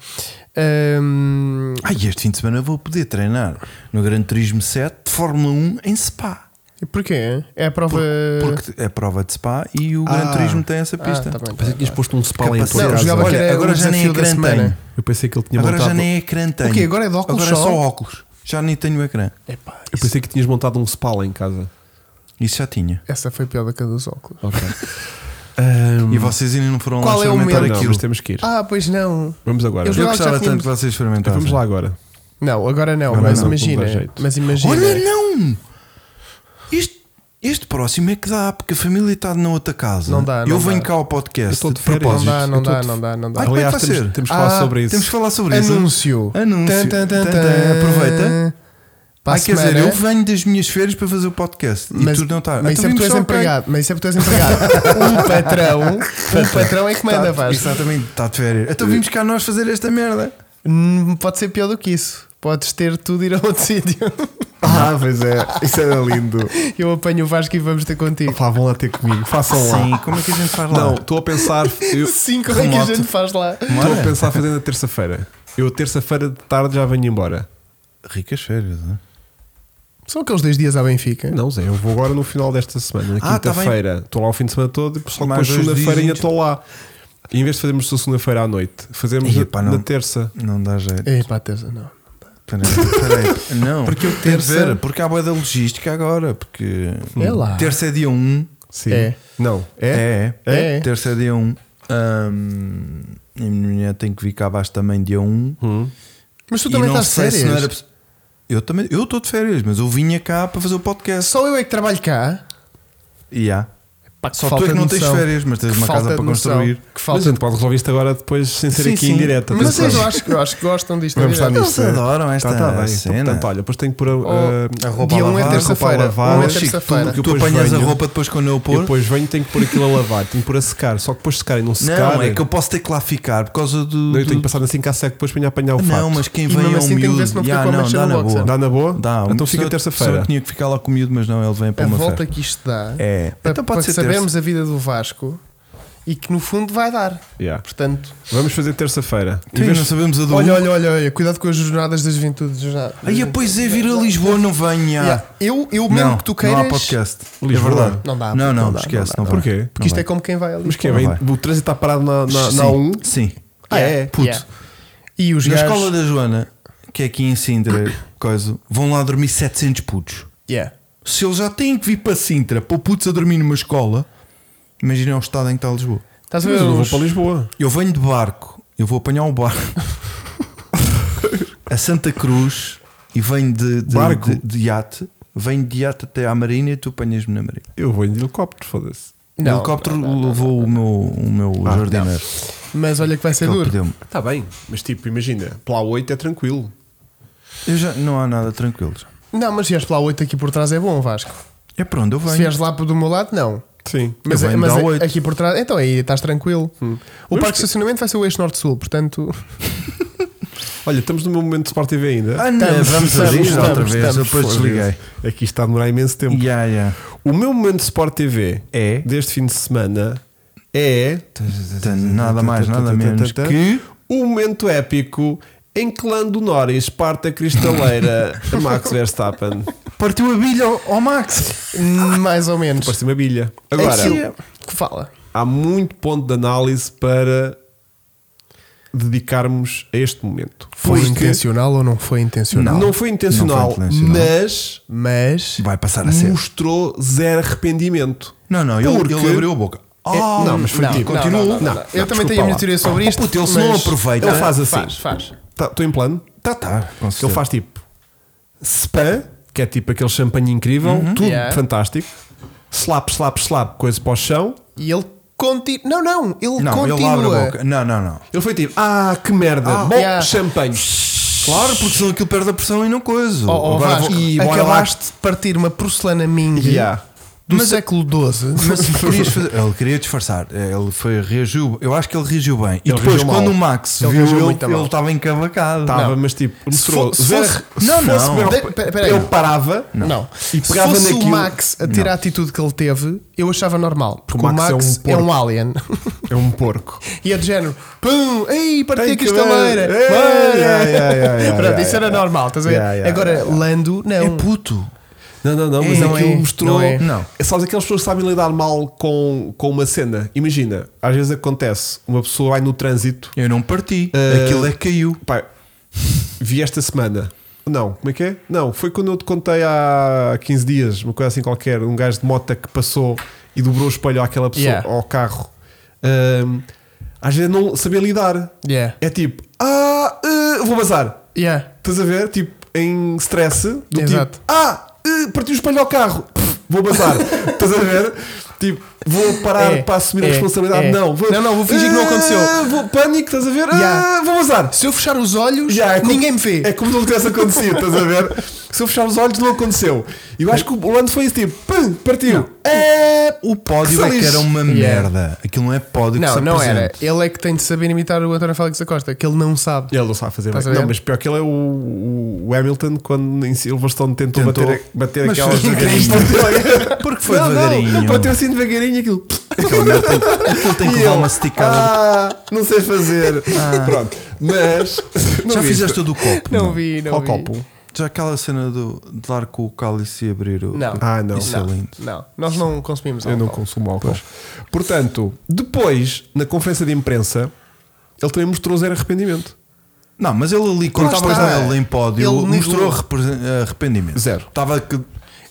[SPEAKER 3] Hum,
[SPEAKER 2] Ai, este fim de semana vou poder treinar no Gran Turismo 7 de Fórmula 1 em Spa.
[SPEAKER 3] porquê? É a prova.
[SPEAKER 2] Porque é prova de Spa e o Gran
[SPEAKER 1] Ah.
[SPEAKER 2] Turismo tem essa
[SPEAKER 3] Ah,
[SPEAKER 2] pista.
[SPEAKER 3] tá bem, tá
[SPEAKER 1] Pensei que
[SPEAKER 3] bem,
[SPEAKER 1] tinhas
[SPEAKER 3] tá bem.
[SPEAKER 1] posto um spa lá em
[SPEAKER 2] Capacete.
[SPEAKER 1] tua
[SPEAKER 3] Não, eu
[SPEAKER 1] casa.
[SPEAKER 3] jogava que
[SPEAKER 2] Olha,
[SPEAKER 3] era
[SPEAKER 2] agora
[SPEAKER 3] o
[SPEAKER 2] já nem
[SPEAKER 3] desafio
[SPEAKER 2] é
[SPEAKER 3] da
[SPEAKER 2] grande
[SPEAKER 3] semana.
[SPEAKER 2] tenho.
[SPEAKER 1] Eu pensei que ele tinha
[SPEAKER 2] Agora
[SPEAKER 1] montado.
[SPEAKER 2] já nem é ecrã tenho.
[SPEAKER 3] O quê? Agora é de óculos
[SPEAKER 2] Agora é
[SPEAKER 3] só?
[SPEAKER 2] só óculos. Já nem tenho ecrã.
[SPEAKER 3] Epá,
[SPEAKER 1] Eu pensei que tinhas montado um spa lá em casa.
[SPEAKER 2] Isso já tinha.
[SPEAKER 3] Essa foi pior da que a dos óculos.
[SPEAKER 1] Ok.
[SPEAKER 2] E vocês ainda não foram
[SPEAKER 3] Hum. Qual
[SPEAKER 2] lá
[SPEAKER 3] é o
[SPEAKER 2] experimentar
[SPEAKER 3] medo?
[SPEAKER 1] não,
[SPEAKER 2] aquilo.
[SPEAKER 1] mas temos que ir.
[SPEAKER 3] Ah, pois não.
[SPEAKER 1] Vamos agora.
[SPEAKER 3] Eu
[SPEAKER 2] Eu
[SPEAKER 3] jogava que já
[SPEAKER 2] gostava tanto
[SPEAKER 3] tínhamos.
[SPEAKER 2] que vocês experimentassem.
[SPEAKER 1] Vamos lá agora.
[SPEAKER 3] Não, agora não,
[SPEAKER 1] Agora
[SPEAKER 3] mas
[SPEAKER 1] não, não dá
[SPEAKER 3] imagina.
[SPEAKER 1] jeito.
[SPEAKER 3] Mas imagina.
[SPEAKER 2] Olha, não! Isto. Este próximo é que dá, porque a família está na outra casa.
[SPEAKER 3] Não dá, não
[SPEAKER 2] eu venho
[SPEAKER 3] dá.
[SPEAKER 2] cá ao podcast.
[SPEAKER 1] Eu estou de
[SPEAKER 2] de
[SPEAKER 1] férias.
[SPEAKER 2] propósito.
[SPEAKER 3] Não dá, não
[SPEAKER 1] Eu tô
[SPEAKER 3] dá,
[SPEAKER 1] de-
[SPEAKER 3] não dá, não dá.
[SPEAKER 2] Ai, como é que
[SPEAKER 1] Aliás,
[SPEAKER 2] vai
[SPEAKER 1] temos,
[SPEAKER 2] ser?
[SPEAKER 1] temos que falar
[SPEAKER 3] Ah,
[SPEAKER 1] sobre isso.
[SPEAKER 2] Temos que falar sobre isso. é Ah,
[SPEAKER 3] Anúncio.
[SPEAKER 2] Anúncio.
[SPEAKER 3] Tan, tan, tan,
[SPEAKER 2] Tan, tan. Aproveita.
[SPEAKER 3] Para a
[SPEAKER 2] Ai, quer dizer,
[SPEAKER 3] semana- é?
[SPEAKER 2] eu venho das minhas férias para fazer o podcast
[SPEAKER 3] Mas,
[SPEAKER 2] e tu não tá. Ah, então estás.
[SPEAKER 3] mas isso é porque tu
[SPEAKER 2] um
[SPEAKER 3] és empregado. Mas isso é porque tu és empregado. um patrão, um patrão é que manda,
[SPEAKER 2] Tá,
[SPEAKER 3] Vasco.
[SPEAKER 2] exatamente, está de férias. Então vimos cá nós fazer esta merda.
[SPEAKER 3] Hum, Pode ser pior do que isso. Podes ter tudo e ir a outro sítio.
[SPEAKER 1] Ah, pois é. Isso era lindo.
[SPEAKER 3] Eu apanho o Vasco e vamos ter contigo.
[SPEAKER 1] Pá, vão lá ter comigo. Façam lá.
[SPEAKER 2] Sim, como é que a gente faz lá?
[SPEAKER 1] Não, estou a pensar. eu-
[SPEAKER 3] Sim, como é que a
[SPEAKER 2] Remoto.
[SPEAKER 3] gente faz lá?
[SPEAKER 1] Estou a pensar fazer na terça-feira. Eu, terça-feira de tarde, já venho embora.
[SPEAKER 2] Ricas férias, não é?
[SPEAKER 3] São aqueles dois dias à Benfica.
[SPEAKER 1] Não, Zé, eu vou agora no final desta semana, na
[SPEAKER 2] Ah, tá
[SPEAKER 1] quinta-feira. Estou lá o fim de semana todo e só
[SPEAKER 2] Mais
[SPEAKER 1] depois
[SPEAKER 2] dois
[SPEAKER 1] segunda-feira ainda
[SPEAKER 2] diazinhos.
[SPEAKER 1] estou lá. E em vez de fazermos só segunda-feira à noite, fazemos
[SPEAKER 2] Ih,
[SPEAKER 1] na-
[SPEAKER 2] pá,
[SPEAKER 1] na,
[SPEAKER 2] não.
[SPEAKER 1] terça.
[SPEAKER 2] Não dá jeito.
[SPEAKER 3] É pá, Teresa, não.
[SPEAKER 2] Peraí, peraí. Não,
[SPEAKER 3] Porque o
[SPEAKER 2] tem de
[SPEAKER 3] terça-
[SPEAKER 2] ver, porque há boa da logística agora. Porque
[SPEAKER 3] É lá.
[SPEAKER 2] terça é dia 1.
[SPEAKER 1] Sim.
[SPEAKER 3] É.
[SPEAKER 1] Não, Ah. é?
[SPEAKER 2] É,
[SPEAKER 3] É.
[SPEAKER 2] Terça é dia 1. Ahm, e a minha mulher tem que vir cá abaixo também dia 1.
[SPEAKER 1] Hum.
[SPEAKER 3] Mas tu
[SPEAKER 2] E
[SPEAKER 3] também
[SPEAKER 2] não
[SPEAKER 3] estás de
[SPEAKER 2] sei se não
[SPEAKER 3] férias.
[SPEAKER 2] era poss- Eu também, eu estou de férias, mas eu vinha cá para fazer o podcast.
[SPEAKER 3] Só eu é que trabalho cá.
[SPEAKER 2] E há.
[SPEAKER 3] Pá, que
[SPEAKER 2] Só
[SPEAKER 3] falta
[SPEAKER 2] tu é que não
[SPEAKER 3] de
[SPEAKER 2] tens
[SPEAKER 3] noção.
[SPEAKER 2] férias, mas tens
[SPEAKER 3] Que
[SPEAKER 2] uma
[SPEAKER 3] falta
[SPEAKER 2] casa
[SPEAKER 3] de
[SPEAKER 2] para
[SPEAKER 3] noção.
[SPEAKER 2] construir.
[SPEAKER 3] Que
[SPEAKER 1] Mas a
[SPEAKER 3] falta
[SPEAKER 1] gente pode resolver isto agora depois sem ser
[SPEAKER 2] Sim,
[SPEAKER 1] aqui
[SPEAKER 2] sim.
[SPEAKER 1] em direto.
[SPEAKER 3] é- Mas
[SPEAKER 1] atenção.
[SPEAKER 3] vocês eu acho, que- eu acho que gostam disto.
[SPEAKER 1] Podemos estar
[SPEAKER 3] Direto.
[SPEAKER 1] nisso.
[SPEAKER 2] Eles
[SPEAKER 1] é.
[SPEAKER 2] Então adoram esta
[SPEAKER 1] tá, tá bem.
[SPEAKER 2] cena.
[SPEAKER 1] Então, portanto, olha, depois tenho que pôr ah, a,
[SPEAKER 3] Oh,
[SPEAKER 1] a-
[SPEAKER 2] A roupa
[SPEAKER 3] Dia
[SPEAKER 2] a
[SPEAKER 3] um é
[SPEAKER 2] lavar,
[SPEAKER 3] terça-feira.
[SPEAKER 1] a roupa a lavar.
[SPEAKER 3] Um é
[SPEAKER 1] Oh, Chico,
[SPEAKER 3] terça-feira.
[SPEAKER 1] que eu
[SPEAKER 2] Tu
[SPEAKER 1] depois
[SPEAKER 2] apanhas a
[SPEAKER 1] venho.
[SPEAKER 2] roupa depois quando eu
[SPEAKER 1] eu
[SPEAKER 2] pôr.
[SPEAKER 1] depois venho, tenho que pôr aquilo a lavar, tenho que pôr a secar. Só que depois de secar e não secar.
[SPEAKER 2] Não, é que eu posso ter que lá ficar por causa do.
[SPEAKER 1] não, eu tenho
[SPEAKER 2] do-
[SPEAKER 1] que passar na 5 a seco depois para ir apanhar o fato.
[SPEAKER 2] Não, mas quem
[SPEAKER 3] E
[SPEAKER 2] vem
[SPEAKER 3] mesmo
[SPEAKER 2] é um
[SPEAKER 3] assim tem que ver
[SPEAKER 2] miúdo.
[SPEAKER 3] se não fica
[SPEAKER 2] Ya,
[SPEAKER 3] com a
[SPEAKER 2] não,
[SPEAKER 3] mancha
[SPEAKER 2] dá
[SPEAKER 3] na
[SPEAKER 2] na
[SPEAKER 3] boxa.
[SPEAKER 2] boa.
[SPEAKER 1] Dá na boa?
[SPEAKER 2] Dá, uma
[SPEAKER 1] então fica
[SPEAKER 2] pessoa- pessoa
[SPEAKER 1] terça-feira.
[SPEAKER 2] tinha que ficar lá com o miúdo, mas não, ele vem para
[SPEAKER 3] A
[SPEAKER 2] uma
[SPEAKER 3] volta
[SPEAKER 2] festa.
[SPEAKER 3] que isto dá.
[SPEAKER 2] É,
[SPEAKER 3] Para,
[SPEAKER 2] então pode
[SPEAKER 3] para
[SPEAKER 2] ser
[SPEAKER 3] sabermos
[SPEAKER 2] terça.
[SPEAKER 3] a vida do Vasco e que no fundo vai dar.
[SPEAKER 1] Yeah.
[SPEAKER 3] Portanto,
[SPEAKER 1] Vamos fazer terça-feira. Em
[SPEAKER 2] Tu
[SPEAKER 1] vez-
[SPEAKER 2] não sabemos a do.
[SPEAKER 3] olha, olha, olha, olha, cuidado com as jornadas das juventudes. já-
[SPEAKER 2] Aí, ah, pois é, vir a Lisboa não venha.
[SPEAKER 3] Yeah. Eu, eu mesmo
[SPEAKER 2] não,
[SPEAKER 3] que tu
[SPEAKER 2] Não
[SPEAKER 3] queiras.
[SPEAKER 2] há podcast.
[SPEAKER 1] Lisboa.
[SPEAKER 2] É verdade.
[SPEAKER 3] Não dá,
[SPEAKER 2] Não,
[SPEAKER 3] não
[SPEAKER 2] não,
[SPEAKER 3] dá,
[SPEAKER 2] esquece. Não
[SPEAKER 3] não
[SPEAKER 1] dá.
[SPEAKER 2] vai.
[SPEAKER 1] Porquê?
[SPEAKER 3] Porque isto é como quem vai ali.
[SPEAKER 1] Mas que é
[SPEAKER 2] Não
[SPEAKER 1] bem,
[SPEAKER 2] vai.
[SPEAKER 1] o trânsito está parado na, na, um,
[SPEAKER 2] Sim.
[SPEAKER 1] na 1.
[SPEAKER 2] Sim.
[SPEAKER 3] Ah, é,
[SPEAKER 2] Puto.
[SPEAKER 3] yeah. E os
[SPEAKER 2] Na
[SPEAKER 3] gajos.
[SPEAKER 2] escola da Joana, que é aqui em Sintra, coisa, vão lá dormir 700 putos.
[SPEAKER 3] Yeah.
[SPEAKER 2] Se eles já têm que vir para Sintra para putos a dormir numa escola, imaginem o estado em que está Lisboa.
[SPEAKER 3] Estás a
[SPEAKER 1] Mas
[SPEAKER 3] ver?
[SPEAKER 1] eu não vou
[SPEAKER 3] Os...
[SPEAKER 1] para Lisboa.
[SPEAKER 2] Eu venho de barco, eu vou apanhar o barco a Santa Cruz e venho de, de,
[SPEAKER 1] Barco?
[SPEAKER 2] de, de iate. Venho de iate até à Marina e tu apanhas-me na Marina.
[SPEAKER 1] Eu vou de helicóptero, foda-se.
[SPEAKER 2] o
[SPEAKER 3] Não,
[SPEAKER 2] um helicóptero levou o meu, o meu
[SPEAKER 1] Ah,
[SPEAKER 2] jardineiro.
[SPEAKER 3] Mas olha que vai ser
[SPEAKER 2] Ele
[SPEAKER 3] duro.
[SPEAKER 2] pediu-me.
[SPEAKER 1] Está bem, mas tipo, imagina, pela 8 é tranquilo.
[SPEAKER 2] Eu já, não há nada tranquilo. já.
[SPEAKER 3] Não, mas se vieres pela 8 aqui por trás é bom, Vasco.
[SPEAKER 2] É para onde eu
[SPEAKER 3] Se
[SPEAKER 2] venho.
[SPEAKER 3] vieres lá do meu lado, não.
[SPEAKER 1] Sim.
[SPEAKER 3] Mas,
[SPEAKER 2] venho
[SPEAKER 3] mas é
[SPEAKER 2] da oito.
[SPEAKER 3] aqui por trás. Então aí estás tranquilo. O
[SPEAKER 1] Mas
[SPEAKER 3] parque de
[SPEAKER 1] que-
[SPEAKER 3] estacionamento vai ser o eixo norte-sul, portanto.
[SPEAKER 1] Olha, estamos no meu momento de Sport TV ainda.
[SPEAKER 2] Ah, não,
[SPEAKER 3] Estamos,
[SPEAKER 2] vamos a
[SPEAKER 3] estamos,
[SPEAKER 2] isto outra
[SPEAKER 3] estamos,
[SPEAKER 2] vez. eu
[SPEAKER 3] estamos.
[SPEAKER 2] depois desliguei.
[SPEAKER 1] Aqui É está a demorar imenso tempo.
[SPEAKER 2] Ya, ya.
[SPEAKER 1] O meu momento de Sport TV
[SPEAKER 2] É? Tá
[SPEAKER 1] deste fim de semana é
[SPEAKER 2] Nada mais, nada menos que.
[SPEAKER 1] o momento épico em que Lando Norris parte a cristaleira a Max Verstappen.
[SPEAKER 2] Partiu a bilha ao, ao Max.
[SPEAKER 3] Mais ou menos.
[SPEAKER 1] Parece uma bilha.
[SPEAKER 2] É
[SPEAKER 3] Agora,
[SPEAKER 1] Agora,
[SPEAKER 3] que fala.
[SPEAKER 1] há muito ponto de análise para dedicarmos a este momento.
[SPEAKER 3] Foi
[SPEAKER 1] Porque
[SPEAKER 3] intencional ou não foi intencional?
[SPEAKER 1] Não, foi intencional,
[SPEAKER 2] Não foi intencional.
[SPEAKER 1] mas
[SPEAKER 3] Mas é-
[SPEAKER 2] Vai passar a ser.
[SPEAKER 1] mostrou zero arrependimento.
[SPEAKER 2] Não, não, ele,
[SPEAKER 1] Porque-
[SPEAKER 2] ele abriu a boca. Ah,
[SPEAKER 1] É, não, mas foi
[SPEAKER 3] não,
[SPEAKER 1] tipo,
[SPEAKER 3] não,
[SPEAKER 1] continuou.
[SPEAKER 3] não, não, não. Eu também
[SPEAKER 1] desculpa
[SPEAKER 3] tenho a minha
[SPEAKER 1] lá.
[SPEAKER 3] teoria sobre
[SPEAKER 1] Oh,
[SPEAKER 3] isto,
[SPEAKER 1] puto, ele se
[SPEAKER 3] mas-
[SPEAKER 1] não aproveita. Ele faz assim.
[SPEAKER 3] Faz, faz.
[SPEAKER 1] Tá, Estou em plano?
[SPEAKER 2] Tá, tá. com
[SPEAKER 1] Ele
[SPEAKER 2] certeza.
[SPEAKER 1] faz tipo spam, que é tipo aquele champanhe incrível, tudo
[SPEAKER 3] Yeah.
[SPEAKER 1] fantástico. Slap, slap, slap, coisa para o chão.
[SPEAKER 3] E ele continua. Não, não, ele
[SPEAKER 2] Não, ele abre
[SPEAKER 3] continua.
[SPEAKER 2] a boca. Não, não, não.
[SPEAKER 1] Ele foi tipo, ah, que merda,
[SPEAKER 3] Ah,
[SPEAKER 1] bom
[SPEAKER 3] yeah.
[SPEAKER 1] champanhe.
[SPEAKER 2] Claro, porque senão aquilo perde a pressão e não coisa.
[SPEAKER 3] Oh, oh,
[SPEAKER 1] Agora
[SPEAKER 3] Vasco,
[SPEAKER 1] vou- e bora lá.
[SPEAKER 3] acabaste de partir uma porcelana minga
[SPEAKER 1] Yeah. é-
[SPEAKER 3] do
[SPEAKER 2] Mas-
[SPEAKER 3] século XII.
[SPEAKER 2] Mas querias fazer- Ele queria disfarçar. Ele foi, reagiu. Eu acho que ele reagiu bem. E
[SPEAKER 1] Ele
[SPEAKER 2] depois,
[SPEAKER 1] reagiu mal.
[SPEAKER 2] quando o Max
[SPEAKER 3] Ele
[SPEAKER 2] viu,
[SPEAKER 3] reagiu
[SPEAKER 2] ele
[SPEAKER 3] muito mal.
[SPEAKER 2] ele estava encavacado.
[SPEAKER 1] Estava,
[SPEAKER 3] Não.
[SPEAKER 1] mas tipo, mostrou
[SPEAKER 3] fo- se
[SPEAKER 1] zero-
[SPEAKER 3] fosse-
[SPEAKER 1] se
[SPEAKER 2] Não,
[SPEAKER 1] fosse
[SPEAKER 2] não.
[SPEAKER 1] eu-
[SPEAKER 3] De- pera- pera aí.
[SPEAKER 1] Eu parava
[SPEAKER 3] Não.
[SPEAKER 1] E
[SPEAKER 3] Se
[SPEAKER 1] pegava
[SPEAKER 3] fosse o
[SPEAKER 1] naquilo-
[SPEAKER 3] Max a ter a atitude que ele teve, eu achava normal. Porque o Max, é, um
[SPEAKER 1] porco.
[SPEAKER 3] alien.
[SPEAKER 1] É um porco.
[SPEAKER 3] e é de género. Pum! Ei, é parti
[SPEAKER 1] Tem
[SPEAKER 3] a
[SPEAKER 1] que
[SPEAKER 3] cristaleira!
[SPEAKER 1] ver. É,
[SPEAKER 3] Bora!
[SPEAKER 1] Yeah, yeah, yeah, yeah,
[SPEAKER 3] Pronto,
[SPEAKER 1] yeah,
[SPEAKER 3] isso era normal, estás a
[SPEAKER 1] é, Yeah,
[SPEAKER 3] ver?
[SPEAKER 1] yeah,
[SPEAKER 3] Agora, Lando,
[SPEAKER 2] É
[SPEAKER 3] não.
[SPEAKER 2] puto.
[SPEAKER 1] Não, não, não, mas
[SPEAKER 3] É, não
[SPEAKER 1] aquilo
[SPEAKER 3] é.
[SPEAKER 1] mostrou.
[SPEAKER 3] Não é.
[SPEAKER 2] Não.
[SPEAKER 1] Sabes aquelas pessoas que sabem lidar mal com, com uma cena? Imagina, às vezes acontece, uma pessoa vai no trânsito.
[SPEAKER 2] Eu não parti.
[SPEAKER 1] Eh,
[SPEAKER 2] Aquilo é que caiu.
[SPEAKER 1] Pá, vi esta semana. Não, como é que é? Não, foi quando eu te contei há 15 dias, uma coisa assim qualquer, um gajo de mota que passou e dobrou o espelho àquela pessoa,
[SPEAKER 3] Yeah.
[SPEAKER 1] ao carro. Ahm, às vezes não saber lidar.
[SPEAKER 3] Yeah.
[SPEAKER 1] É tipo, ah, eh, vou bazar.
[SPEAKER 3] Yeah.
[SPEAKER 1] Estás a ver? Tipo, em stress, do
[SPEAKER 3] Exato.
[SPEAKER 1] tipo, ah, eh, partiu o espelho ao carro. Pff, vou passar. Estás a ver? Tipo, vou parar
[SPEAKER 3] É,
[SPEAKER 1] para assumir a
[SPEAKER 3] é,
[SPEAKER 1] responsabilidade.
[SPEAKER 3] é.
[SPEAKER 1] Não, vou,
[SPEAKER 3] Não, não, vou fingir que não aconteceu.
[SPEAKER 1] Ah, Vou pânico, estás a ver?
[SPEAKER 3] Yeah.
[SPEAKER 1] Ah, vou passar.
[SPEAKER 3] Se eu fechar os olhos,
[SPEAKER 1] Yeah, é como-
[SPEAKER 3] ninguém me vê.
[SPEAKER 1] É como se não tivesse acontecido, estás a ver? Se eu fechar os olhos, não aconteceu. E eu acho que o Lando foi esse tipo, pum, partiu. É,
[SPEAKER 2] O pódio
[SPEAKER 1] Que
[SPEAKER 2] é que era
[SPEAKER 1] feliz.
[SPEAKER 2] uma
[SPEAKER 3] Yeah.
[SPEAKER 2] merda. Aquilo não é pódio que
[SPEAKER 3] não,
[SPEAKER 2] se
[SPEAKER 3] não era.
[SPEAKER 2] apresenta.
[SPEAKER 3] Ele é que tem de saber imitar o António Félix da Costa, que ele não sabe.
[SPEAKER 1] Ele não sabe fazer
[SPEAKER 3] Estás
[SPEAKER 1] bem.
[SPEAKER 3] a ver?
[SPEAKER 1] Não, mas pior que ele é o, o- o Hamilton quando em Silverstone tentou,
[SPEAKER 2] Tentou.
[SPEAKER 1] bater, bater
[SPEAKER 2] Mas
[SPEAKER 1] aquelas
[SPEAKER 2] foi incrível.
[SPEAKER 1] devagarinho.
[SPEAKER 2] Porque foi
[SPEAKER 1] não,
[SPEAKER 2] devagarinho.
[SPEAKER 1] Não, bateu assim devagarinho aquilo.
[SPEAKER 2] Aquele merda tem- Aquilo tem que
[SPEAKER 1] E
[SPEAKER 2] levar
[SPEAKER 1] ele,
[SPEAKER 2] uma esticada.
[SPEAKER 1] Ah, não sei fazer. Pronto. Mas. não
[SPEAKER 2] Ah. Já
[SPEAKER 1] viste?
[SPEAKER 2] fizeste o do copo?
[SPEAKER 3] Não vi, não
[SPEAKER 1] Qual
[SPEAKER 3] vi.
[SPEAKER 1] copo?
[SPEAKER 2] Já aquela cena do, de dar com o cálice e abrir o.
[SPEAKER 3] Não.
[SPEAKER 1] Ah, não.
[SPEAKER 2] Isso é
[SPEAKER 3] Não,
[SPEAKER 2] lindo.
[SPEAKER 3] não, nós não consumimos
[SPEAKER 1] Eu não
[SPEAKER 3] álcool.
[SPEAKER 1] consumo álcool. Portanto, depois, na conferência de imprensa, ele também mostrou zero arrependimento.
[SPEAKER 2] Não, mas ele ali, quando
[SPEAKER 3] Lá
[SPEAKER 2] estava
[SPEAKER 3] está.
[SPEAKER 2] ele em pódio,
[SPEAKER 3] Ele
[SPEAKER 2] mostrou
[SPEAKER 3] negou.
[SPEAKER 2] arrepre- arrependimento.
[SPEAKER 1] Zero.
[SPEAKER 2] Estava que.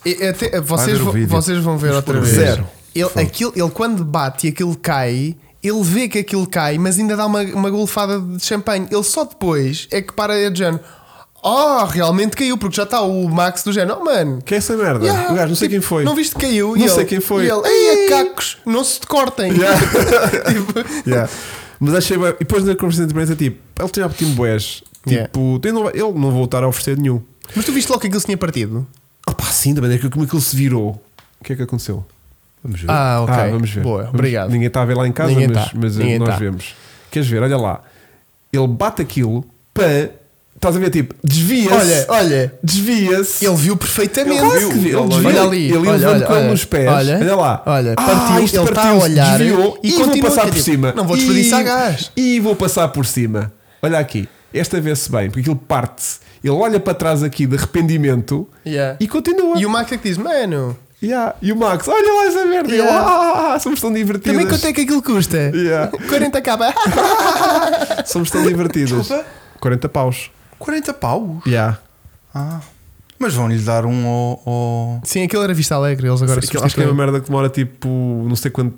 [SPEAKER 3] E até- eh, vocês,
[SPEAKER 2] ver o
[SPEAKER 3] vo-
[SPEAKER 2] vídeo.
[SPEAKER 3] vocês vão ver
[SPEAKER 2] Vamos
[SPEAKER 3] outra
[SPEAKER 2] pôr o
[SPEAKER 3] vez.
[SPEAKER 1] vídeo. Zero.
[SPEAKER 3] Ele, aquilo, ele quando bate e aquilo cai, ele vê que aquilo cai, mas ainda dá uma, uma golfada de champanhe. Ele só depois é que para e é de género. Oh, realmente caiu, porque já está o Max do género. Oh, mano.
[SPEAKER 1] Que é essa merda?
[SPEAKER 3] yeah,
[SPEAKER 1] o gajo, não sei
[SPEAKER 3] tipo,
[SPEAKER 1] quem foi.
[SPEAKER 3] Não viste que caiu?
[SPEAKER 1] Não
[SPEAKER 3] e
[SPEAKER 1] sei
[SPEAKER 3] ele-
[SPEAKER 1] quem foi.
[SPEAKER 3] E ele, ei, cacos, não se te cortem. Tipo,
[SPEAKER 1] Yeah. Mas achei bem. E depois na conferência de imprensa, tipo, ele tinha apetite boés. Tipo,
[SPEAKER 3] Yeah.
[SPEAKER 1] ele, não vai, ele não vai voltar a oferecer nenhum.
[SPEAKER 3] Mas tu viste logo que aquilo se tinha partido?
[SPEAKER 1] Opa, sim, da maneira que, como é que ele se virou. O que é que aconteceu?
[SPEAKER 2] Vamos ver.
[SPEAKER 3] Ah, ok.
[SPEAKER 1] Ah, vamos ver.
[SPEAKER 3] Boa,
[SPEAKER 1] Vamos-
[SPEAKER 3] obrigado.
[SPEAKER 1] Ninguém está a ver lá em casa,
[SPEAKER 3] Ninguém
[SPEAKER 1] mas,
[SPEAKER 3] tá.
[SPEAKER 1] mas, eh,
[SPEAKER 3] Ninguém
[SPEAKER 1] nós
[SPEAKER 3] tá.
[SPEAKER 1] vemos. Queres ver? Olha lá. Ele bate aquilo para. Estás a ver? Tipo, desvia-se.
[SPEAKER 3] Olha, olha,
[SPEAKER 1] Desvia-se.
[SPEAKER 3] Ele viu perfeitamente.
[SPEAKER 1] Ele viu, ele viu.
[SPEAKER 3] olha ali.
[SPEAKER 1] Ele
[SPEAKER 3] olha,
[SPEAKER 1] levantou
[SPEAKER 3] olha,
[SPEAKER 1] nos pés. Olha lá.
[SPEAKER 3] Olha,
[SPEAKER 1] Ah,
[SPEAKER 3] partiu.
[SPEAKER 1] isto
[SPEAKER 3] ele está a
[SPEAKER 1] partiu-se,
[SPEAKER 3] olhar.
[SPEAKER 1] desviou
[SPEAKER 3] e
[SPEAKER 1] e vou
[SPEAKER 3] continua,
[SPEAKER 1] passar
[SPEAKER 3] que é
[SPEAKER 1] por
[SPEAKER 3] tipo,
[SPEAKER 1] cima.
[SPEAKER 3] Não vou
[SPEAKER 1] E-
[SPEAKER 3] desperdiçar gás.
[SPEAKER 1] E vou passar por cima. Olha aqui. Esta vê-se bem, porque ele parte-se. Ele olha para trás aqui de arrependimento
[SPEAKER 3] Yeah.
[SPEAKER 1] e continua.
[SPEAKER 3] E o Max é que diz: Mano,
[SPEAKER 1] Yeah. E o Max, olha lá essa merda. E ele,
[SPEAKER 3] Yeah.
[SPEAKER 1] "Ah, ah, ah, somos tão divertidos.
[SPEAKER 3] também quanto é que aquilo custa?
[SPEAKER 1] Yeah.
[SPEAKER 3] 40 acaba.
[SPEAKER 1] Somos tão divertidos.
[SPEAKER 2] Desculpa?
[SPEAKER 1] 40 paus.
[SPEAKER 2] 40 paus.
[SPEAKER 1] Yeah.
[SPEAKER 2] Ah. Mas vão-lhe dar um ao. ao-
[SPEAKER 3] Sim, aquilo era Vista Alegre. Eles agora
[SPEAKER 1] Sei que- acho que é uma merda que demora tipo, não sei quanto,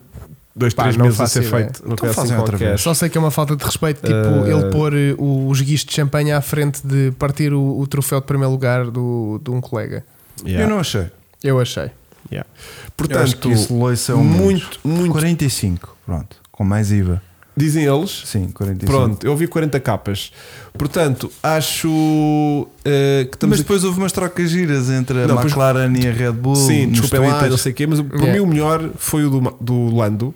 [SPEAKER 1] dois,
[SPEAKER 3] Pá,
[SPEAKER 1] três
[SPEAKER 3] não
[SPEAKER 1] meses a
[SPEAKER 3] faço
[SPEAKER 1] ser
[SPEAKER 3] ideia.
[SPEAKER 1] feito. Uma
[SPEAKER 2] Então
[SPEAKER 1] coisa assim
[SPEAKER 2] fazem outra
[SPEAKER 1] qualquer.
[SPEAKER 2] vez.
[SPEAKER 3] Só sei que é uma falta de respeito, tipo,
[SPEAKER 1] Eh.
[SPEAKER 3] ele pôr eh, o- os guichos de champanhe à frente de partir o, o troféu de primeiro lugar do, de um colega.
[SPEAKER 1] Yeah.
[SPEAKER 2] Eu não achei.
[SPEAKER 3] Eu achei.
[SPEAKER 1] Yeah.
[SPEAKER 2] Eu acho
[SPEAKER 1] Portanto,
[SPEAKER 2] que isso loiça é um
[SPEAKER 1] muito, muito.
[SPEAKER 2] 45, pronto. Com mais IVA.
[SPEAKER 1] Dizem eles.
[SPEAKER 2] Sim, 45.
[SPEAKER 1] Pronto, eu vi 40 capas. Portanto, acho eh, que estamos
[SPEAKER 2] Mas depois houve umas trocas giras entre a
[SPEAKER 1] Não, pois-
[SPEAKER 2] McLaren e a Red Bull.
[SPEAKER 1] aqui. Sim,
[SPEAKER 2] nos
[SPEAKER 1] desculpem lá,
[SPEAKER 2] Twitters.
[SPEAKER 1] não sei o quê, mas para
[SPEAKER 3] Yeah.
[SPEAKER 1] mim o melhor foi o do, Ma- do Lando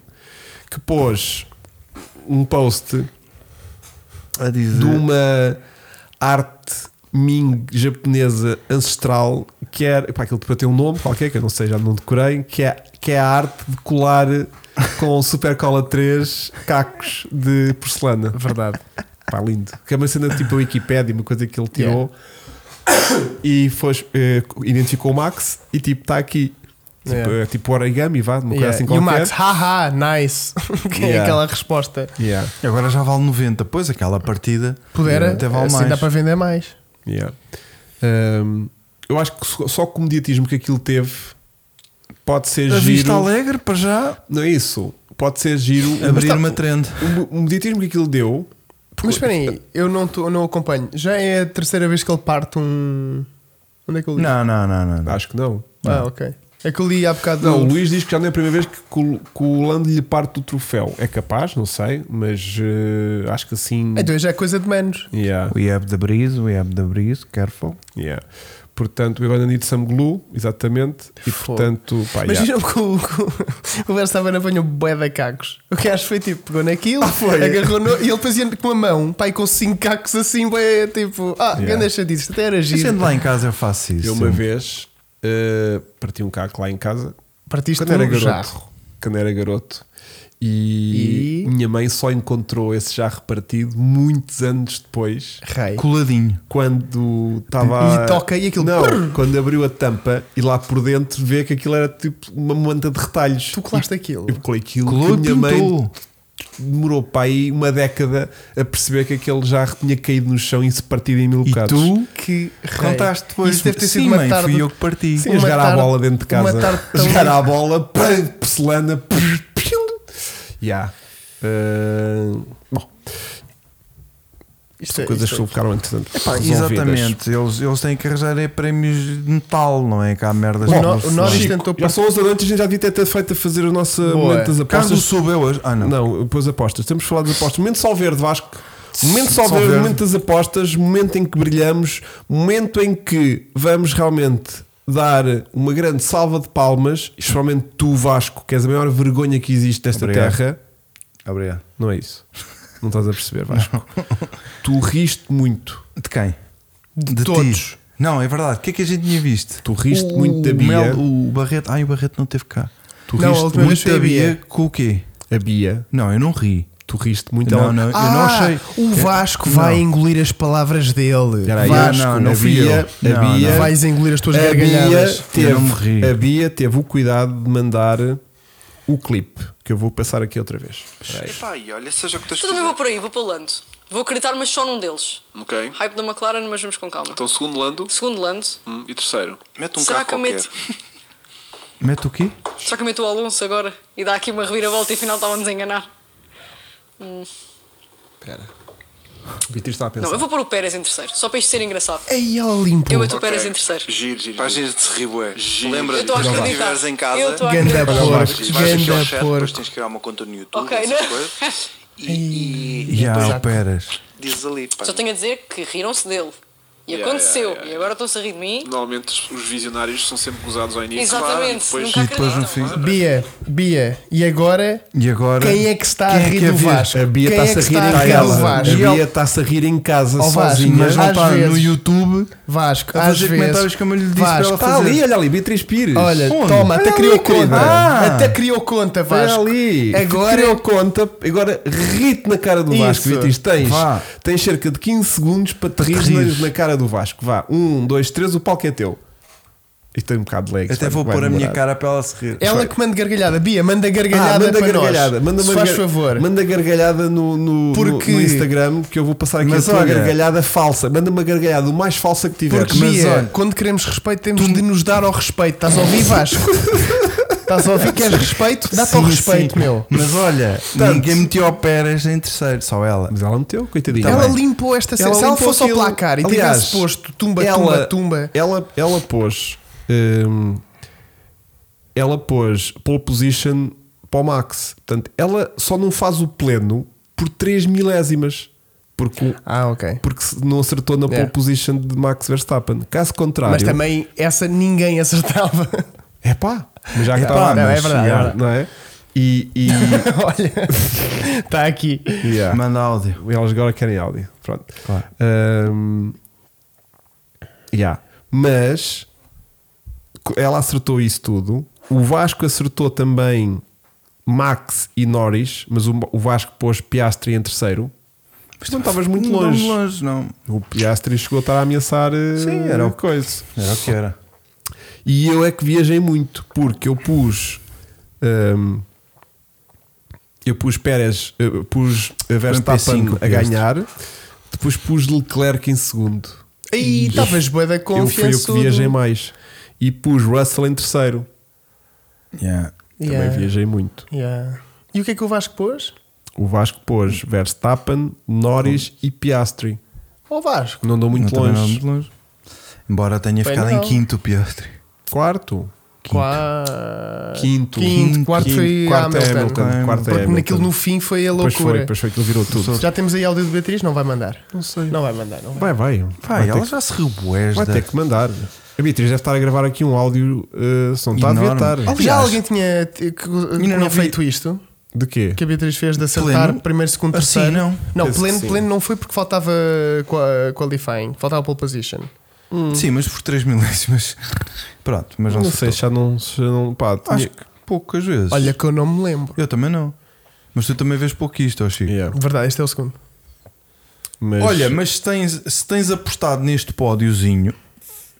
[SPEAKER 1] que pôs um post
[SPEAKER 2] A dizer.
[SPEAKER 1] de uma arte Ming japonesa ancestral que era. Pá, aquilo depois tem um nome qualquer, que eu não sei, já não decorei, que é, que é a arte de colar com Super Cola 3 cacos de porcelana.
[SPEAKER 3] Verdade.
[SPEAKER 1] Pá, lindo. Que é uma cena tipo a Wikipédia, uma coisa que ele tirou e foi, eh, identificou o Max e tipo, está aqui. Tipo,
[SPEAKER 3] Yeah.
[SPEAKER 1] eh, tipo origami, vá, uma coisa
[SPEAKER 3] Yeah.
[SPEAKER 1] assim
[SPEAKER 3] e o
[SPEAKER 1] qualquer.
[SPEAKER 3] Max, haha, nice. que é
[SPEAKER 1] Yeah.
[SPEAKER 3] aquela resposta.
[SPEAKER 1] Yeah,
[SPEAKER 2] Agora já vale 90. Pois aquela partida.
[SPEAKER 3] Pudera,
[SPEAKER 2] até vale
[SPEAKER 1] eh,
[SPEAKER 3] assim
[SPEAKER 2] mais.
[SPEAKER 3] dá para vender mais.
[SPEAKER 1] yeah. Um, eu acho que só, só com o mediatismo que aquilo teve pode ser
[SPEAKER 2] A vista
[SPEAKER 1] giro.
[SPEAKER 2] alegre para já
[SPEAKER 1] Não é isso? Pode ser giro.
[SPEAKER 2] abrir
[SPEAKER 1] Mas tá-
[SPEAKER 2] uma trend.
[SPEAKER 1] o, o mediatismo que aquilo deu. porque-
[SPEAKER 3] Mas espera aí, eu não, tô- não acompanho. Já é a terceira vez que ele parte um. Onde é que eu li?
[SPEAKER 2] Não, não, não, não. não.
[SPEAKER 1] Acho que não.
[SPEAKER 3] Ah, ok. É que eu li há bocado.
[SPEAKER 1] Não, o
[SPEAKER 3] um-
[SPEAKER 1] Luís diz que já não é a primeira vez que, col- que o Lando lhe parte do troféu. É capaz, não sei, mas eh, acho que assim.
[SPEAKER 3] Então já é coisa de menos.
[SPEAKER 1] Yeah,
[SPEAKER 2] We have the breeze, we have the breeze, careful.
[SPEAKER 1] yeah. Portanto, we're gonna need some glue, exatamente. E
[SPEAKER 3] Fogo.
[SPEAKER 1] portanto, pá,
[SPEAKER 3] Mas
[SPEAKER 1] yeah.
[SPEAKER 3] vejam que o, que o Verstappen apanhou bué de cacos. O que acho foi tipo, pegou naquilo,
[SPEAKER 1] Ah, foi?
[SPEAKER 3] agarrou no, e ele fazia com a mão, pai, com cinco cacos assim, bué, tipo,
[SPEAKER 1] Yeah.
[SPEAKER 3] ah, yeah. grande chatice, isto até era
[SPEAKER 2] E
[SPEAKER 3] giro.
[SPEAKER 2] sendo lá em casa eu faço isso.
[SPEAKER 1] eu uma vez eh, parti um caco lá em casa
[SPEAKER 3] Partiste
[SPEAKER 1] quando era
[SPEAKER 3] um
[SPEAKER 1] garoto.
[SPEAKER 3] jarro.
[SPEAKER 1] Quando era garoto. E,
[SPEAKER 3] E?
[SPEAKER 1] minha mãe só encontrou esse jarro partido muitos anos depois.
[SPEAKER 3] Rei.
[SPEAKER 2] Coladinho.
[SPEAKER 1] Quando estava.
[SPEAKER 3] E toca e aquilo-
[SPEAKER 1] Não,
[SPEAKER 3] Prrr.
[SPEAKER 1] quando abriu a tampa e lá por dentro vê que aquilo era tipo uma manta de retalhos.
[SPEAKER 3] Tu colaste aquilo.
[SPEAKER 1] Eu colei aquilo
[SPEAKER 2] Colou
[SPEAKER 1] que
[SPEAKER 2] e
[SPEAKER 1] a minha mãe
[SPEAKER 2] pintou.
[SPEAKER 1] demorou para aí uma década a perceber que aquele jarro tinha caído no chão e se partido em mil
[SPEAKER 2] E
[SPEAKER 1] bocados.
[SPEAKER 2] tu
[SPEAKER 3] Que rei.
[SPEAKER 2] contaste depois.
[SPEAKER 3] Isso deve ter sido
[SPEAKER 2] Sim,
[SPEAKER 3] uma
[SPEAKER 2] mãe,
[SPEAKER 3] tarde.
[SPEAKER 2] fui eu que parti.
[SPEAKER 1] Sim,
[SPEAKER 3] uma
[SPEAKER 1] a jogar à
[SPEAKER 3] tarde-
[SPEAKER 1] bola dentro de casa.
[SPEAKER 3] uma tarde
[SPEAKER 1] A
[SPEAKER 3] tão
[SPEAKER 1] jogar à
[SPEAKER 3] linda.
[SPEAKER 1] bola, pam, porcelana. pum, pum. Ya. Ah, bom.
[SPEAKER 3] Isto
[SPEAKER 1] São
[SPEAKER 3] é-
[SPEAKER 1] coisas que
[SPEAKER 3] isto é-
[SPEAKER 1] ficaram entretanto
[SPEAKER 2] Pá,
[SPEAKER 1] resolvidas.
[SPEAKER 2] exatamente, eles, eles têm que arranjar é prémios de metal, não é? Que há merdas
[SPEAKER 3] Bom,
[SPEAKER 2] que não se
[SPEAKER 3] o nó-
[SPEAKER 2] faz.
[SPEAKER 3] Norris
[SPEAKER 1] Chico,
[SPEAKER 3] tentou
[SPEAKER 1] já são 11 da noite, a gente já devia ter feito a fazer a nossa
[SPEAKER 3] Boa.
[SPEAKER 1] momento das
[SPEAKER 2] Caso
[SPEAKER 1] apostas.
[SPEAKER 2] soube eu hoje. Ah, não.
[SPEAKER 1] Não, depois apostas. Temos falado das apostas. Momento só verde, Vasco. Momento só
[SPEAKER 2] Só
[SPEAKER 1] verde,
[SPEAKER 2] verde.
[SPEAKER 1] momento das apostas, momento em que brilhamos, momento em que vamos realmente dar uma grande salva de palmas, especialmente tu, Vasco, que és a maior vergonha que existe nesta
[SPEAKER 2] Obrigado.
[SPEAKER 1] terra.
[SPEAKER 2] Obrigado.
[SPEAKER 1] Não é isso. Não estás a perceber, Vasco. tu riste muito.
[SPEAKER 2] De quem? De, ti.
[SPEAKER 3] todos.
[SPEAKER 2] Não, é verdade. O que é que a gente tinha visto?
[SPEAKER 1] Tu riste
[SPEAKER 2] O-
[SPEAKER 1] muito da
[SPEAKER 2] o
[SPEAKER 1] Bia.
[SPEAKER 2] Mel- o Barreto. Ai, o Barreto não teve cá. Tu
[SPEAKER 3] Não, a última vez foi a Bia.
[SPEAKER 2] com o quê?
[SPEAKER 1] A Bia.
[SPEAKER 2] Não, eu não ri.
[SPEAKER 1] Tu riste muito.
[SPEAKER 2] Não,
[SPEAKER 1] Ela-
[SPEAKER 2] não, eu não
[SPEAKER 3] Ah,
[SPEAKER 2] achei.
[SPEAKER 3] O Vasco vai
[SPEAKER 2] Não.
[SPEAKER 3] engolir as palavras dele.
[SPEAKER 1] Espera aí,
[SPEAKER 3] Vasco,
[SPEAKER 1] não,
[SPEAKER 2] não
[SPEAKER 1] a
[SPEAKER 2] fui
[SPEAKER 1] Bia,
[SPEAKER 2] eu.
[SPEAKER 1] a
[SPEAKER 2] Não,
[SPEAKER 1] Bia,
[SPEAKER 2] não.
[SPEAKER 3] vais engolir as tuas
[SPEAKER 1] a
[SPEAKER 3] gargalhadas.
[SPEAKER 1] Bia,
[SPEAKER 2] Eu não me
[SPEAKER 1] teve,
[SPEAKER 2] ri.
[SPEAKER 1] a Bia teve o cuidado de mandar o clipe que eu vou passar aqui outra vez. Espera aí.
[SPEAKER 4] Epá, e olha, seja o que tens de
[SPEAKER 5] Tudo bem, Então vou
[SPEAKER 4] fazer.
[SPEAKER 5] por aí, vou para o Lando. Vou acreditar, mas só num deles.
[SPEAKER 4] Ok.
[SPEAKER 5] Hype da McLaren, mas vamos com calma.
[SPEAKER 4] Então, segundo Lando
[SPEAKER 5] Segundo Lando,
[SPEAKER 4] hum, e terceiro. Mete um
[SPEAKER 5] será
[SPEAKER 4] carro
[SPEAKER 5] que, eu
[SPEAKER 4] qualquer.
[SPEAKER 5] meto,
[SPEAKER 2] Mete o quê?
[SPEAKER 5] será que eu meto o Alonso agora e dá aqui uma reviravolta e afinal estava-nos a enganar?
[SPEAKER 1] Espera. O Vitor está a pensar.
[SPEAKER 5] Não, eu vou pôr o Pérez em terceiro, só para isto ser engraçado.
[SPEAKER 3] Aí ela limpou.
[SPEAKER 5] Eu meto o
[SPEAKER 4] Ok.
[SPEAKER 5] Pérez em terceiro.
[SPEAKER 4] Giro, giro.
[SPEAKER 6] Para a gente se rir, bué.
[SPEAKER 4] Giro.
[SPEAKER 6] Lembra-
[SPEAKER 5] Eu estou a
[SPEAKER 6] Não vai.
[SPEAKER 5] acreditar.
[SPEAKER 6] Estiveres em casa,
[SPEAKER 5] eu estou a
[SPEAKER 3] Ganda
[SPEAKER 5] acreditar.
[SPEAKER 3] porco,
[SPEAKER 6] Vais- vais
[SPEAKER 3] ganda
[SPEAKER 6] ao chat, depois
[SPEAKER 3] porco.
[SPEAKER 6] tens que criar uma conta no YouTube,
[SPEAKER 5] Ok,
[SPEAKER 6] essas
[SPEAKER 5] não.
[SPEAKER 6] coisas. E, e,
[SPEAKER 2] E há
[SPEAKER 6] depois
[SPEAKER 2] o Peras.
[SPEAKER 6] dizes ali, pá.
[SPEAKER 5] Só tenho a dizer que riram-se dele. E
[SPEAKER 4] Yeah,
[SPEAKER 5] aconteceu.
[SPEAKER 4] yeah, yeah.
[SPEAKER 5] E agora estão-se a rir de mim.
[SPEAKER 4] Normalmente os- os visionários são sempre gozados ao início.
[SPEAKER 5] Exatamente,
[SPEAKER 4] e depois-
[SPEAKER 5] nunca
[SPEAKER 2] E depois no fim.
[SPEAKER 3] Bia, Bia, e agora
[SPEAKER 2] E agora.
[SPEAKER 3] quem é que está a
[SPEAKER 2] quem é
[SPEAKER 3] rir
[SPEAKER 2] que
[SPEAKER 3] do
[SPEAKER 2] ver?
[SPEAKER 3] Vasco?
[SPEAKER 1] A Bia
[SPEAKER 3] Quem é
[SPEAKER 1] está-se
[SPEAKER 3] que
[SPEAKER 1] a rir
[SPEAKER 3] está a
[SPEAKER 1] em
[SPEAKER 3] rir do
[SPEAKER 1] casa. A
[SPEAKER 3] Vasco?
[SPEAKER 1] Bia está-se a rir em casa
[SPEAKER 3] Ó, Vasco,
[SPEAKER 1] sozinha.
[SPEAKER 2] Mas não
[SPEAKER 3] Às
[SPEAKER 2] está no
[SPEAKER 3] vezes.
[SPEAKER 2] YouTube.
[SPEAKER 1] tá
[SPEAKER 3] Vasco,
[SPEAKER 2] A
[SPEAKER 3] às
[SPEAKER 2] fazer
[SPEAKER 3] vezes.
[SPEAKER 2] comentários como eu lhe disse para
[SPEAKER 3] Vasco,
[SPEAKER 2] ela
[SPEAKER 1] Está
[SPEAKER 2] fazer.
[SPEAKER 1] ali, olha ali, Beatriz Pires.
[SPEAKER 3] Olha,
[SPEAKER 2] Onde?
[SPEAKER 3] toma, até
[SPEAKER 1] Olha
[SPEAKER 3] criou
[SPEAKER 1] ali,
[SPEAKER 3] conta.
[SPEAKER 1] querida.
[SPEAKER 2] Ah!
[SPEAKER 3] até criou conta,
[SPEAKER 1] Olha
[SPEAKER 3] Vasco.
[SPEAKER 1] ali.
[SPEAKER 3] Agora
[SPEAKER 1] Criou conta, agora ri-te na cara do
[SPEAKER 3] Isso.
[SPEAKER 1] Vasco, Beatriz. Tens,
[SPEAKER 2] Vá.
[SPEAKER 1] tens cerca de 15 segundos para te rir
[SPEAKER 2] rires.
[SPEAKER 1] na, na cara do Vasco. Vá, um, dois, três, o palco é teu. Isto tem um bocado de legs.
[SPEAKER 2] Até
[SPEAKER 1] vai-
[SPEAKER 2] vou
[SPEAKER 1] vai
[SPEAKER 2] pôr a
[SPEAKER 1] demorar.
[SPEAKER 2] minha cara para ela se rir.
[SPEAKER 3] Ela que manda gargalhada. Bia, manda gargalhada
[SPEAKER 1] Ah, manda
[SPEAKER 3] para
[SPEAKER 1] gargalhada,
[SPEAKER 3] nós.
[SPEAKER 1] manda
[SPEAKER 3] Se
[SPEAKER 1] uma
[SPEAKER 3] faz
[SPEAKER 1] gar-
[SPEAKER 3] favor.
[SPEAKER 1] Manda gargalhada no, no,
[SPEAKER 3] Porque-
[SPEAKER 1] no- no Instagram que eu vou passar aqui
[SPEAKER 2] Mas
[SPEAKER 1] a tua
[SPEAKER 2] olha-
[SPEAKER 1] gargalhada falsa. Manda uma gargalhada o mais falsa que tiveres.
[SPEAKER 3] Porque, é-
[SPEAKER 2] Mas
[SPEAKER 3] Bia,
[SPEAKER 2] olha-
[SPEAKER 3] quando queremos respeito, temos de nos dar ao respeito. Estás a ouvir, Vasco? Estás a ouvir? Queres respeito? Dá-te ao
[SPEAKER 2] Sim,
[SPEAKER 3] respeito,
[SPEAKER 2] sim.
[SPEAKER 3] meu.
[SPEAKER 2] Mas olha, ninguém meteu o Peras em terceiro, só ela.
[SPEAKER 1] Mas ela meteu, coitadinha.
[SPEAKER 3] ela
[SPEAKER 2] bem.
[SPEAKER 3] limpou esta
[SPEAKER 1] Tá
[SPEAKER 3] cena.
[SPEAKER 1] Ela
[SPEAKER 3] Se ela
[SPEAKER 1] limpou
[SPEAKER 3] fosse ao
[SPEAKER 1] aquilo-
[SPEAKER 3] placar e
[SPEAKER 1] Aliás,
[SPEAKER 3] tivesse posto tumba,
[SPEAKER 1] ela,
[SPEAKER 3] tumba, tumba.
[SPEAKER 1] Ela, ela pôs. hum, ela pôs pole position para o Max. Portanto, ela só não faz o pleno por 3 milésimas. Porque, o-
[SPEAKER 3] Ah, ok.
[SPEAKER 1] porque se não acertou na
[SPEAKER 3] Yeah.
[SPEAKER 1] pole position de Max Verstappen. Caso contrário.
[SPEAKER 3] É. Mas também essa ninguém acertava.
[SPEAKER 1] É pá. Mas já que
[SPEAKER 2] Epá,
[SPEAKER 1] estava.
[SPEAKER 2] não, é
[SPEAKER 3] verdade, é verdade.
[SPEAKER 1] Não é? E. e
[SPEAKER 3] Olha, está aqui.
[SPEAKER 1] yeah.
[SPEAKER 2] Manda áudio.
[SPEAKER 1] Eles agora querem áudio. Pronto.
[SPEAKER 2] Claro.
[SPEAKER 1] Ahm, yeah. Mas co- ela acertou isso tudo. O Vasco acertou também Max e Norris, mas o, o Vasco pôs Piastri em terceiro. Mas não estavas muito
[SPEAKER 2] Não,
[SPEAKER 1] longe.
[SPEAKER 2] longe, não.
[SPEAKER 1] O Piastri chegou a estar a ameaçar eh,
[SPEAKER 2] Sim, era o-
[SPEAKER 1] coisa.
[SPEAKER 2] Era o que era.
[SPEAKER 1] E eu é que viajei muito, porque eu pus. ahm, eu pus Pérez, eh, pus a Verstappen
[SPEAKER 2] P5
[SPEAKER 1] a ganhar, depois pus Leclerc em segundo.
[SPEAKER 3] Aí estavas boa da
[SPEAKER 1] eu fui eu que
[SPEAKER 3] confiança.
[SPEAKER 1] viajei mais. E pus Russell em terceiro.
[SPEAKER 2] Yeah.
[SPEAKER 1] Também viajei muito.
[SPEAKER 3] E o que é que o Vasco pôs?
[SPEAKER 1] O Vasco pôs Verstappen, Norris e Piastri.
[SPEAKER 3] Ó Vasco.
[SPEAKER 1] Não dou muito
[SPEAKER 2] Eu também não,
[SPEAKER 1] longe.
[SPEAKER 2] muito longe. Embora tenha
[SPEAKER 3] Bem,
[SPEAKER 2] ficado
[SPEAKER 3] não.
[SPEAKER 2] em quinto, Piastri.
[SPEAKER 1] Quarto.
[SPEAKER 3] Qua-
[SPEAKER 1] Quinto.
[SPEAKER 3] Quinto. Quarto
[SPEAKER 1] Quinto.
[SPEAKER 3] foi
[SPEAKER 1] quarto é
[SPEAKER 3] Hamilton.
[SPEAKER 1] Hamilton. Quarto é
[SPEAKER 3] Porque
[SPEAKER 1] Hamilton.
[SPEAKER 3] naquilo no fim foi a
[SPEAKER 1] Pois foi,
[SPEAKER 3] loucura.
[SPEAKER 1] pois foi, aquilo virou tudo.
[SPEAKER 3] Já temos aí áudio de Beatriz? Não vai mandar.
[SPEAKER 1] Não sei.
[SPEAKER 3] Não vai mandar, não vai.
[SPEAKER 1] Vai, vai.
[SPEAKER 2] Pá,
[SPEAKER 1] ter
[SPEAKER 2] ela
[SPEAKER 1] que-
[SPEAKER 2] já se reboés
[SPEAKER 1] Vai
[SPEAKER 2] da...
[SPEAKER 1] ter que mandar. A Beatriz deve estar a gravar aqui um áudio. Uh, se não está, devia
[SPEAKER 2] Enorme.
[SPEAKER 1] estar.
[SPEAKER 2] Aliás,
[SPEAKER 3] Já alguém tinha, t- que- tinha
[SPEAKER 2] não vi-
[SPEAKER 3] feito isto?
[SPEAKER 1] De quê?
[SPEAKER 3] Que a Beatriz fez de acertar
[SPEAKER 2] Pleno?
[SPEAKER 3] primeiro, segundo,
[SPEAKER 2] Ah,
[SPEAKER 3] terceiro?
[SPEAKER 2] sim, não.
[SPEAKER 3] Não,
[SPEAKER 1] Penso
[SPEAKER 3] pleno,
[SPEAKER 1] que sim.
[SPEAKER 3] pleno não foi porque faltava qua- qualifying, faltava pole position.
[SPEAKER 2] Sim, mas por 3 milésimas. Pronto, mas não,
[SPEAKER 1] Não sei, já não. Já não pá, tinha-
[SPEAKER 2] Acho que poucas vezes.
[SPEAKER 3] Olha que eu não me lembro.
[SPEAKER 2] Eu também não. Mas tu também vês pouco isto, ó Chico.
[SPEAKER 1] Yeah.
[SPEAKER 3] Verdade, este é o segundo.
[SPEAKER 1] Mas,
[SPEAKER 2] Olha, mas se tens, se tens apostado neste pódiozinho,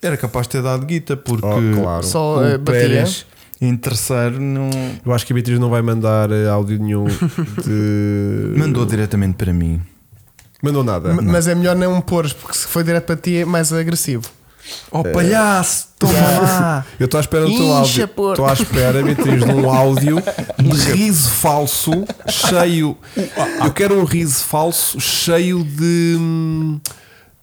[SPEAKER 2] era capaz de ter dado guita, porque
[SPEAKER 1] Oh, claro.
[SPEAKER 3] Só
[SPEAKER 2] o
[SPEAKER 3] eh, bateria.
[SPEAKER 2] Pérez em terceiro não.
[SPEAKER 1] eu acho que a Beatriz não vai mandar uh, áudio nenhum de.
[SPEAKER 2] Mandou diretamente para mim.
[SPEAKER 1] Mandou nada.
[SPEAKER 3] M- Mas é melhor não pôres, porque se foi direto para ti é mais agressivo.
[SPEAKER 2] Oh
[SPEAKER 1] É.
[SPEAKER 2] palhaço, toma lá!
[SPEAKER 1] Eu estou à espera do teu
[SPEAKER 3] Incha,
[SPEAKER 1] áudio.
[SPEAKER 3] porco.
[SPEAKER 1] Estou à espera, Beatriz, de um áudio de riso falso, cheio. Eu quero um riso falso cheio de. hum,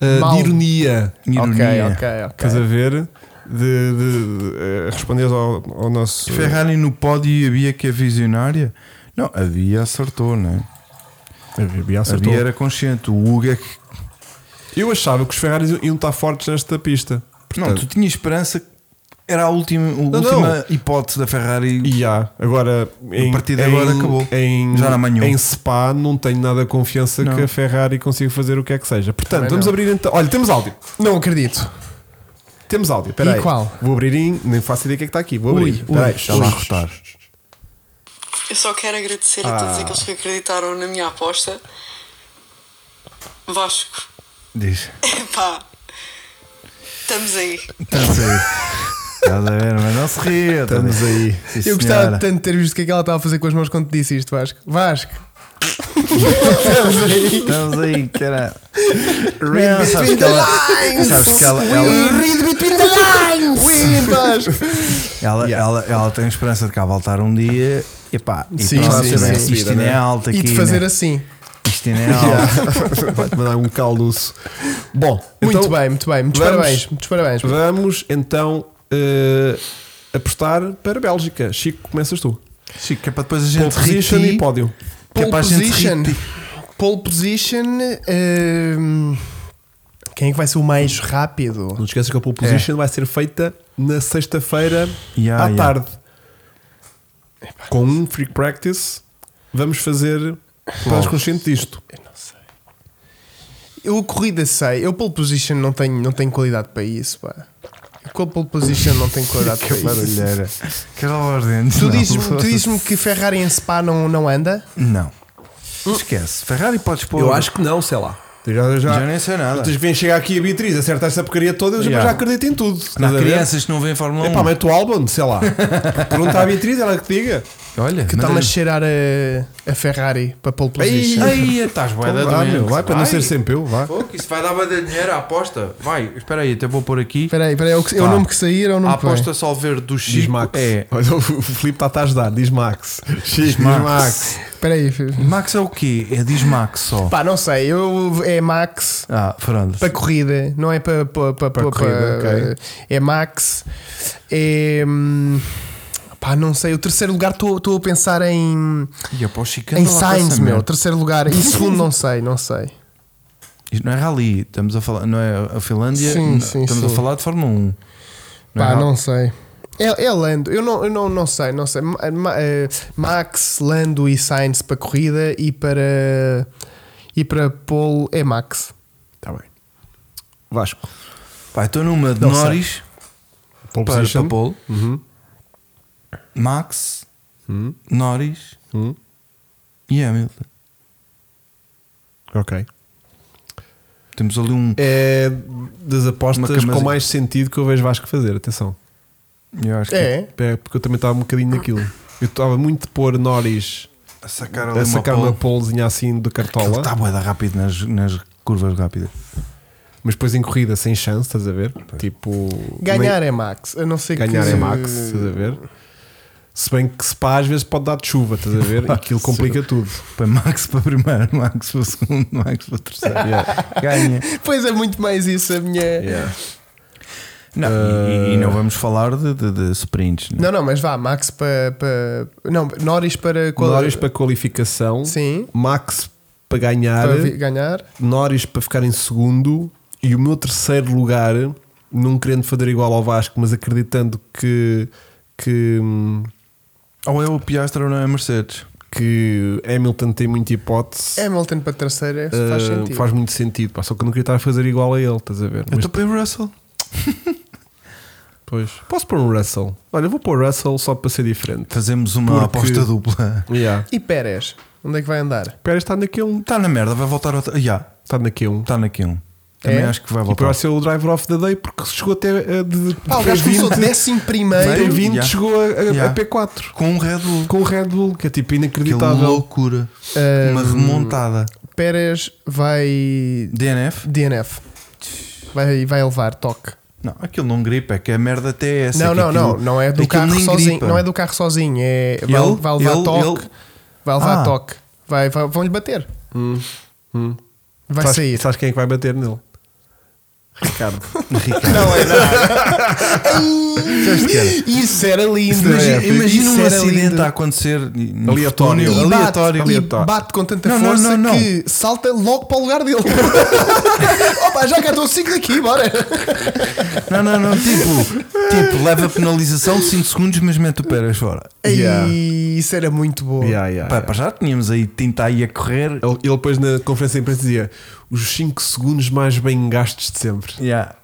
[SPEAKER 1] ah,
[SPEAKER 3] Mal.
[SPEAKER 1] de ironia.
[SPEAKER 2] Ironia.
[SPEAKER 3] Ok, ok,
[SPEAKER 1] Estás a
[SPEAKER 3] ok.
[SPEAKER 1] ver? De, de, eh, responderes ao, ao nosso.
[SPEAKER 2] Ferrari no pódio e havia que é visionária? Não, havia acertou, né?
[SPEAKER 1] A Bia acertou.
[SPEAKER 2] Havia era consciente. O Hugo é que.
[SPEAKER 1] Eu achava que os Ferraris iam estar fortes nesta pista.
[SPEAKER 2] Não,
[SPEAKER 1] Portanto,
[SPEAKER 2] tu tinha esperança. que Era a última, a
[SPEAKER 1] não.
[SPEAKER 2] última hipótese da Ferrari.
[SPEAKER 1] E há. Agora, em,
[SPEAKER 2] partir de
[SPEAKER 1] em-
[SPEAKER 2] agora acabou.
[SPEAKER 1] Em,
[SPEAKER 2] Já não amanhou.
[SPEAKER 1] em Spa, não tenho nada a confiança
[SPEAKER 2] Não.
[SPEAKER 1] que a Ferrari consiga fazer o que é que seja. Portanto,
[SPEAKER 3] Também
[SPEAKER 1] vamos
[SPEAKER 3] não.
[SPEAKER 1] abrir então. Olha, temos áudio.
[SPEAKER 3] Não acredito.
[SPEAKER 1] Temos áudio. Espera
[SPEAKER 3] E
[SPEAKER 1] aí.
[SPEAKER 3] qual?
[SPEAKER 1] Vou abrir em. Nem faço ideia o que é que está aqui. Vou
[SPEAKER 3] Ui,
[SPEAKER 1] abrir. Espera
[SPEAKER 3] ui.
[SPEAKER 1] aí.
[SPEAKER 2] Já lá rotar.
[SPEAKER 5] Eu só quero agradecer a
[SPEAKER 2] Ah.
[SPEAKER 5] todos aqueles que acreditaram na minha aposta. Vasco,
[SPEAKER 2] Diz.
[SPEAKER 5] pá, estamos aí.
[SPEAKER 2] Estás aí. Estás a ver, mas não se ria.
[SPEAKER 1] Estamos aí.
[SPEAKER 2] Sim,
[SPEAKER 3] Eu gostava
[SPEAKER 2] senhora.
[SPEAKER 3] tanto de ter visto o que é que ela estava a fazer com as mãos quando te disse isto, Vasco. Vasco.
[SPEAKER 2] Estamos aí, que era. Não, sabes que ela. Sabes que ela. ela,
[SPEAKER 3] Win, Vasco.
[SPEAKER 2] ela, ela, ela tem esperança de cá voltar um dia. Epá, e
[SPEAKER 3] Sim,
[SPEAKER 2] pronto,
[SPEAKER 3] sim,
[SPEAKER 2] né?
[SPEAKER 1] sim.
[SPEAKER 2] isto ainda é alto aqui.
[SPEAKER 3] E de fazer
[SPEAKER 2] né?
[SPEAKER 3] assim.
[SPEAKER 2] Isto ainda é alto.
[SPEAKER 1] Vai-te mandar um calduço. Bom,
[SPEAKER 3] Muito
[SPEAKER 1] então,
[SPEAKER 3] bem, muito bem. Muitos
[SPEAKER 1] vamos-
[SPEAKER 3] parabéns, muitos parabéns.
[SPEAKER 1] Vamos então eh, apostar para a Bélgica. Chico, começas tu.
[SPEAKER 2] Chico, que é para depois a
[SPEAKER 1] Pole
[SPEAKER 2] gente rir.
[SPEAKER 1] position e pódio.
[SPEAKER 2] Que é
[SPEAKER 3] Pole
[SPEAKER 2] para a gente rir
[SPEAKER 3] position.
[SPEAKER 2] de ti.
[SPEAKER 3] tipo. Pole position. ehm, quem é que vai ser o mais rápido?
[SPEAKER 1] Não te esqueças que a pole position vai ser feita na sexta-feira
[SPEAKER 2] Yeah,
[SPEAKER 1] à
[SPEAKER 2] yeah.
[SPEAKER 1] tarde. Com um free practice, vamos fazer. Estás consciente disto?
[SPEAKER 3] Eu a corrida sei. Eu pole position não tenho, não tenho qualidade para isso, pá. Eu com a pole position não tenho qualidade para
[SPEAKER 2] Que
[SPEAKER 3] isso.
[SPEAKER 2] barulheira. Que lavar dentro.
[SPEAKER 3] Tu dizes-me tu dizes-me que Ferrari em Spa não, não anda?
[SPEAKER 2] Não.
[SPEAKER 3] Hum.
[SPEAKER 2] Esquece. Ferrari podes pôr.
[SPEAKER 1] que não, sei lá. Já,
[SPEAKER 2] Já nem sei nada.
[SPEAKER 1] Tens que vir chegar aqui a Beatriz, acerta esta porcaria toda, eu
[SPEAKER 2] Yeah.
[SPEAKER 1] já acredito em tudo.
[SPEAKER 2] Não,
[SPEAKER 1] Estás a
[SPEAKER 2] Há
[SPEAKER 1] ver?
[SPEAKER 2] crianças que não veem Fórmula 1.
[SPEAKER 1] Epá, mete o álbum, sei lá. Pergunta à Beatriz, ela que diga.
[SPEAKER 2] Olha, é
[SPEAKER 3] Que tá está-me a cheirar a, a Ferrari para pole
[SPEAKER 2] Ei,
[SPEAKER 3] position.
[SPEAKER 2] ei, estás bué da
[SPEAKER 1] Então vá,
[SPEAKER 2] doente.
[SPEAKER 1] meu, vai, para não ser sempre eu, vai.
[SPEAKER 2] Pô, que isso vai dar bué de dinheiro à aposta. Vai, espera aí, até vou pôr aqui.
[SPEAKER 3] Espera aí, espera aí. É o, que- é o
[SPEAKER 2] Pá.
[SPEAKER 3] nome que sair ou não
[SPEAKER 2] A
[SPEAKER 3] nome que vem?
[SPEAKER 2] aposta solver do
[SPEAKER 1] Diz
[SPEAKER 2] Chico
[SPEAKER 1] Max.
[SPEAKER 2] é...
[SPEAKER 1] Olha, o Filipe está-te a ajudar, diz Max. Chico, diz
[SPEAKER 2] Max.
[SPEAKER 1] Max.
[SPEAKER 3] Espera aí. filho.
[SPEAKER 2] Max é o quê? É diz Max só.
[SPEAKER 3] Pá, não sei. Eu, é Max.
[SPEAKER 2] Ah, pronto.
[SPEAKER 3] Para corrida, não é para. Para, para, para-
[SPEAKER 1] corrida,
[SPEAKER 3] para-
[SPEAKER 1] ok.
[SPEAKER 3] É Max. É. hum, Pá, não sei. O terceiro lugar estou estou a pensar em.
[SPEAKER 2] E é para o Chico
[SPEAKER 3] em
[SPEAKER 2] anda lá com
[SPEAKER 3] Sainz,
[SPEAKER 2] essa
[SPEAKER 3] meu.
[SPEAKER 2] merda.
[SPEAKER 3] Terceiro lugar. E segundo, não sei, não sei.
[SPEAKER 2] Isto não é rally. Estamos a falar... Não é a Finlândia.
[SPEAKER 3] Sim,
[SPEAKER 2] não-
[SPEAKER 3] sim,
[SPEAKER 2] Estamos a
[SPEAKER 3] sim.
[SPEAKER 2] falar de Fórmula 1. é
[SPEAKER 3] Pá,
[SPEAKER 2] rally.
[SPEAKER 3] não sei. É, é Lando, eu, não, eu não, não sei, não sei. Ma- ma- eh, Max, Lando e Sainz para corrida e para. E para Paul é Max.
[SPEAKER 1] Está Tá bem. Vasco.
[SPEAKER 2] Pá, estou numa de
[SPEAKER 1] Não sei.
[SPEAKER 2] Norris
[SPEAKER 1] Pole
[SPEAKER 2] para
[SPEAKER 1] position. Uhum.
[SPEAKER 2] para Polo. Max, Norris
[SPEAKER 1] Hum.
[SPEAKER 2] e Hamilton.
[SPEAKER 1] Ok.
[SPEAKER 2] Temos ali um.
[SPEAKER 1] É das
[SPEAKER 2] Uma
[SPEAKER 1] apostas
[SPEAKER 2] camazinha.
[SPEAKER 1] com mais sentido que eu vejo Vasco fazer, atenção.
[SPEAKER 2] Eu acho que
[SPEAKER 3] É?
[SPEAKER 1] É, porque eu também estava um bocadinho naquilo. Eu estava muito de pôr Norris
[SPEAKER 2] A sacar ali
[SPEAKER 1] a sacar
[SPEAKER 2] uma tá-
[SPEAKER 1] uma
[SPEAKER 2] pole.
[SPEAKER 1] polezinha assim de
[SPEAKER 2] Ele
[SPEAKER 1] cartola,
[SPEAKER 2] está boeda rápido nas, nas curvas rápidas.
[SPEAKER 1] mas depois em corrida sem chance, estás a ver? Tipo.
[SPEAKER 3] Ganhar é Max, a não ser que.
[SPEAKER 1] ganhar é Max, estás a ver? Se bem que se pá, às vezes pode dar de chuva, estás a ver? E aquilo complica tudo.
[SPEAKER 2] Põe Max para primeiro, Max para segundo, Max para terceiro. Ganha.
[SPEAKER 3] Pois é, muito mais isso a minha.
[SPEAKER 2] Não, e, e
[SPEAKER 1] Uh.
[SPEAKER 2] não vamos falar de, de, de sprints. Né?
[SPEAKER 3] Não, não, mas vá, Max para. para não, Norris para. qual- é?
[SPEAKER 1] Norris para qualificação,
[SPEAKER 3] Sim.
[SPEAKER 1] Max para ganhar,
[SPEAKER 3] para vi- ganhar.
[SPEAKER 1] Norris para ficar em segundo e o meu terceiro lugar, não querendo fazer igual ao Vasco, mas acreditando que, que,
[SPEAKER 2] Ou é o Piastra ou não é a Mercedes.
[SPEAKER 1] que Hamilton tem muita hipótese.
[SPEAKER 3] Hamilton para terceira
[SPEAKER 1] ah,
[SPEAKER 3] É,
[SPEAKER 2] Eh,
[SPEAKER 3] faz sentido.
[SPEAKER 1] faz muito sentido, pá, só que eu não queria estar a fazer igual a ele, estás a ver?
[SPEAKER 2] Eu
[SPEAKER 1] Mas
[SPEAKER 2] estou para o Russell.
[SPEAKER 1] depois posso pôr um Russell. Olha, eu vou pôr Russell só para ser diferente.
[SPEAKER 2] Fazemos uma
[SPEAKER 1] Porque-
[SPEAKER 2] aposta dupla.
[SPEAKER 1] Yeah.
[SPEAKER 3] E Pérez, onde é que vai andar?
[SPEAKER 1] Pérez está na Q1.
[SPEAKER 2] Está Tá na merda, vai voltar outra. Já,
[SPEAKER 1] Está na Q1.
[SPEAKER 2] está na Q1. Também
[SPEAKER 3] É?
[SPEAKER 2] acho que vai
[SPEAKER 1] E
[SPEAKER 2] voltar.
[SPEAKER 1] para ser o driver of the day, porque chegou até eh, de, de
[SPEAKER 3] Ah, o gajo começou
[SPEAKER 1] 20,
[SPEAKER 3] décimo primeiro.
[SPEAKER 2] Veio.
[SPEAKER 1] P20
[SPEAKER 2] Yeah.
[SPEAKER 1] chegou a, a-
[SPEAKER 2] Yeah.
[SPEAKER 1] a P4
[SPEAKER 2] Com um Red Bull.
[SPEAKER 1] com o Red Bull, que é tipo
[SPEAKER 2] Que
[SPEAKER 1] inacreditável.
[SPEAKER 2] loucura.
[SPEAKER 3] É,
[SPEAKER 2] uma
[SPEAKER 3] hum.
[SPEAKER 2] remontada.
[SPEAKER 3] Eh, Pérez vai.
[SPEAKER 2] DNF?
[SPEAKER 3] DNF. Vai, vai levar toque.
[SPEAKER 2] Não, aquilo não gripa, é que a merda até é essa.
[SPEAKER 3] não,
[SPEAKER 2] que
[SPEAKER 3] não,
[SPEAKER 2] aquilo-
[SPEAKER 3] não. Não é do
[SPEAKER 2] aquilo
[SPEAKER 3] carro
[SPEAKER 2] nem
[SPEAKER 3] sozinho.
[SPEAKER 2] gripa.
[SPEAKER 3] Não é do carro sozinho. É, vai,
[SPEAKER 2] Ele?
[SPEAKER 3] vai levar
[SPEAKER 2] Ele?
[SPEAKER 3] toque.
[SPEAKER 2] Ele?
[SPEAKER 3] Vai levar
[SPEAKER 2] Ah. Hum,
[SPEAKER 3] toque. Vai, vai- Vão-lhe bater. Vai
[SPEAKER 1] Sabes-
[SPEAKER 3] sair.
[SPEAKER 1] Sabes quem é que vai bater nele? Ricardo.
[SPEAKER 3] Não é nada.
[SPEAKER 1] Disseste que era.
[SPEAKER 3] Isso era lindo.
[SPEAKER 2] Imagina,
[SPEAKER 1] é,
[SPEAKER 2] imagina
[SPEAKER 3] isso
[SPEAKER 2] um
[SPEAKER 3] era
[SPEAKER 2] acidente
[SPEAKER 3] lindo.
[SPEAKER 2] a acontecer e- no
[SPEAKER 1] Aleatório.
[SPEAKER 3] E
[SPEAKER 2] futuro,
[SPEAKER 3] bate,
[SPEAKER 2] aleatório.
[SPEAKER 3] e
[SPEAKER 1] aleatório.
[SPEAKER 3] bate com tanta
[SPEAKER 2] Não, não,
[SPEAKER 3] força
[SPEAKER 2] não, não.
[SPEAKER 3] que salta logo para o lugar dele. Opa, já cá estou cinco daqui, bora.
[SPEAKER 2] Não, não, não. Tipo, tipo leva penalização de 5 segundos, mas mete o Pérez fora.
[SPEAKER 1] Yeah.
[SPEAKER 3] Ei, isso era muito bom.
[SPEAKER 1] Yeah, yeah,
[SPEAKER 2] Pá, para já tínhamos aí tinta aí a correr.
[SPEAKER 1] Ele, ele depois na conferência de imprensa dizia os 5 segundos mais bem gastos de sempre.
[SPEAKER 2] Yeah.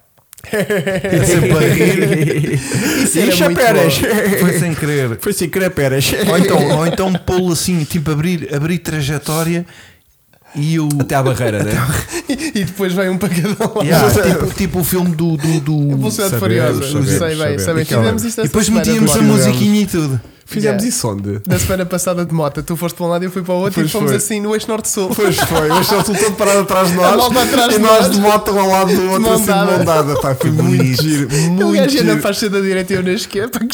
[SPEAKER 2] Sempre a rir.
[SPEAKER 3] Isso era
[SPEAKER 1] Ixi,
[SPEAKER 3] muito
[SPEAKER 1] Pérez.
[SPEAKER 3] bom.
[SPEAKER 2] Foi sem querer.
[SPEAKER 1] Foi assim, querer peras.
[SPEAKER 2] Ou então, ou então pô-lo assim, tipo abrir, abrir trajetória e o.
[SPEAKER 1] Até à barreira, né?
[SPEAKER 3] E depois vem um pancadão lá.
[SPEAKER 2] Yeah, tipo, tipo o filme do. do, do-
[SPEAKER 3] A Velocidade
[SPEAKER 1] Sabemos,
[SPEAKER 3] Furiosa.
[SPEAKER 1] sabemos,
[SPEAKER 3] sei bem,
[SPEAKER 1] sabemos.
[SPEAKER 3] sei bem.
[SPEAKER 1] Aquela-
[SPEAKER 3] Fizemos isto
[SPEAKER 2] E
[SPEAKER 3] esta
[SPEAKER 2] depois
[SPEAKER 3] semana,
[SPEAKER 2] metíamos a
[SPEAKER 3] Duarte.
[SPEAKER 2] musiquinha e tudo.
[SPEAKER 1] Fizemos
[SPEAKER 3] Yeah.
[SPEAKER 1] isso onde?
[SPEAKER 3] Da semana passada de moto, tu foste para um lado e eu fui para o outro
[SPEAKER 1] Pois
[SPEAKER 3] e fomos
[SPEAKER 1] foi.
[SPEAKER 3] assim no eixo norte-sul.
[SPEAKER 1] Pois foi, mas só tudo todo parado atrás de
[SPEAKER 3] A
[SPEAKER 1] nós
[SPEAKER 3] malta atrás
[SPEAKER 1] e
[SPEAKER 3] de
[SPEAKER 1] nós
[SPEAKER 3] nós.
[SPEAKER 1] de moto um ao lado do outro
[SPEAKER 3] mão
[SPEAKER 1] assim de
[SPEAKER 3] dada.
[SPEAKER 1] mão dada. Pá, foi muito giro,
[SPEAKER 3] O
[SPEAKER 1] Um muito
[SPEAKER 3] gajo anda
[SPEAKER 1] giro.
[SPEAKER 3] para a esquerda direita e eu na esquerda, que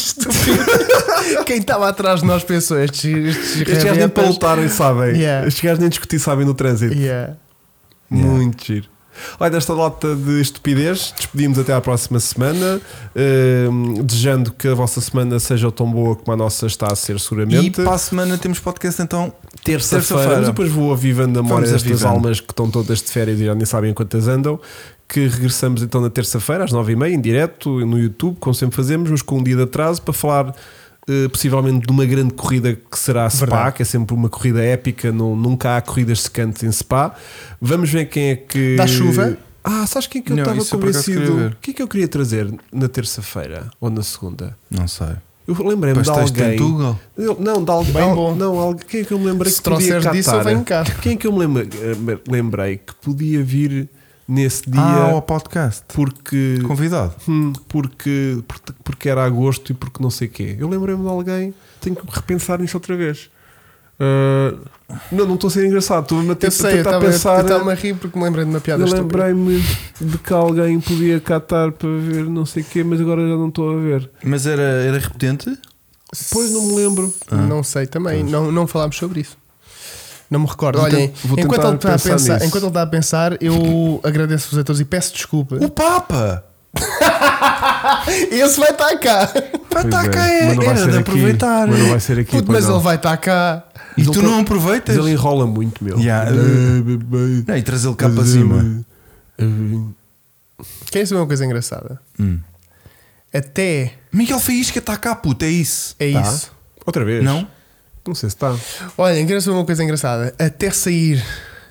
[SPEAKER 3] estúpido. Quem estava atrás de nós pensou estes. Estes,
[SPEAKER 1] Estes gajos nem
[SPEAKER 3] rabetas-
[SPEAKER 1] para lutarem, sabem?
[SPEAKER 3] Yeah.
[SPEAKER 1] Estes gajos nem discutir, sabem no trânsito.
[SPEAKER 3] Yeah.
[SPEAKER 1] Muito giro. Olha, desta nota de estupidez, despedimos até à próxima semana, Hum, desejando que a vossa semana seja tão boa como a nossa está a ser
[SPEAKER 2] E
[SPEAKER 1] seguramente.
[SPEAKER 2] para a semana temos podcast então.
[SPEAKER 1] Terça-feira,
[SPEAKER 2] terça-feira.
[SPEAKER 1] mas depois vou avivando a memória
[SPEAKER 2] Vamos
[SPEAKER 1] destas
[SPEAKER 2] avivando.
[SPEAKER 1] almas que estão todas de férias e já nem sabem quantas andam. Que regressamos então na terça-feira, às nove e meia, em direto, no YouTube, como sempre fazemos, mas com um dia de atraso, para falar eh, possivelmente de uma grande corrida que será a Spa,
[SPEAKER 3] Verdade.
[SPEAKER 1] que é sempre uma corrida épica, não- nunca há corridas secantes em Spa. Vamos ver quem é que.
[SPEAKER 3] Da chuva?
[SPEAKER 1] Ah, sabes quem é que eu
[SPEAKER 2] Não,
[SPEAKER 1] estava
[SPEAKER 2] isso eu por acaso queria
[SPEAKER 1] convencido?
[SPEAKER 2] ver.
[SPEAKER 1] O que é que eu queria trazer na terça-feira ou na segunda?
[SPEAKER 2] Não sei.
[SPEAKER 1] Eu lembrei-me de
[SPEAKER 2] Pastéis de
[SPEAKER 1] alguém.
[SPEAKER 2] Tantugal?
[SPEAKER 1] Eu- Não, de alguém.
[SPEAKER 3] Bem bom.
[SPEAKER 1] Não, alguém, quem é que eu me lembrei
[SPEAKER 3] Se
[SPEAKER 1] que podia
[SPEAKER 3] trouxeres
[SPEAKER 1] catar?
[SPEAKER 3] disso, eu venho cá.
[SPEAKER 1] Quem é que eu me lembra- eh, lembrei que podia vir nesse dia
[SPEAKER 2] Ah, ao podcast.
[SPEAKER 1] porque,
[SPEAKER 2] Convidado.
[SPEAKER 1] hum, porque, porque, porque era agosto e porque não sei quê. Eu lembrei-me de alguém, tenho que repensar nisso outra vez. Ah, não, não estou a ser engraçado, estou a
[SPEAKER 3] Eu sei, eu
[SPEAKER 1] Tipo, tentar
[SPEAKER 3] estava eu
[SPEAKER 1] pensar. né?
[SPEAKER 3] estava-me a rir porque me lembrei de uma piada
[SPEAKER 1] Eu
[SPEAKER 3] estúpida.
[SPEAKER 1] lembrei-me de que alguém podia catar para ver não sei o quê, mas agora já não estou a ver.
[SPEAKER 2] Mas era, era repetente?
[SPEAKER 1] Depois não me lembro.
[SPEAKER 3] Não sei também, não, não falámos sobre isso. Não me recordo.
[SPEAKER 1] Vou
[SPEAKER 3] Olhem,
[SPEAKER 1] ten- vou
[SPEAKER 3] enquanto
[SPEAKER 1] tentar
[SPEAKER 3] ele, está a
[SPEAKER 1] pensar
[SPEAKER 3] pensar,
[SPEAKER 1] nisso.
[SPEAKER 3] enquanto ele está a pensar, eu agradeço-vos a todos e peço desculpa.
[SPEAKER 2] O Papa!
[SPEAKER 3] Esse vai estar cá.
[SPEAKER 2] Vai
[SPEAKER 1] Pois
[SPEAKER 2] estar
[SPEAKER 1] é,
[SPEAKER 2] cá, é,
[SPEAKER 1] mas não vai
[SPEAKER 2] era
[SPEAKER 1] ser
[SPEAKER 2] de
[SPEAKER 1] aqui,
[SPEAKER 2] aproveitar.
[SPEAKER 1] é. Mas não vai ser aqui.
[SPEAKER 3] Puto,
[SPEAKER 1] pois
[SPEAKER 3] mas
[SPEAKER 1] não.
[SPEAKER 3] ele vai estar cá.
[SPEAKER 2] E
[SPEAKER 1] Mas
[SPEAKER 2] tu
[SPEAKER 1] ele
[SPEAKER 2] não
[SPEAKER 1] tem-
[SPEAKER 2] aproveitas?
[SPEAKER 1] Mas ele enrola muito, Tá? meu.
[SPEAKER 2] Yeah.
[SPEAKER 1] uh,
[SPEAKER 2] Não, e trazê-lo cá para cima.
[SPEAKER 3] Quer saber uma coisa engraçada? Até
[SPEAKER 2] Miguel Faísca está cá, puto, é isso.
[SPEAKER 3] é
[SPEAKER 1] Tá.
[SPEAKER 3] isso.
[SPEAKER 1] Outra vez?
[SPEAKER 2] Não?
[SPEAKER 1] Não sei se tá. está.
[SPEAKER 3] Olhem, quero saber uma coisa engraçada. Até sair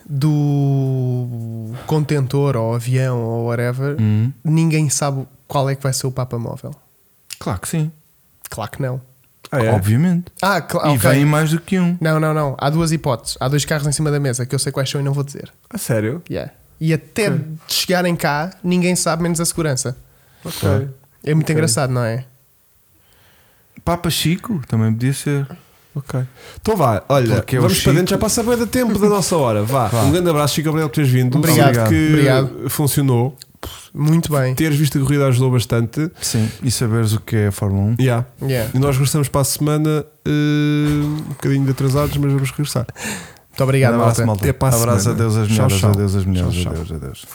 [SPEAKER 3] do contentor ou avião ou whatever, ninguém sabe qual é que vai ser o Papa Móvel.
[SPEAKER 2] Claro que sim.
[SPEAKER 3] Claro que não.
[SPEAKER 1] Ah, é?
[SPEAKER 2] Obviamente.
[SPEAKER 3] Ah, claro.
[SPEAKER 2] E vem mais do que um.
[SPEAKER 3] Não, não, não. Há duas hipóteses. Há dois carros em cima da mesa que eu sei quais são e não vou dizer.
[SPEAKER 1] A sério?
[SPEAKER 3] Yeah. E até chegarem cá, ninguém sabe, menos a segurança.
[SPEAKER 1] Ok.
[SPEAKER 3] É muito engraçado, não é?
[SPEAKER 2] Papa Chico também podia ser.
[SPEAKER 1] Ok. Então vá, olha,
[SPEAKER 2] Porque é o
[SPEAKER 1] vamos para
[SPEAKER 2] Chico.
[SPEAKER 1] dentro, já passa bem da tempo da nossa hora. Vá. Um grande abraço, Chico, obrigado por teres vindo.
[SPEAKER 3] Obrigado.
[SPEAKER 1] Sinto que
[SPEAKER 3] Obrigado.
[SPEAKER 1] funcionou.
[SPEAKER 3] Muito bem.
[SPEAKER 1] Teres visto a corrida ajudou bastante.
[SPEAKER 2] Sim. E saberes o que é a Fórmula 1.
[SPEAKER 1] Yeah.
[SPEAKER 3] Yeah.
[SPEAKER 1] E nós regressamos para a semana, eh, um bocadinho de atrasados, mas vamos regressar.
[SPEAKER 3] Muito obrigado,
[SPEAKER 2] abraço,
[SPEAKER 3] malta.
[SPEAKER 2] malta.
[SPEAKER 1] Até para a
[SPEAKER 2] abraço
[SPEAKER 1] semana.
[SPEAKER 2] a Deus as
[SPEAKER 1] Tchau,
[SPEAKER 2] melhores.
[SPEAKER 1] tchau.
[SPEAKER 2] Adeus as melhores.
[SPEAKER 1] Tchau, tchau.
[SPEAKER 2] Adeus, adeus.